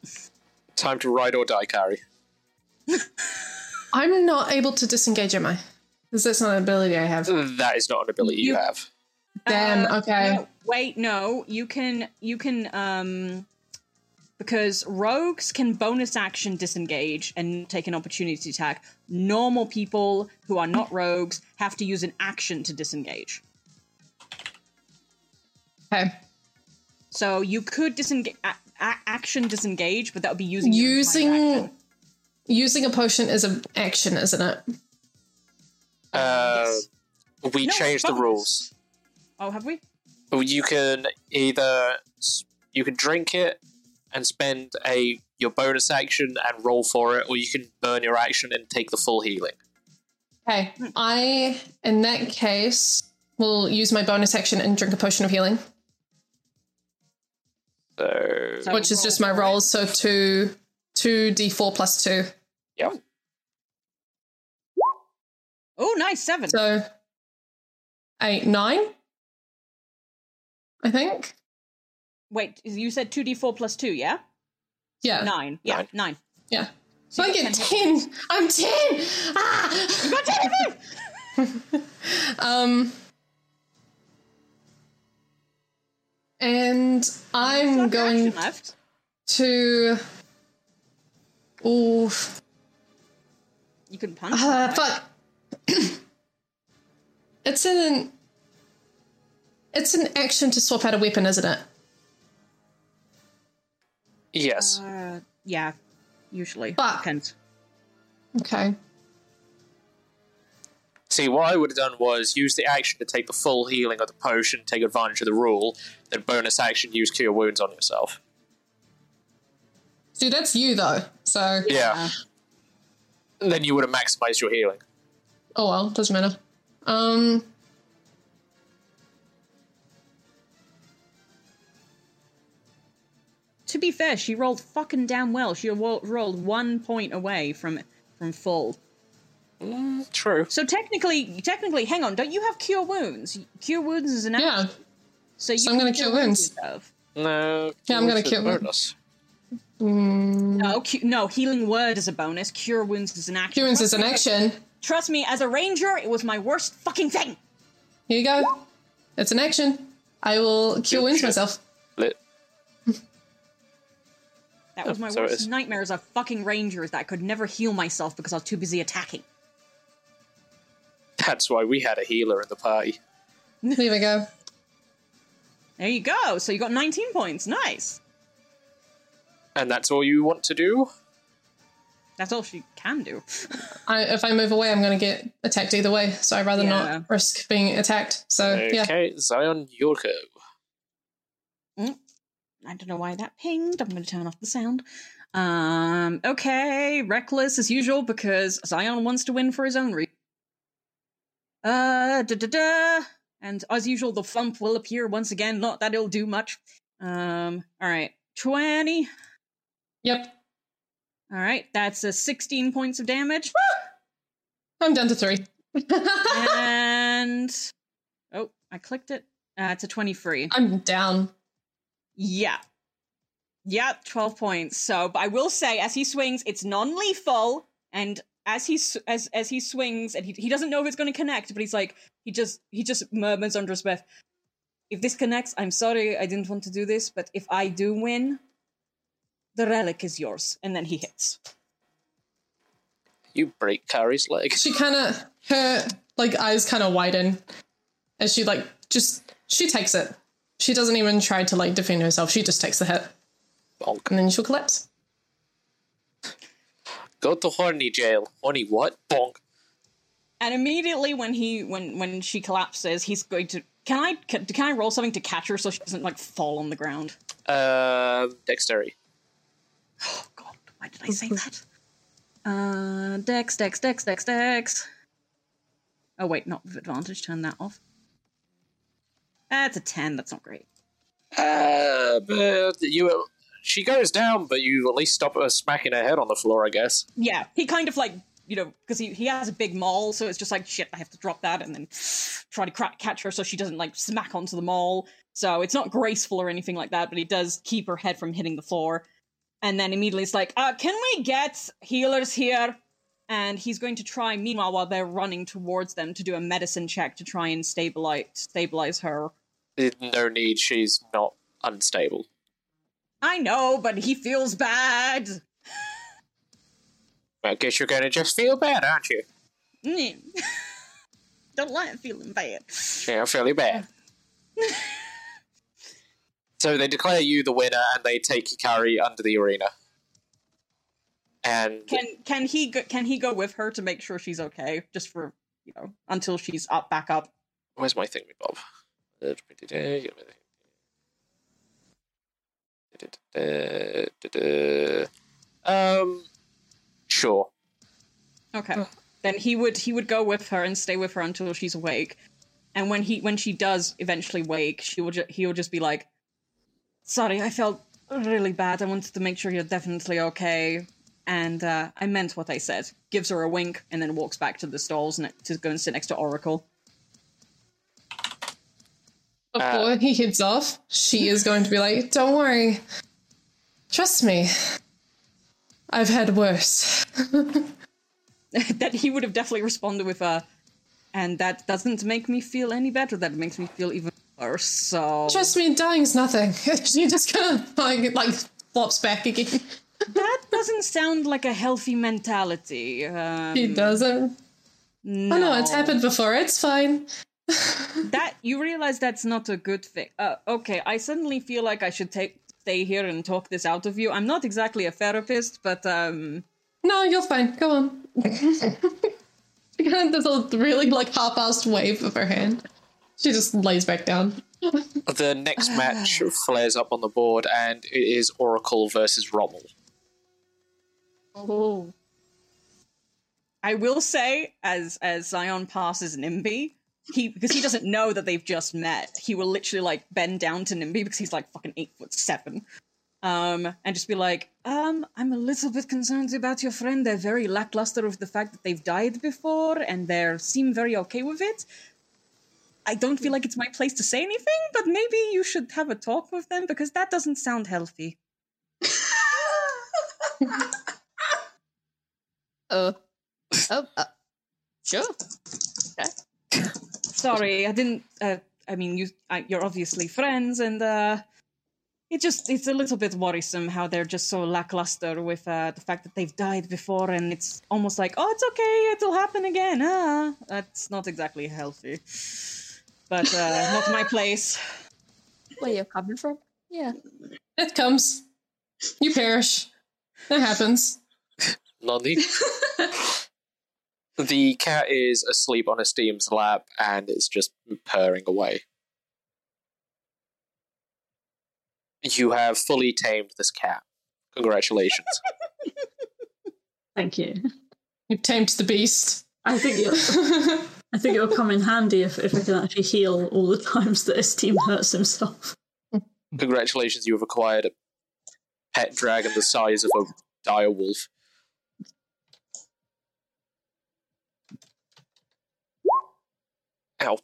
Time to ride or die, Carrie. I'm not able to disengage, am I? Because that's not an ability I have. That is not an ability you, You- have. Damn, okay. Um, No, wait, no, you can you can um because rogues can bonus action disengage and take an opportunity attack. Normal people who are not rogues have to use an action to disengage. Okay. So you could disengage a- a- action disengage, but that would be using your Using using a potion is an action, isn't it? Oh, Uh, We No, changed the bonus. rules. Oh, have we? You can either s- you can drink it and spend a your bonus action and roll for it, or you can burn your action and take the full healing. Okay. I in that case will use my bonus action and drink a potion of healing. So, which is just my rolls. So two, two d four plus two. Yeah. Oh, nice seven. So eight, nine. I think. Wait, you said two d four plus two, yeah? Yeah. Nine. Yeah, nine. Yeah. So I get ten. I'm ten. Ah! You got ten of it! Um. And I'm going to. Oof. You can punch. Uh, them, right? fuck. it's an it's an action to swap out a weapon, isn't it? Yes. Uh, yeah, usually. Depends. Okay. See, what I would have done was use the action to take the full healing of the potion, take advantage of the rule, then bonus action use cure wounds on yourself. Dude, that's you though. So Yeah. Then you would have maximized your healing. Oh well, doesn't matter. Um. To be fair, she rolled fucking damn well. She wa- rolled one point away from from full. Mm, true. So technically, technically, hang on. Don't you have cure wounds? Cure wounds is an action. Yeah. So, you So I'm can gonna cure wounds. yourself. No. Yeah, I'm gonna it's a kill him. bonus. Mm. No, cu- no. Healing word is a bonus. Cure wounds is an action. Cure wounds is an Trust me- action. Trust me, as a ranger, it was my worst fucking thing. Here you go. It's an action. I will cure wounds myself. Lit. That Oh, was my so it worst is. nightmare as a fucking ranger is that I could never heal myself because I was too busy attacking. That's why we had a healer in the party. There we go. There you go. So you got 19 points. Nice. And that's all you want to do? That's all she can do. I, if I move away, I'm going to get attacked either way. So I'd rather Yeah. not risk being attacked. So Uh, yeah. Okay, Zion Yorko. I don't know why that pinged. I'm going to turn off the sound. Um, okay, reckless as usual because Zion wants to win for his own reason. Uh, da da da. And as usual, the thump will appear once again. Not that it'll do much. Um, all right, twenty. Yep. All right, that's a sixteen points of damage. I'm down to three. and oh, I clicked it. Uh, it's a twenty-three. I'm down. Yeah. Yep, 12 points. So, but I will say as he swings, it's non-lethal and as he s- as as he swings and he, he doesn't know if it's going to connect, but he's like he just he just murmurs under his breath, "If this connects, I'm sorry, I didn't want to do this, but if I do win, the relic is yours." And then he hits. You break Carrie's leg. she kind of her like eyes kind of widen and she like just she takes it she doesn't even try to like defend herself she just takes the hit Bonk. and then she'll collapse Go to horny jail. Horny what? Bonk. And immediately when he when when she collapses, he's going to can I can, can I roll something to catch her so she doesn't like fall on the ground? Um, dexterity. Why did I say that? Uh, dex, dex, dex, dex, dex. Oh wait, not with advantage. Turn that off. That's a ten. That's not great. Uh, but you. She goes down, but you at least stop her smacking her head on the floor, I guess. Yeah, he kind of like you know, because he, he has a big maul, so it's just like, shit, I have to drop that and then try to crack, catch her so she doesn't like smack onto the maul. So it's not graceful or anything like that, but he does keep her head from hitting the floor. And then immediately it's like, uh, can we get healers here? And he's going to try, meanwhile, while they're running towards them, to do a medicine check to try and stabilize stabilize her. There's No need. She's not unstable. I know, but he feels bad. I guess you're going to just feel bad, aren't you? Mm. Don't like feeling bad. Yeah, I'm fairly bad. so they declare you the winner, and they take Hikari under the arena. And Can can he go, can he go with her to make sure she's okay? Just for you know, until she's up back up. where's my thingy, Bob? Um, sure. Okay. Then he would he would go with her and stay with her until she's awake. And when he when she does eventually wake, she will ju- he will just be like, "Sorry, I felt really bad. I wanted to make sure you're definitely okay." And uh, I meant what I said. Gives her a wink and then walks back to the stalls and to go and sit next to Oracle. Uh. Before he heads off, she is going to be like, Don't worry. Trust me. I've had worse. that he would have definitely responded with a, and that doesn't make me feel any better. That makes me feel even worse. So Trust me, dying's nothing. she just kind of like, like flops back again. that doesn't sound like a healthy mentality. Um, She doesn't. No. Oh no, it's happened before. It's fine. that you realize that's not a good thing. Uh, okay, I suddenly feel like I should take stay here and talk this out of you. I'm not exactly a therapist, but um, No, you're fine. Go on. she kind of does a really like half-assed wave of her hand. She just lays back down. The next match flares up on the board, and it is Oracle versus Rommel. Oh. I will say, as as Zion passes Nimby, he because he doesn't know that they've just met, he will literally like bend down to Nimby because he's like fucking eight foot seven. Um, and just be like, um, I'm a little bit concerned about your friend. They're very lackluster with the fact that they've died before and they seem very okay with it. I don't feel like it's my place to say anything, but maybe you should have a talk with them because that doesn't sound healthy. Oh. Oh, uh, sure. Okay. Sorry, I didn't. Uh, I mean, you I, you're obviously friends, and uh, it just it's a little bit worrisome how they're just so lackluster with uh, the fact that they've died before, and it's almost like, oh, it's okay, it'll happen again. Ah, that's not exactly healthy, but uh, not my place. Where you're coming from? Yeah. It comes. You perish. That happens. Lonely. the cat is asleep on Esteem's lap, and it's just purring away. You have fully tamed this cat. Congratulations. Thank you. You've tamed the beast. I think it'll, I think it'll come in handy if, if I can actually heal all the times that Esteem hurts himself. Congratulations, you have acquired a pet dragon the size of a dire wolf. Ow.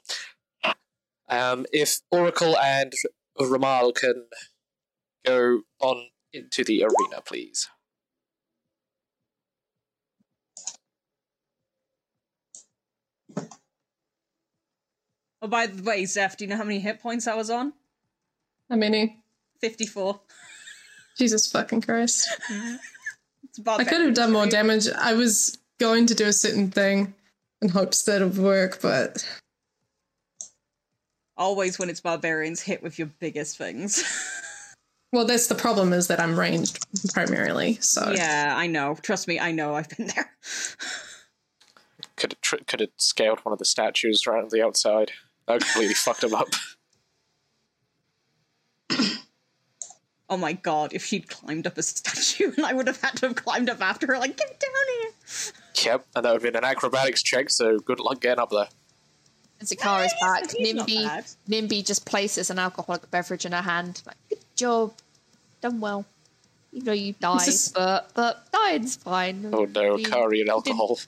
Um, if Oracle and Ramal can go on into the arena, please. Oh, by the way, Zeph, do you know how many hit points I was on? How many? Fifty-four. Jesus fucking Christ. It's about Mm-hmm. I that. could have done more damage. I was going to do a certain thing in hopes that it would work, but Always when it's barbarians, hit with your biggest things. well, that's the problem is that I'm ranged primarily. So yeah, I know. Trust me, I know. I've been there. Could have, tr- could have scaled one of the statues right on the outside. I completely fucked him up. Oh my god, if she'd climbed up a statue and I would have had to have climbed up after her, like, get down here. Yep, and that would have been an acrobatics check, so good luck getting up there. And Zakara's back. Nimby, Nimby just places an alcoholic beverage in her hand. Like, Good job. Done well. You know you died, just- but but dying's fine. Oh no, You- Kari and you did- alcohol.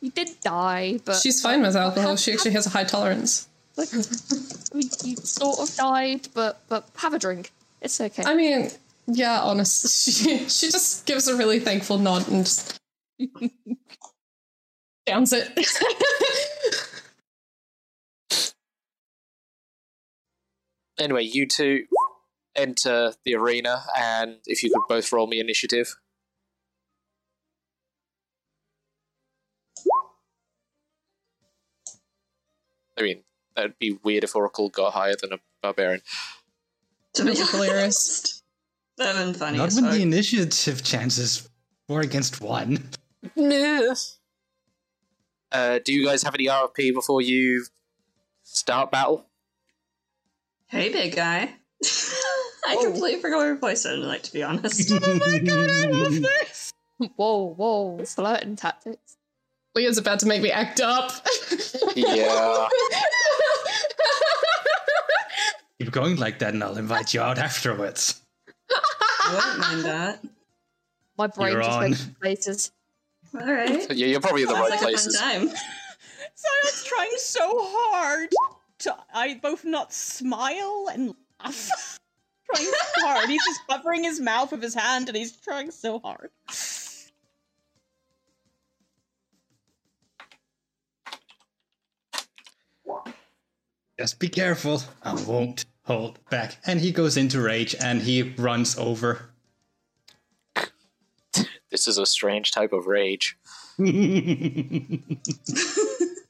You did die, but She's fine with alcohol. She actually has a high tolerance. Look, I mean, you sort of died, but but have a drink. It's okay. I mean, yeah, honest. She she just gives a really thankful nod and just downs it. Anyway, you two enter the arena, and if you could both roll me initiative. I mean, that'd be weird if Oracle got higher than a barbarian. to be hilarious. That would funny. Not as with fuck. the initiative chances. Four against one. No. Uh, do you guys have any RFP before you start battle? Hey, big guy. I completely forgot what your voice sounded like, to be honest. whoa, whoa, flirting tactics. Leah's about to make me act up. Yeah. Keep going like that, and I'll invite you out afterwards. wouldn't mind that. My brain You're just on. went to places. All right. Yeah, you're probably in the Sounds right like a fun places. time. Simon's trying so hard to I both not smile and laugh. trying so hard. He's just covering his mouth with his hand and he's trying so hard. Just be careful. I won't hold back. And he goes into rage and he runs over. This is a strange type of rage. Wait, It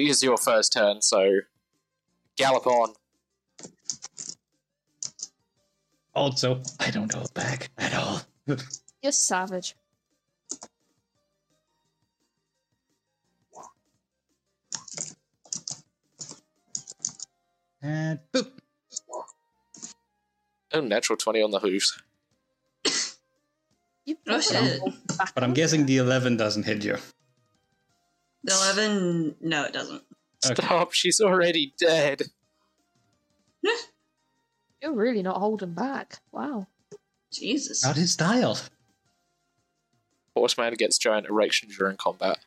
is your first turn, so gallop on. Also, I don't hold back at all. You're savage. And boop. Oh, natural 20 on the hooves. Oh shit. But I'm guessing the 11 doesn't hit you. The 11. No, it doesn't. Stop, Oh, she's already dead. You're really not holding back. Wow. Jesus. Not his style. Horseman gets giant erection during combat.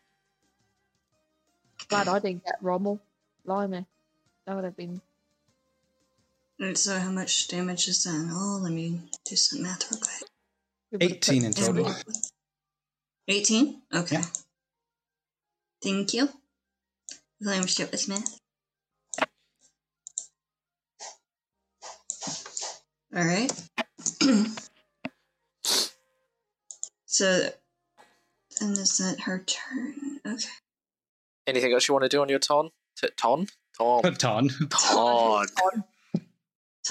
Glad I didn't get Rommel. Blimey. That would have been. Alright, so how much damage is that in all? Let me do some math real quick. 18 in total. 18? Okay. Thank you. Well, I'm shit with math. Alright. so, and is that her turn? Okay. Anything else you want to do on your ton? T- ton? Oh, Ton. Ton. Ton.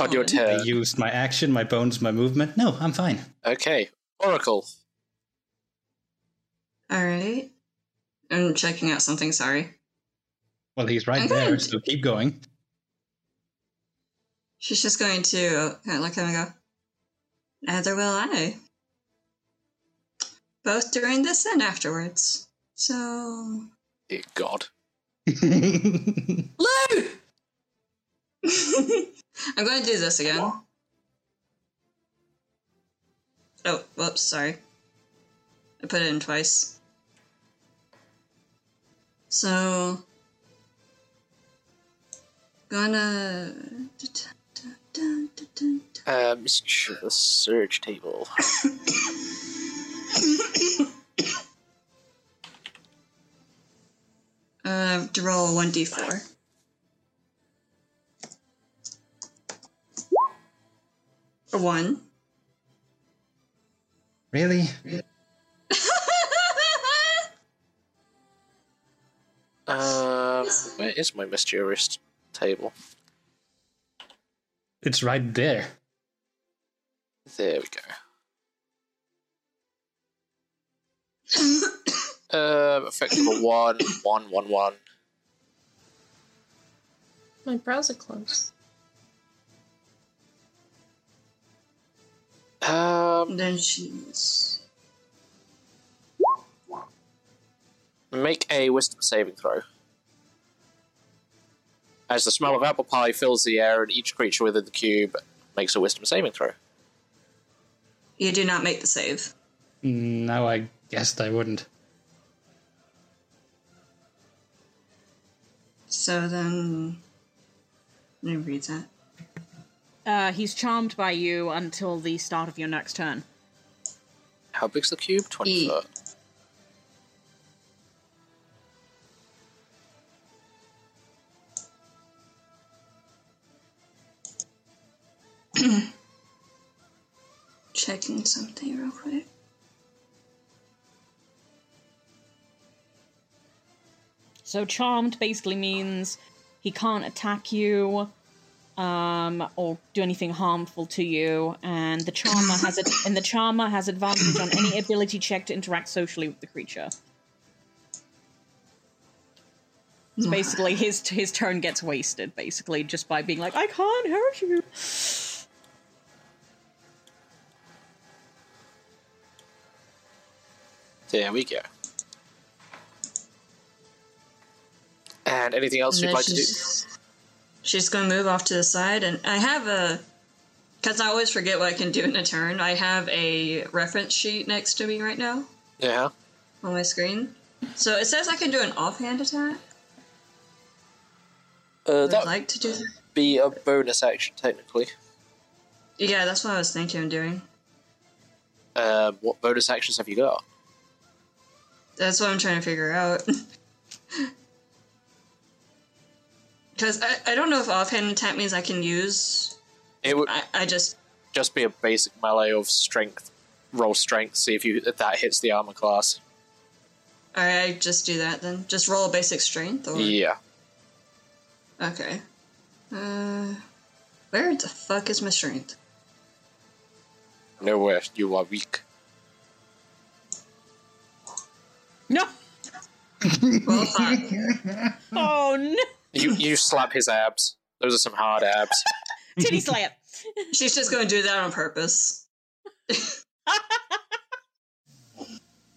On your I turn. used my action, my bones, my movement. No, I'm fine. Okay. Oracle. Alright. I'm checking out something, sorry. Well, he's Mm-hmm. right there, so keep going. She's just going to kind of look at him and go, Neither will I. Both during this and afterwards. So. Dear God. Lou! I'm going to do this again. Oh, whoops, sorry. I put it in twice. So. Gonna. Um, s- sh- the surge table. Uh, to roll a 1d4. A 1. Really? Um, where is my mysterious table? It's right there. There we go. um, effect number one, one, one, one. My brows are closed. Um, then she's Make a wisdom saving throw. As the smell of apple pie fills the air, and each creature within the cube makes a wisdom saving throw. You do not make the save. No, I guessed I wouldn't. So then. Let me read that. Uh, he's charmed by you until the start of your next turn. E. How big's the cube? 20 foot. Checking something real quick. So charmed basically means he can't attack you um, or do anything harmful to you, and the charmer has ad- and the charmer has advantage on any ability check to interact socially with the creature. It's basically his his turn gets wasted basically just by being like I can't hurt you. There we go. And anything else And you'd then like to do? she's- She's going to move off to the side, and I have a. Because I always forget what I can do in a turn. I have a reference sheet next to me right now Yeah. Uh, on my screen. So it says I can do an offhand attack. Uh, Would that like to do. would be a bonus action, technically. Yeah, that's what I was thinking of doing. Uh, what bonus actions have you got? That's what I'm trying to figure out. Because I, I don't know if offhand attack means I can use. It would I, I just just be a basic melee of strength. Roll strength, see if you if that hits the armor class. I I just do that then. Just roll a basic strength or Yeah. okay. Uh, where the fuck is my strength? Nowhere. You are weak. No. well, fuck. Oh no! You you slap his abs. Those are some hard abs. Titty slap. She's just going to do that on purpose.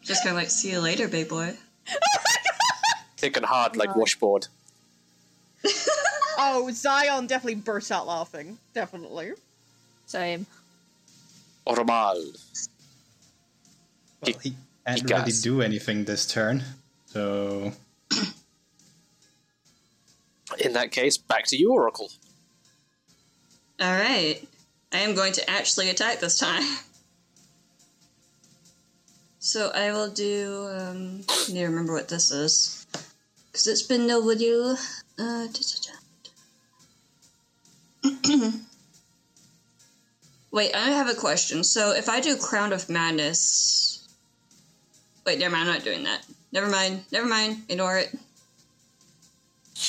just going to like see you later, big boy. Thick and hard like washboard. Oh, Zion definitely bursts out laughing. Definitely. Same. Ormal. Well, he he can't gas. really do anything this turn, so In that case, back to you, Oracle. All right, I am going to actually attack this time. So I will do. Um, I need to remember what this is, because it's been no video. Uh, da-da-da. Wait, I have a question. So if I do Crown of Madness, wait, never mind. I'm not doing that. Never mind. Never mind. Ignore it.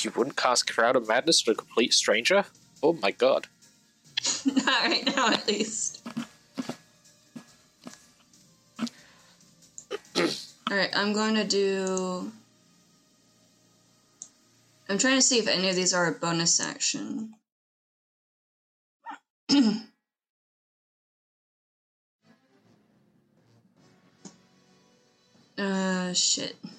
You wouldn't cast Crowd of Madness on a complete stranger? Oh my god. Not right now, at least. Alright, I'm going to do. I'm trying to see if any of these are a bonus action. uh, shit. How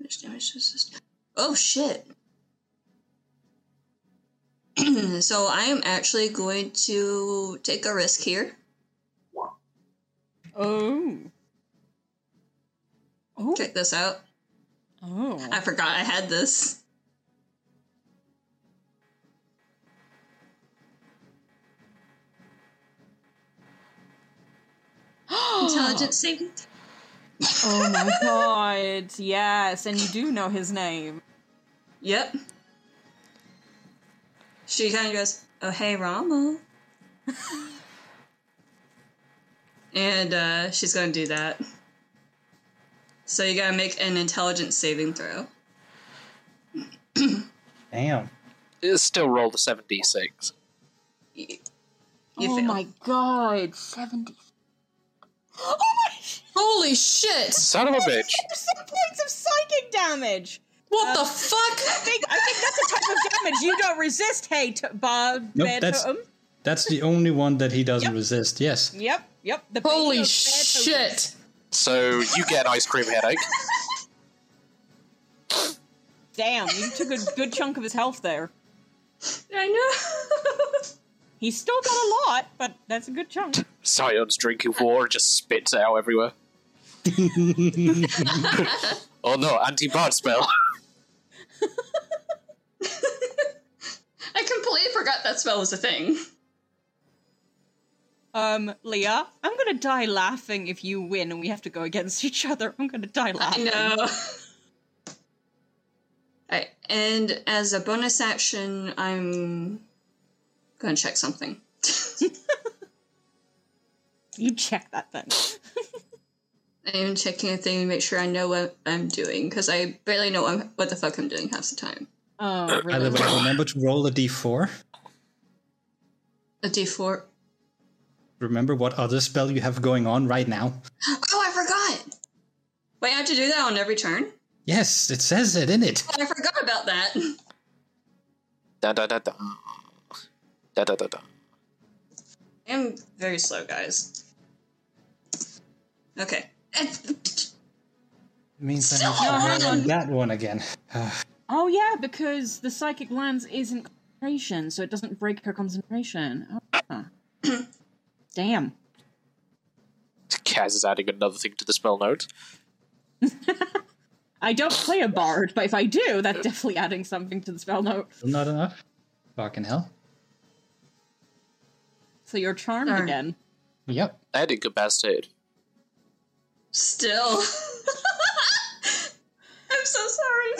much damage does this? Oh, shit. so I am actually going to take a risk here. Oh. Check this out. Oh. I forgot I had this. Intelligence saving. Oh my god. Yes, and you do know his name. Yep. She kind of goes, "Oh hey, Rama," and uh, she's going to do that. So you gotta make an intelligence saving throw. damn. It's still roll the 7d6. oh my god. 70. Oh my Holy shit! Son of a bitch. Some points of psychic damage. What the fuck? I think, I think that's a type of damage you don't resist, hey, t- bar, Nope, bear that's totem. that's the only one that he doesn't resist. Yes. Yep, yep. The Holy shit! So you get an ice cream headache. Damn, you took a good chunk of his health there. I know. He's still got a lot, but that's a good chunk. Sion's drinking water just spits it out everywhere. oh no, anti bard spell. I completely forgot that spell was a thing. Um, Leah, I'm gonna die laughing if you win and we have to go against each other. I'm gonna die laughing. Oh, know. Alright, and as a bonus action, I'm going to check something. you check that then. I am checking a thing to make sure I know what I'm doing, because I barely know what, what the fuck I'm doing half the time. Oh, By the way, remember to roll a d4. A d4. Remember what other spell you have going on right now. Oh, I forgot! Wait, I have to do that on every turn? Yes, it says it in it. Oh, I forgot about that. Da da da da. Da da da da. I am very slow, guys. Okay. It means I Still have to hang roll on. that one again. Oh yeah, because the psychic lens isn't concentration, so it doesn't break her concentration. Oh, yeah. Damn. Kaz is adding another thing to the spell note. I don't play a bard, but if I do, that's definitely adding something to the spell note. Still not enough. Fucking hell. So you're charmed again. Yep. Adding capacitated. Still. I'm so sorry.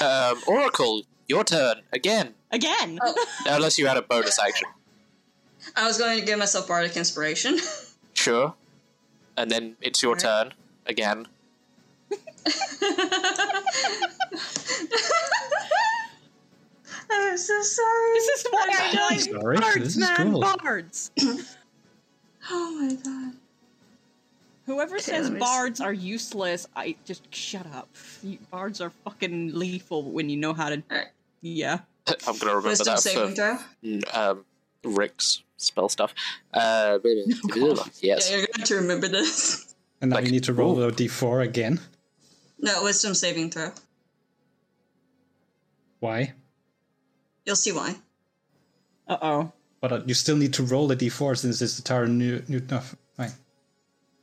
Um, Oracle, your turn again. Again. Unless you had a bonus action, Oh, I was going to give myself bardic inspiration. sure. And then it's your turn again. I'm so sorry. This is why I I'm like sorry, bards, this is man, cool. bards. oh my god. Whoever says let me bards are useless, I just shut up. You, bards are fucking lethal when you know how to. Yeah. I'm gonna remember Wisdom that saving for mm, um, Rick's spell stuff. Uh, yes. Yeah, you're going to remember this. And now you need to roll a d4 again. No, wisdom saving throw. Why? You'll see why. Uh oh. But uh, you still need to roll a d4 since it's the Tara new. new no, fine.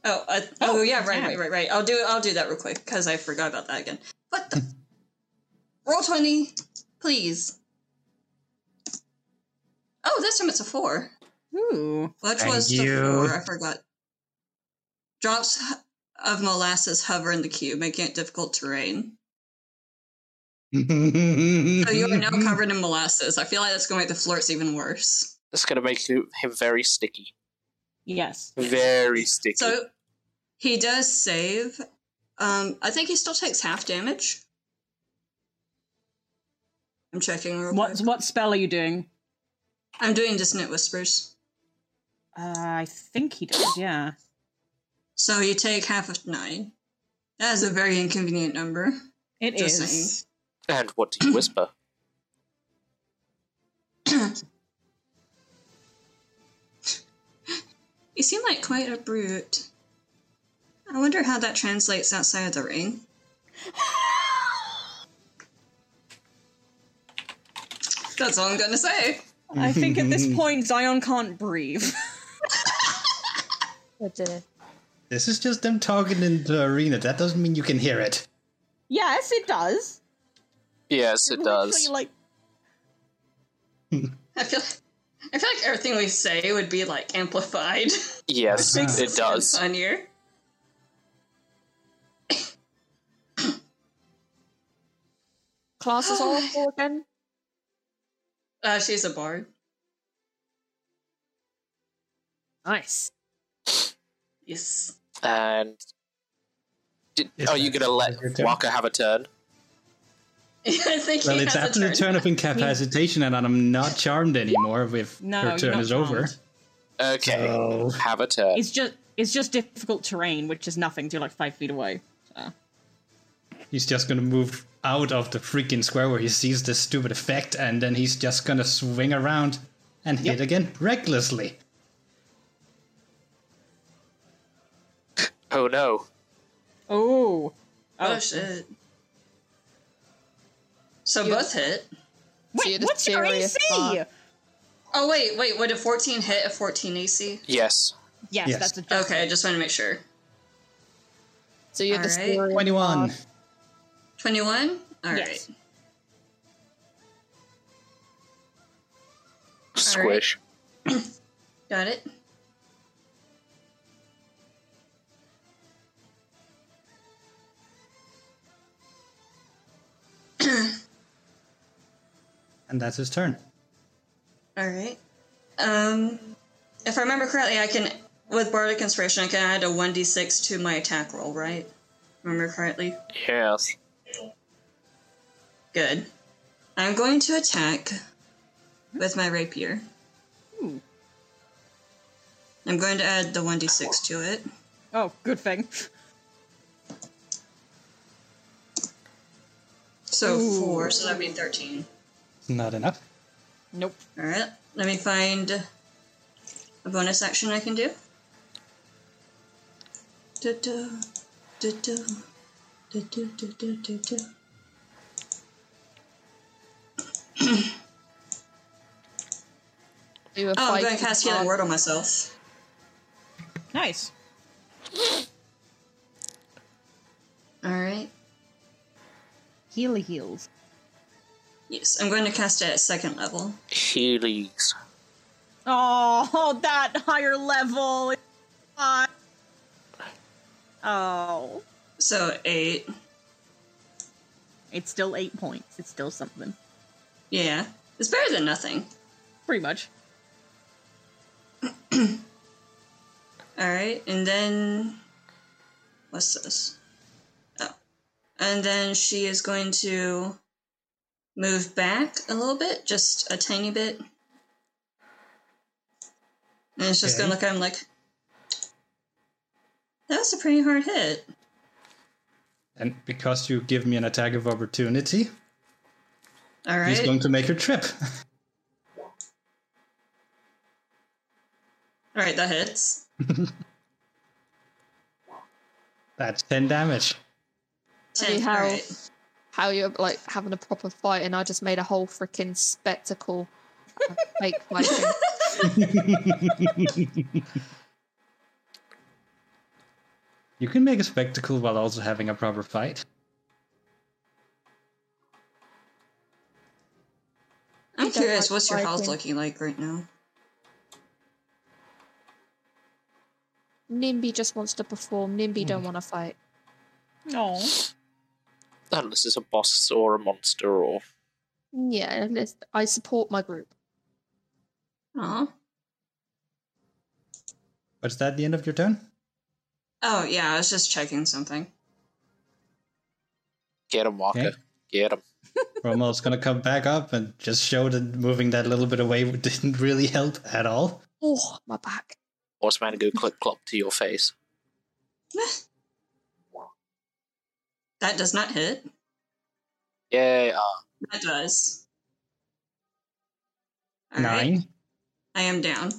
Oh, uh, oh, yeah, right, right, right, right. I'll do I'll do that real quick because I forgot about that again. What the? Roll twenty, please. Oh, this time it's a four. Ooh. Which Thank was you. the four? I forgot. Drops of molasses hover in the cube, making it difficult terrain. So you are now Mm-hmm. covered in molasses. I feel like that's going to make the flirts even worse. That's gonna make you- him very sticky. Yes. Very sticky. So he does save. Um, I think he still takes half damage. I'm checking. Real What what spell are you doing? I'm doing dissonant whispers. Uh, I think he does. Yeah. So you take half of nine. That is a very inconvenient number. It It is. is. and what do you whisper? You seem like quite a brute. I wonder how that translates outside of the ring. That's all I'm gonna say. I think at this point Zion can't breathe. This is just them talking in the arena. That doesn't mean you can hear it. yes, it does. Yes, it does. Actually, like I feel, I feel like everything we say would be like amplified. Yes, Makes it does. Funnier. Class is Oracle again. Uh, she's a bard. Nice. Yes. And did, are you gonna let Walker have a turn? I think Well, he it's has a after the turn of incapacitation, and I'm not charmed anymore if No, her you're turn not is over. Okay, have a turn. it's just it's just difficult terrain, which is nothing. to like five feet away. So. He's just gonna move out of the freaking square where he sees this stupid effect, and then he's just gonna swing around and hit again recklessly. Oh no! Oh. Oh, shit. So both hit. Wait, what's your AC? Oh wait, wait. Would a fourteen hit a fourteen AC? Yes. Yes, Yes. that's a okay. I just want to make sure. So you're the right. Twenty-one. Twenty-one. All right. Squish. Got it. And that's his turn. All right. Um, if I remember correctly, I can with bardic inspiration, I can add a one d six to my attack roll, right? Remember correctly? Yes. Good. I'm going to attack with my rapier. I'm going to add the 1d6 to it. Oh, good thing. So Ooh. four, so that'd be 13. Not enough. Nope. Alright, let me find a bonus action I can do. Du-du, du-du, du-du, du-du, du-du. You were Oh, I'm going fighting to cast Healing hard. Word on myself. Nice. Alright. Healy heals. Yes, I'm going to cast it at second level. Heelys. Oh, that higher level. Uh, oh. So eight. It's still eight points. It's still something. Yeah. It's better than nothing. Pretty much. Alright, and then. What's this? Oh. And then she is going to move back a little bit, just a tiny bit. And it's just going to look at him like. That was a pretty hard hit. And because you give me an attack of opportunity, he's Alright. going to make her trip. Alright, that hits. That's 10 damage. Funny how how you're like having a proper fight, and I just made a whole freaking spectacle. of Fake fighting. You can make a spectacle while also having a proper fight. I'm don't curious, like what's your house fighting. looking like right now? Nimby just wants to perform. Nimby don't want to fight. No. Unless it's a boss or a monster or. Yeah, let's- I support my group. Aww. But is that the end of your turn? Oh, yeah, I was just checking something. Get him, Walker. Get him. Romel's gonna come back up and just show that moving that little bit away didn't really help at all. Oh, my back. Horseman go clip clop to your face. That does not hit. Yay. ah. That does. Nine. I am down.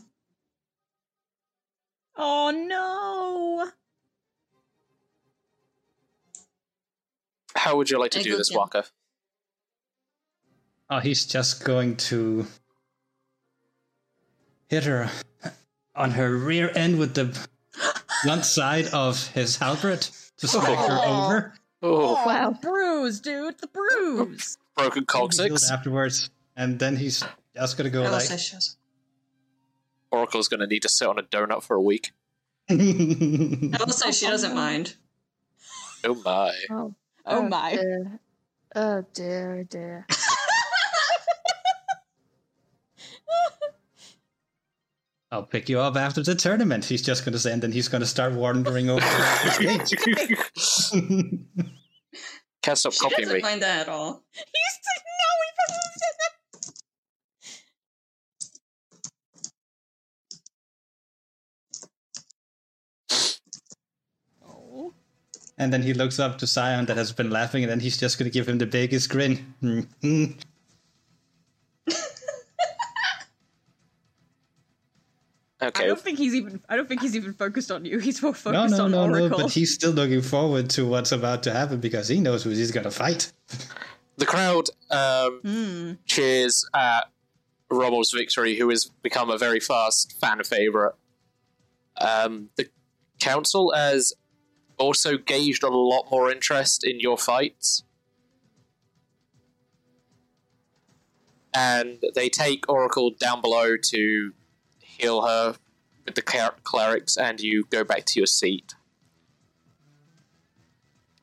Oh no. How would you like to Hey, do go this, get him. Walker? Oh, he's just going to hit her on her rear end with the blunt side of his halberd to smack her Oh. over. Oh, wow. bruise, dude. The bruise. Broken coccyx. Afterwards, and then he's just gonna go like, Oracle's gonna need to sit on a donut for a week. I will say she doesn't mind. Oh my. Oh, Oh my. Dear. Oh dear, oh dear. "I'll pick you up after the tournament." He's just gonna say, and then he's gonna start wandering over. the stage. Can't stop She copying doesn't me. mind that at all. He's no, he fucking said that. And then he looks up to Sion that has been laughing, and then he's just going to give him the biggest grin. Mhm. I Okay. don't think he's even. I don't think he's even focused on you. He's more No, focused no, on no, Oracle. no, but he's still looking forward to what's about to happen because he knows who he's going to fight. The crowd um, cheers at Rommel's victory, who has become a very fast fan favorite. Um, the council has also gauged a lot more interest in your fights. And they take Oracle down below to heal her with the cler- clerics, and you go back to your seat.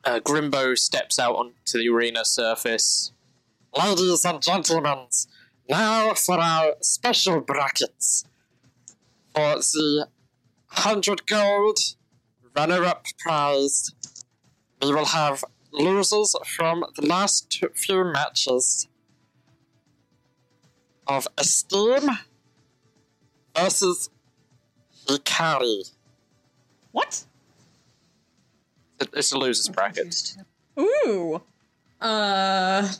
Uh, Grimbo steps out onto the arena surface. Ladies and gentlemen, now for our special brackets. For the 100 gold runner up prize, we will have losers from the last two- few matches of Esteem versus Hikari. What? It's a loser's bracket. Ooh. Uh.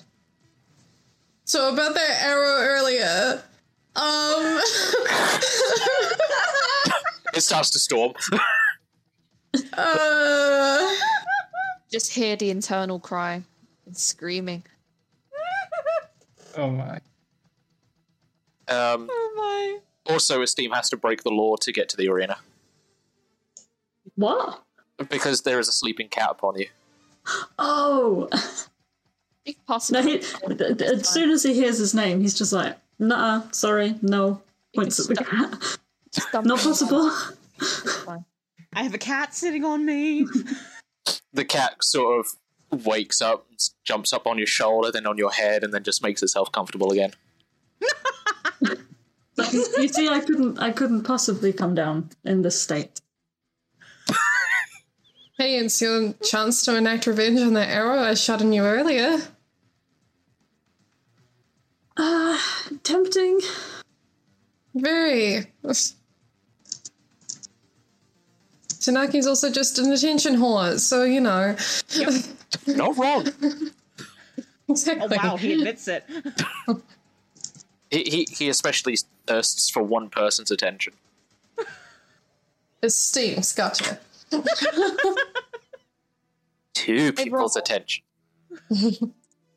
So about that arrow earlier. Um. It starts to storm. uh. Just hear the internal cry and screaming. Oh my. Um, oh my. Also, Esteem has to break the law to get to the arena. What? Because there is a sleeping cat upon you. Oh. No, he, th- th- as soon as he hears his name, he's just like, nah, sorry, no. Points at the cat. Not possible. I have a cat sitting on me. The cat sort of wakes up, s- jumps up on your shoulder, then on your head, and then just makes itself comfortable again. you see, I couldn't, I couldn't possibly come down in this state. Hey, it's your chance to enact revenge on that arrow I shot in you earlier. Uh, tempting. Very. Tanaki's also just an attention whore, so you know. Not wrong. exactly. Oh, wow, he admits it. He, he, he especially thirsts for one person's attention. Esteems, gotcha. Two people's attention.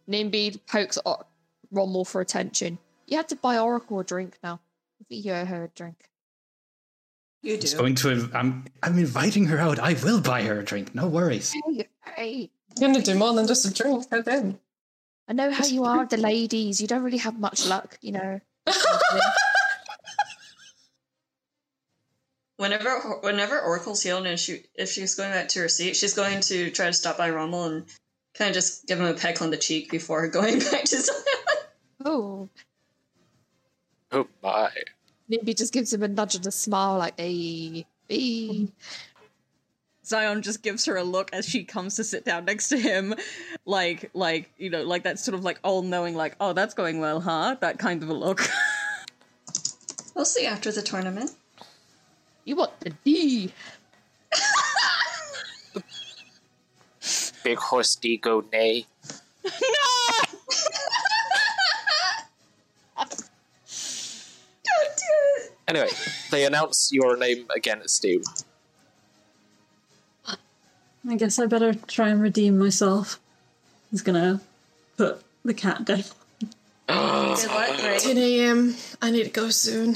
Nimby pokes o- Rommel for attention. You had to buy Oracle a drink now. Give you her a drink. You It's going to. I'm. I'm inviting her out. I will buy her a drink. No worries. Hey, hey. You're gonna do more than just a drink, I then. I know how you are, with the ladies. You don't really have much luck, you know. Whenever whenever Oracle's healed and she if she's going back to her seat, she's going to try to stop by Rommel and kind of just give him a peck on the cheek before going back to Zion. Oh, Oh my. Nimby just gives him a nudge and a smile, like hey, hey. Zion just gives her a look as she comes to sit down next to him, like, like you know, like that sort of like all knowing, like, oh, that's going well, huh? That kind of a look. We'll see after the tournament. You want the D? Big horse D go nay. Anyway, they announce your name again at Steam. I guess I better try and redeem myself. He's gonna put the cat down. Good luck, 10 a.m. I need to go soon.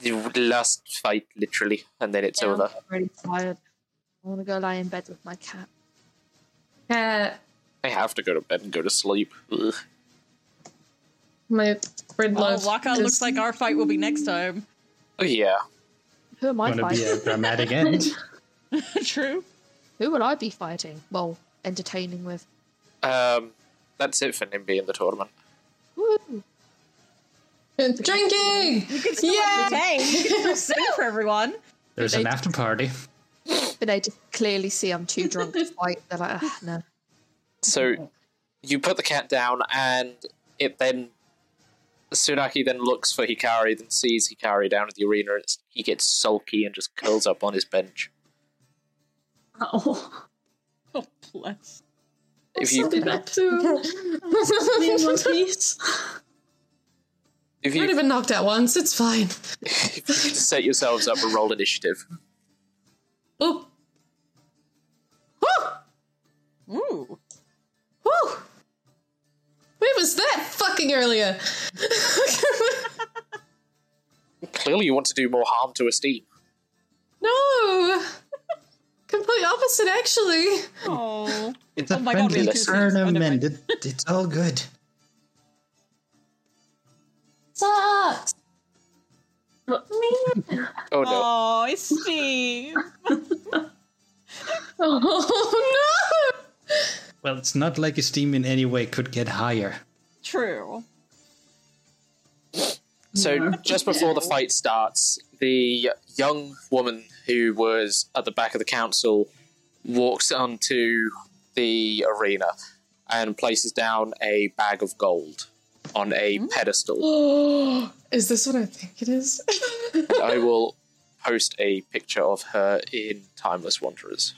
The last fight, literally, and then it's Yeah, over. I'm really tired. I want to go lie in bed with my cat. Uh, Cat. I have to go to bed and go to sleep. Ugh. My red Well, love. Oh, Waka looks like our fight will be next time. Oh, yeah. Who am I Gonna be fighting? a dramatic end. True. Who will I be fighting? Well, entertaining with. Um, that's it for Nimby in the tournament. Woo. Drinking! You can still have the day. You can still sing for everyone. There's an after party. But they just clearly see I'm too drunk to fight. They're like, ah, no. So you put the cat down, and it then. Tsunaki then looks for Hikari, then sees Hikari down at the arena. And he gets sulky and just curls up on his bench. Oh, oh bless. If you, back to in one piece. if I've you been knocked out once, it's fine. set yourselves up and roll initiative, Oop. Woo! Ooh. Woo! Where was that fucking earlier? Clearly, you want to do more harm to Esteem. No! Complete opposite, actually. Oh. It's a friendly tournament. It, it's all good. Sucks. Oh no. Oh, it's Steve. oh no! Well, it's not like esteem in any way could get higher. True. So just before the fight starts, the young woman who was at the back of the council walks onto the arena and places down a bag of gold on a Hmm? pedestal. Oh, is this what I think it is? And I will post a picture of her in Timeless Wanderers.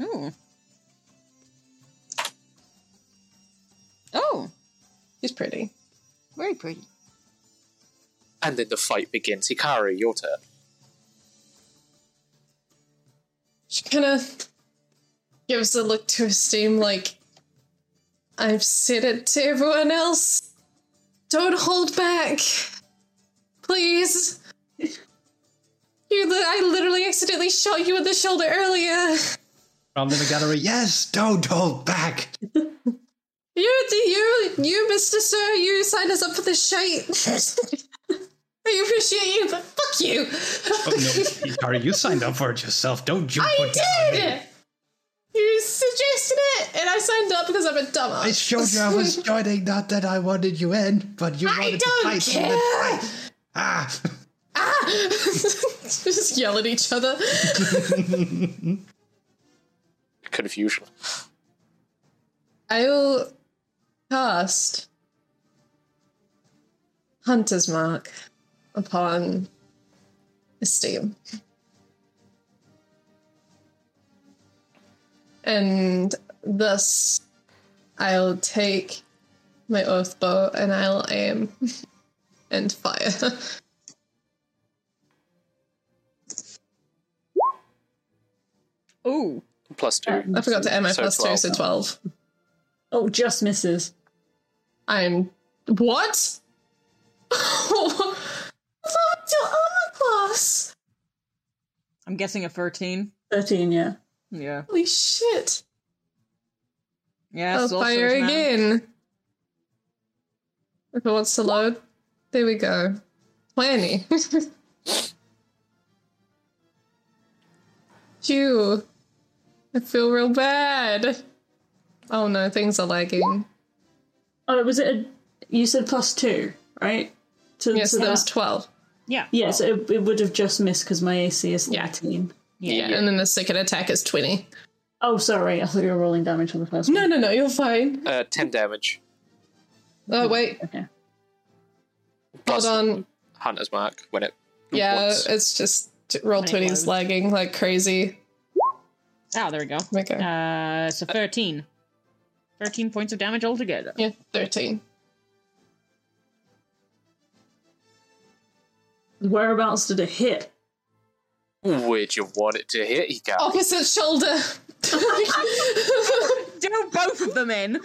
Hmm. Oh, She's pretty. very pretty. And then the fight begins. Hikari, your turn. She kind of gives a look to Esteem like, I've said it to everyone else. Don't hold back. Please. You li- I literally accidentally shot you in the shoulder earlier. From the gallery, yes, don't hold back. You, you, you, Mr. Sir, you signed us up for this shite. I appreciate you, but fuck you. Oh no, Hikari, you signed up for it yourself. Don't you I put that on me. did! You suggested it, and I signed up because I'm a dumbass. I showed you I was joining, not that I wanted you in, but you I wanted don't to fight. so care. let's fight. Ah. Just yell at each other. Confusion. I will cast Hunter's Mark upon Esteem. And thus, I'll take my oath bow and I'll aim and fire. Ooh. Plus two. Uh, I forgot to add my So plus two, so 12. Oh, just misses. I'm. What? oh, armor class! I'm guessing a 13. 13, yeah. Yeah. Holy shit. Yeah. I'll soul Oh, fire surge now. again. If it wants to load, there we go. Planny. Phew. I feel real bad. Oh no, things are lagging. Oh, was it? A, you said plus two, right? To, Yes, that was 12. Yeah. Oh. Yeah, so it, it would have just missed because my AC is 13. Yeah, and then the second attack is 20. Oh, sorry. I thought you were rolling damage on the first No, no, no, you're fine. Uh, 10 damage. Oh, wait. Plus Hold on. Hunter's Mark when it. Yeah, once. it's just roll When it 20 is loads. lagging like crazy. Oh, there we go. Okay. Uh, so 13. 13 points of damage altogether. Yeah, 13. one. Whereabouts did it hit? Would you want it to hit Hikari? Oh, Opposite shoulder. Do both of them in.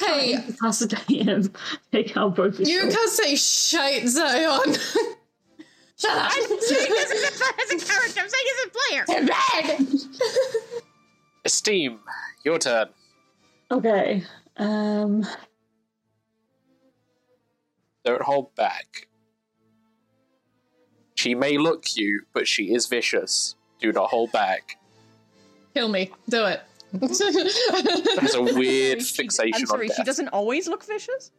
hey, Incapacitate him. Take out both his you shoulders. can't say shite, Zion. Shut up. I'm saying this is as a character. I'm saying as a player. Esteem, your turn. Okay. Um. Don't hold back. She may look cute, but she is vicious. Do not hold back. Kill me. Do it. There's a weird fixation I'm sorry, on death. she doesn't always look vicious?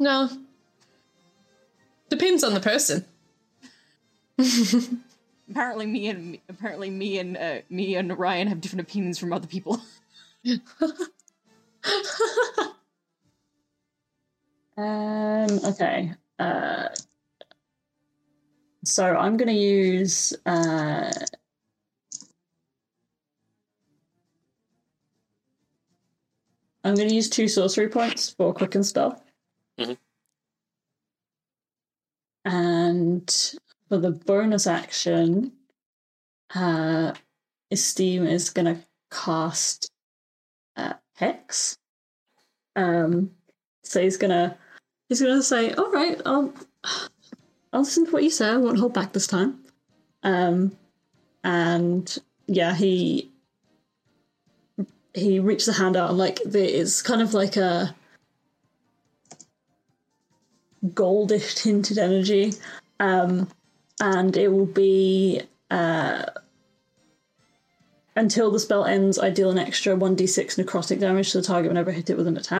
no. Depends on the person. Apparently, me and apparently me and uh, me and Ryan have different opinions from other people. Um. Okay. Uh. So I'm gonna use. Uh, I'm gonna use two sorcery points for quicken spell. Mhm. And for the bonus action, uh, Esteem is gonna cast uh, Hex. Um, So he's gonna he's gonna say, "All right, I'll I'll listen to what you say. I won't hold back this time." Um, and yeah, he he reaches a hand out and like there is kind of like a goldish tinted energy, um, and it will be. Uh, until the spell ends, I deal an extra 1d6 necrotic damage to the target whenever I hit it with an attack.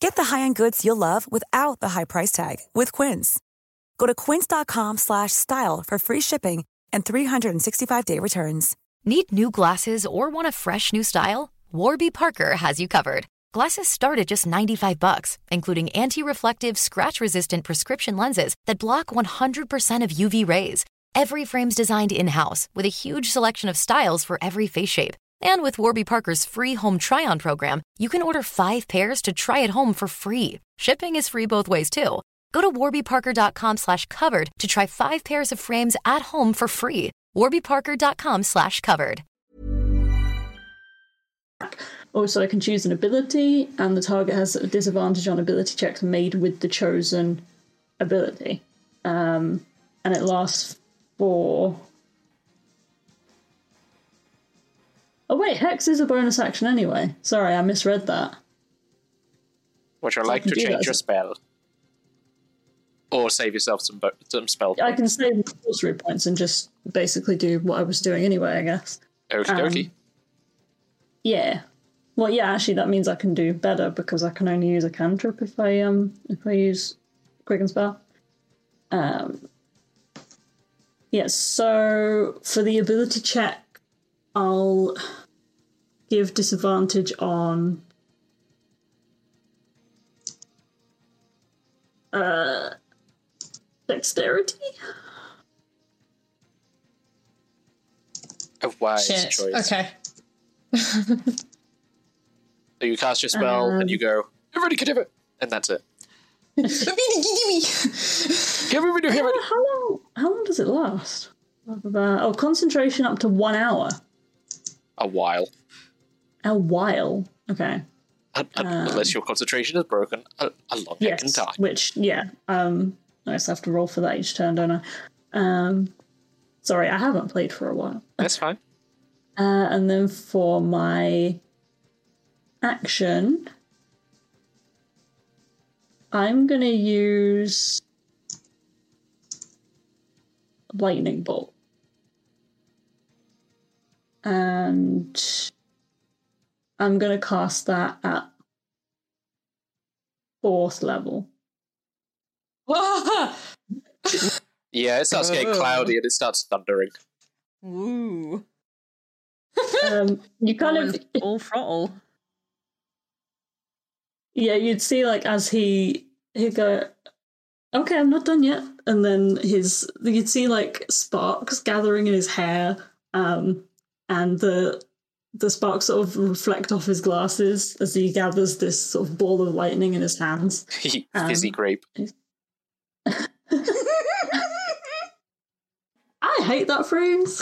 Get the high-end goods you'll love without the high price tag with Quince. Go to quince.com/style slash style for free shipping and 365-day returns. Need new glasses or want a fresh new style? Warby Parker has you covered. Glasses start at just 95 bucks, including anti-reflective, scratch-resistant prescription lenses that block 100% of UV rays. Every frame's designed in-house with a huge selection of styles for every face shape. And with Warby Parker's free home try-on program, you can order 5 pairs to try at home for free. Shipping is free both ways too. Go to warbyparker.com/covered slash covered to try 5 pairs of frames at home for free. warbyparker.com/covered. slash covered. Also, I can choose an ability, and the target has a disadvantage on ability checks made with the chosen ability. Um, and it lasts for. Oh, wait, Hex is a bonus action anyway. Sorry, I misread that. Would you like can to do that change as your a- spell? Or save yourself some, bo- some spell I points. can save the sorcery points and just basically do what I was doing anyway, I guess. Okie Um, dokie. Yeah. Well, yeah. Actually, that means I can do better because I can only use a cantrip if I um if I use quicken spell. Um. Yes. so for the ability check, I'll give disadvantage on. Uh, dexterity. A wise Shit. choice. Okay. So you cast your spell Um, and you go, everybody could have it. And that's it. How- How long? How long does it last? Oh, concentration up to one hour. A while. A while. Okay. Un- un- unless your concentration is broken, a, a long Yes. heckin' time. Which, yeah. Um, I just have to roll for that each turn, don't I? Um, sorry, I haven't played for a while. That's fine. Uh, and then for my action, I'm gonna use lightning bolt. And I'm gonna cast that at fourth level. Yeah, it starts getting Oh. cloudy and it starts thundering. Ooh. um, you kind of all throttle. Yeah, you'd see like as he he go, okay, I'm not done yet, and then his you'd see like sparks gathering in his hair, um, and the the sparks sort of reflect off his glasses as he gathers this sort of ball of lightning in his hands. Uh-huh. Um, Fizzy grape. I hate that phrase.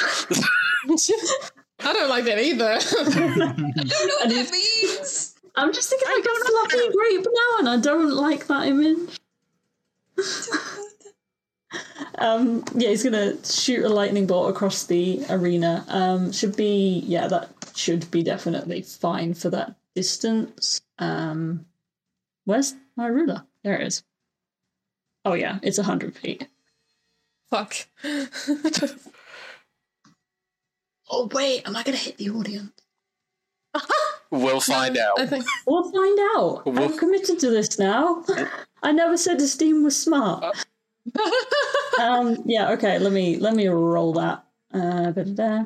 I don't like that either. what that means. I'm just thinking like a fluffy grape now, and I don't like that image. um, yeah, he's gonna shoot a lightning bolt across the arena. Um, should be yeah, that should be definitely fine for that distance. Um, where's my ruler? There it is. Oh yeah, it's hundred feet. Fuck. Oh wait, am I gonna hit the audience? We'll find out. We'll find out. I'm committed to this now. I never said Esteem was smart. Uh. um, yeah, okay, let me let me roll that. Uh, da-da-da.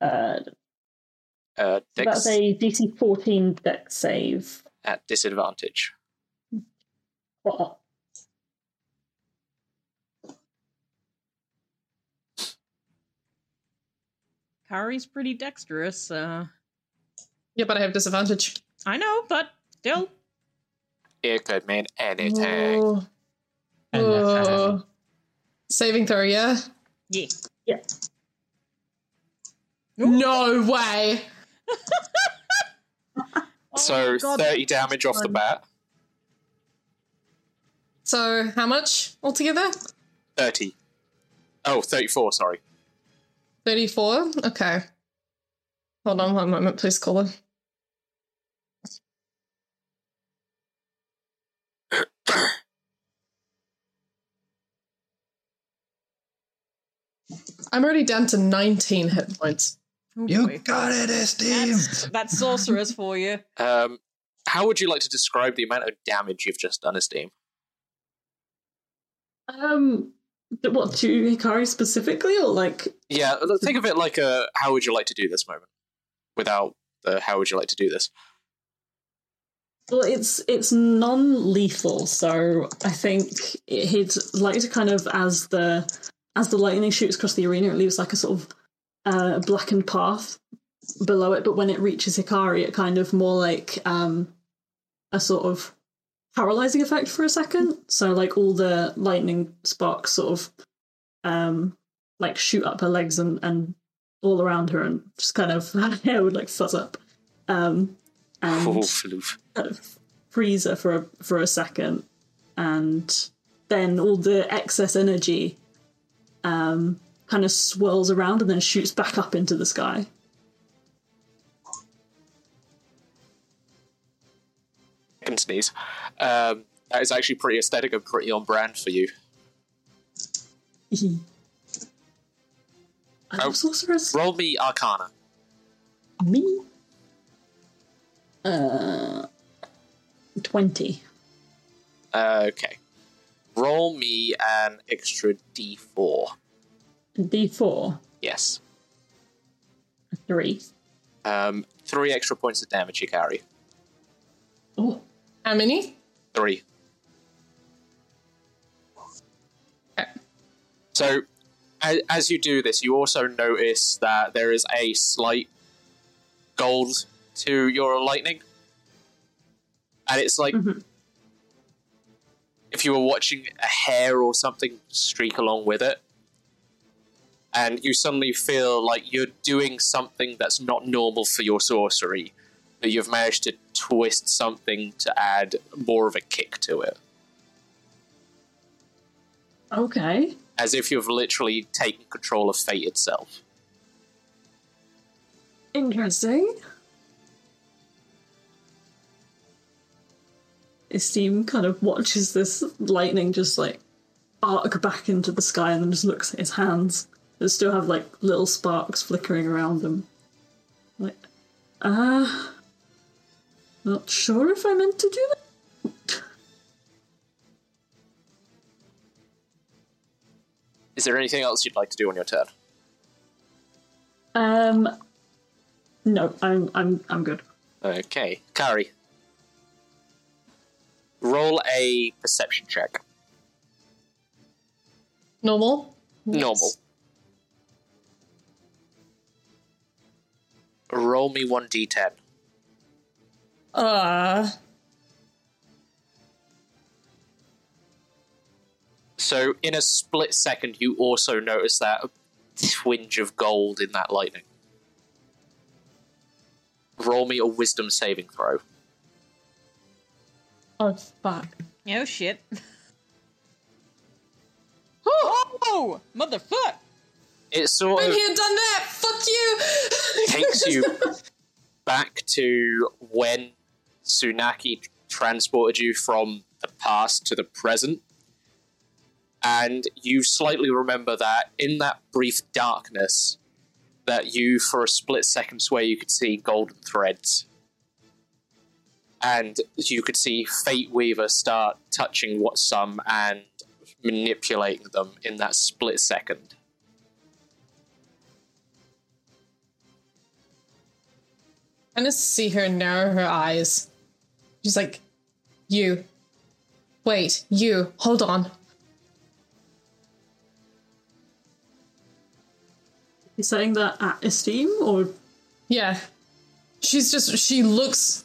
uh Uh, that's dex a DC fourteen deck save. at disadvantage. What? Kari's pretty dexterous. Uh, yeah, but I have disadvantage. I know, but still. It could mean anything. Oh. Oh. Saving throw, yeah? Yeah. Yeah. No way. so God, that's 30 damage off the fun. bat. So how much altogether? 30. Oh, 34, sorry. 34? Okay. Hold on one moment, please, Colin. I'm already down to 19 hit points. You Oh, boy. got it, Esteem! That's, that's sorcerers for you. Um, how would you like to describe the amount of damage you've just done, Esteem? Um, th- what to Hikari specifically, or like? Yeah, l- think of it like a how would you like to do this moment without the how would you like to do this? Well, it's it's non-lethal, so I think it- he'd like to kind of as the as the lightning shoots across the arena, it leaves like a sort of uh, blackened path below it. But when it reaches Hikari, it kind of more like um, a sort of paralyzing effect for a second. So like all the lightning sparks sort of um, like shoot up her legs and, and all around her, and just kind of her hair would like fuzz up. Um, and Oh, floof. kind of freezer for a, for a second, and then all the excess energy um, kind of swirls around and then shoots back up into the sky. I can sneeze. Um, that is actually pretty aesthetic and pretty on brand for you. I'm sorceress. Oh, Roll me Arcana. Me? Uh, twenty. Uh, okay. Roll me an extra d4. D four. Yes. Three. Um, three extra points of damage you carry. Oh. How many? Three. So, as, as you do this, you also notice that there is a slight gold to your lightning. And it's like if you were watching a hair or something streak along with it. And you suddenly feel like you're doing something that's not normal for your sorcery, but you've managed to twist something to add more of a kick to it. Okay. as if you've literally taken control of fate itself. Interesting. Esteem kind of watches this lightning just like arc back into the sky and then just looks at his hands that still have like little sparks flickering around them. Like, ah, not sure if I meant to do that. Is there anything else you'd like to do on your turn? Um, no, I'm I'm I'm good. Okay, Kari. Roll a perception check. Normal? Normal. Roll me one d10. Uh, So, in a split second, you also notice that twinge of gold in that lightning. Roll me a wisdom saving throw. oh, fuck. Oh, shit. oh, motherfuck! It sort Been of here, done that! Fuck you! takes you back to when Tsunaki transported you from the past to the present. and you slightly remember that in that brief darkness, that you for a split second swear you could see golden threads, and you could see Fate Weaver start touching what some and manipulating them in that split second. I just see her narrow her eyes. She's like, You. Wait, you. Hold on. You saying that at esteem or Yeah. She's just, she looks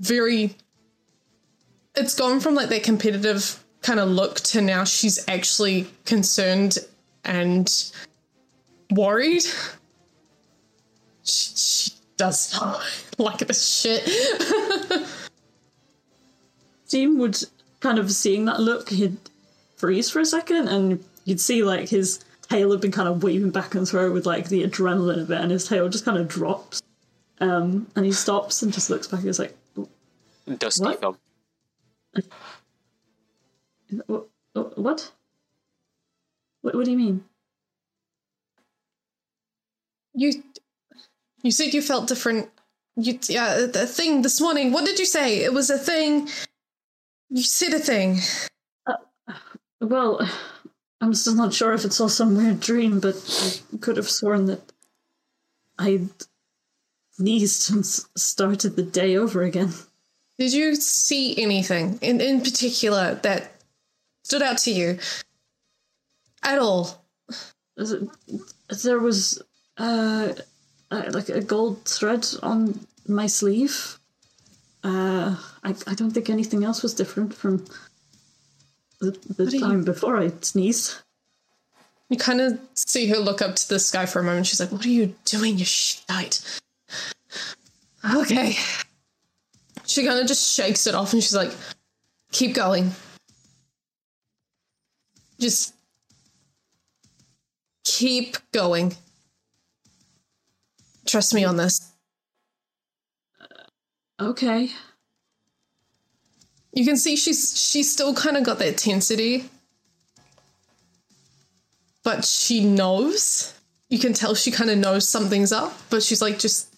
very. It's gone from like that competitive kind of look to now she's actually concerned and worried. She, she does not like this shit. Steam would kind of seeing that look, he'd freeze for a second and you'd see like his tail had been kind of waving back and forth with like the adrenaline of it and his tail just kind of drops. Um, and he stops and just looks back and is like, "Oh, Dusty Thumb. what? What? What, what do you mean? You, you said you felt different. You yeah, a thing this morning. What did you say? It was a thing. You said a thing. Well, I'm still not sure if it's all some weird dream, but I could have sworn that I sneezed and s- started the day over again. Did you see anything in in particular that stood out to you at all? There was uh, uh, like a gold thread on my sleeve. Uh, I, I don't think anything else was different from the, the What are you- time before I sneezed. You kind of see her look up to the sky for a moment. She's like, "What are you doing, you shite?" Okay. She kind of just shakes it off, and she's like, "Keep going. Just keep going. Trust me on this." Okay. You can see she's she's still kind of got that tensity, but she knows. You can tell she kind of knows something's up, but she's like, just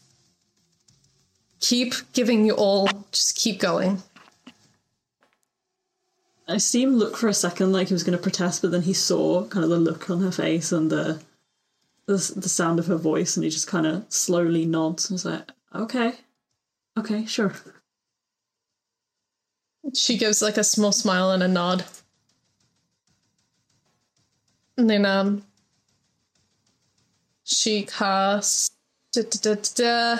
keep giving you all, just keep going. I see him look for a second like he was going to protest, but then he saw kind of the look on her face and the the, the sound of her voice, and he just kind of slowly nods and is like, "Okay, okay, sure." She gives like a small smile and a nod, and then um, she casts. da, da, da, da, da,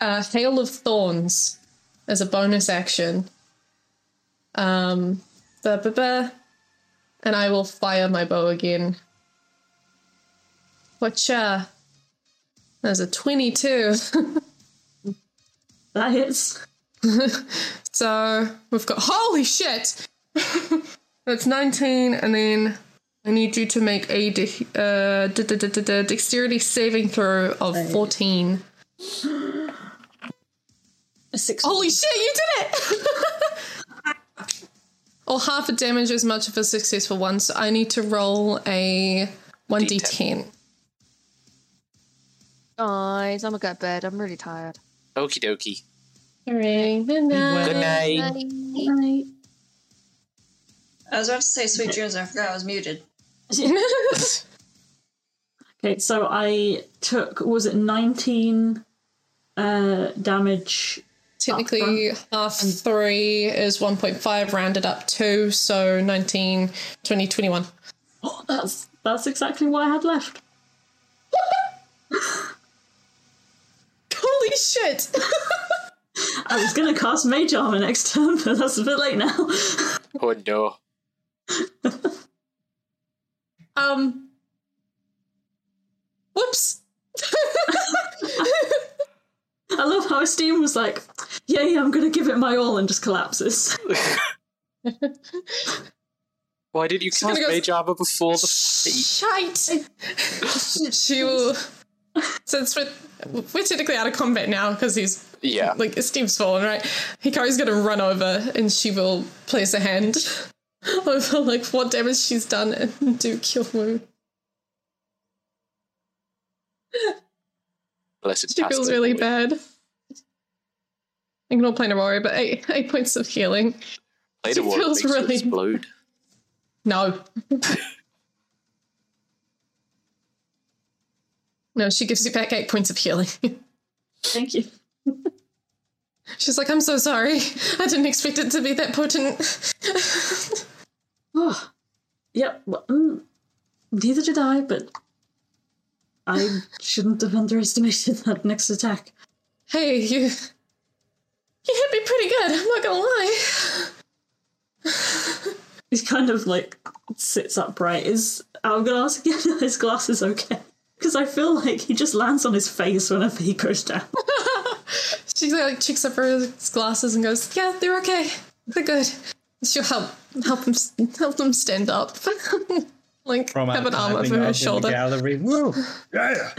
uh, Hail of Thorns as a bonus action. Um, ba, ba, ba. and I will fire my bow again. Whatcha? There's a 22. that hits. so we've got. Holy shit! That's 19, and then I need you to make a de- uh, de- de- de- de- de- dexterity saving throw of Right. 14. Six. Holy shit, you did it! or half a damage as much of a successful one, so I need to roll a 1d10. Guys, I'm gonna go to bed. I'm really tired. Okie dokie. Alright, good night. Good night. I was about to say sweet dreams, and I forgot I was muted. Okay, so I took was it nineteen uh damage? Technically, half three is 1.5, rounded up two, so 19, 20, 21. Oh, that's that's exactly what I had left. Holy shit! I was gonna cast Mage Armor next turn, but that's a bit late now. Oh no. Um. Whoops. I love how Steam was like, "Yeah, yeah, I'm gonna give it my all," and just collapses. Why did you gonna cast go- Mage Armor before the fight? Shite! she will Since we're, we're technically out of combat now because he's yeah like Steve's fallen right. Hikari's gonna run over and she will place a hand over like what damage she's done and do kill wound. Unless it's She feels passive. really bad. Ignore planar warrior, but eight eight points of healing. Play she the war feels makes her really- explode. No. no, she gives you back eight points of healing. Thank you. She's like, I'm so sorry. I didn't expect it to be that potent. Oh, yeah, well, mm, neither did I, but I shouldn't have underestimated that next attack. Hey, you. You hit me pretty good, I'm not gonna lie. He kind of like sits upright. Is I'm gonna ask again if his glasses okay? Because I feel like he just lands on his face whenever he goes down. She like cheeks up her glasses and goes, Yeah, they're okay. They're good. She'll help help them help them stand up. like From have an arm climbing over up in her the shoulder. gallery. Woo! Yeah.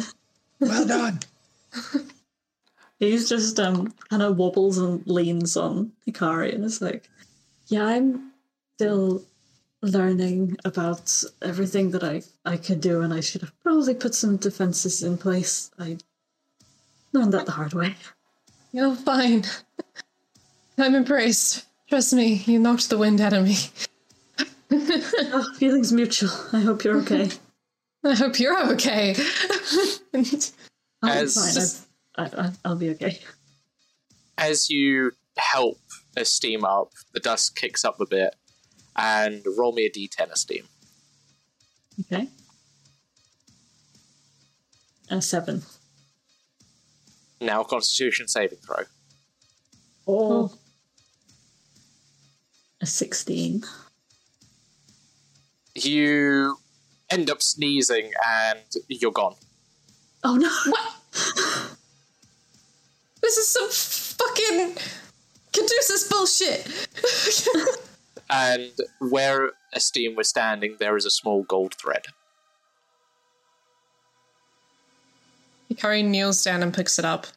Well done. He's just um kind of wobbles and leans on Hikari and is like, "Yeah, I'm still learning about everything that I I can do, and I should have probably put some defenses in place. I learned that the hard way." You're fine. I'm embraced. Trust me, you knocked the wind out of me. oh, feelings mutual. I hope you're okay. I hope you're okay. I'll As- be fine. I, I, I'll be okay. As you help Esteem up, the dust kicks up a bit, and roll me a d10 Esteem. Okay. A seven. Now Constitution saving throw. Oh. A 16. You end up sneezing, and you're gone. Oh no! What? this is some fucking Caduceus bullshit. And where Esteem was standing, there is a small gold thread. Hikari kneels down and picks it up.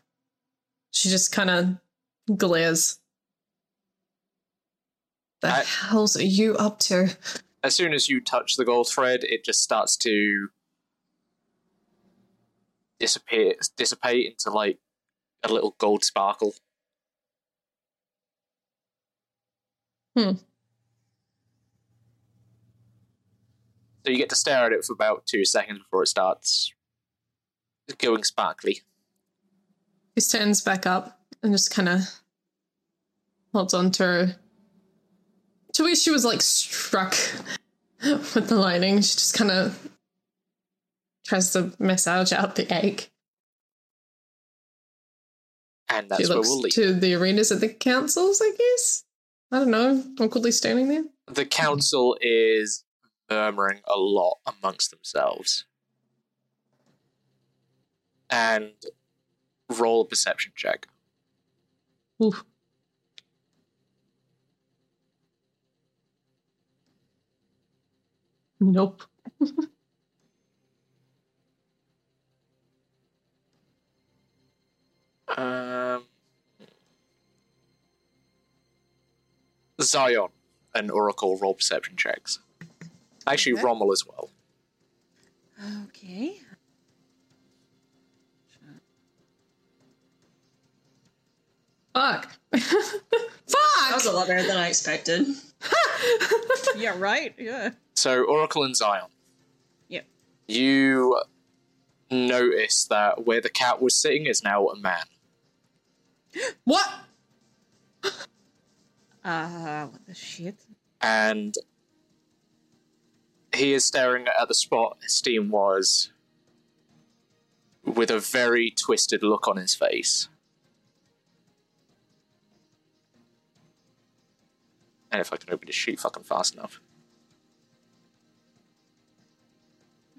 She just kind of glares. The hell's are you up to? As soon as you touch the gold thread, it just starts to disappear, dissipate into like a little gold sparkle. Hmm. So you get to stare at it for about two seconds before it starts going sparkly. He stands back up and just kind of holds on to her. To which she was like struck with the lightning. She just kind of tries to massage out the ache. And that's she where looks we'll leave. to the arenas at the councils, I guess. I don't know. Awkwardly standing there. the council is murmuring a lot amongst themselves. And roll a perception check. Oof. Nope. Um, Zion and Oracle roll perception checks. Actually, Okay. Rommel as well. Okay. Fuck. Fuck! That was a lot better than I expected. yeah, right? Yeah. So, Oracle and Zion. Yep. You notice that where the cat was sitting is now a man. What? Uh, what the shit? and he is staring at the spot Steam was with a very twisted look on his face. And if I can open this sheet fucking fast enough.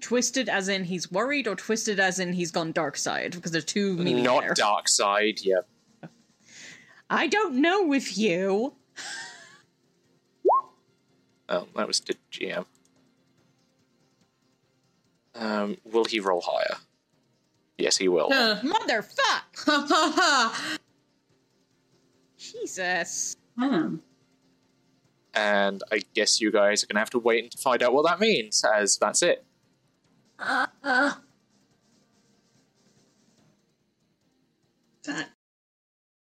Twisted as in he's worried, or twisted as in he's gone dark side? Because there's two meanings Not there. dark side, yeah. I don't know with you. Oh, that was the GM. Um, will he roll higher? Yes, he will. Motherfuck! Ha ha ha! Jesus. And I guess you guys are going to have to wait to find out what that means, as that's it. Uh, uh. That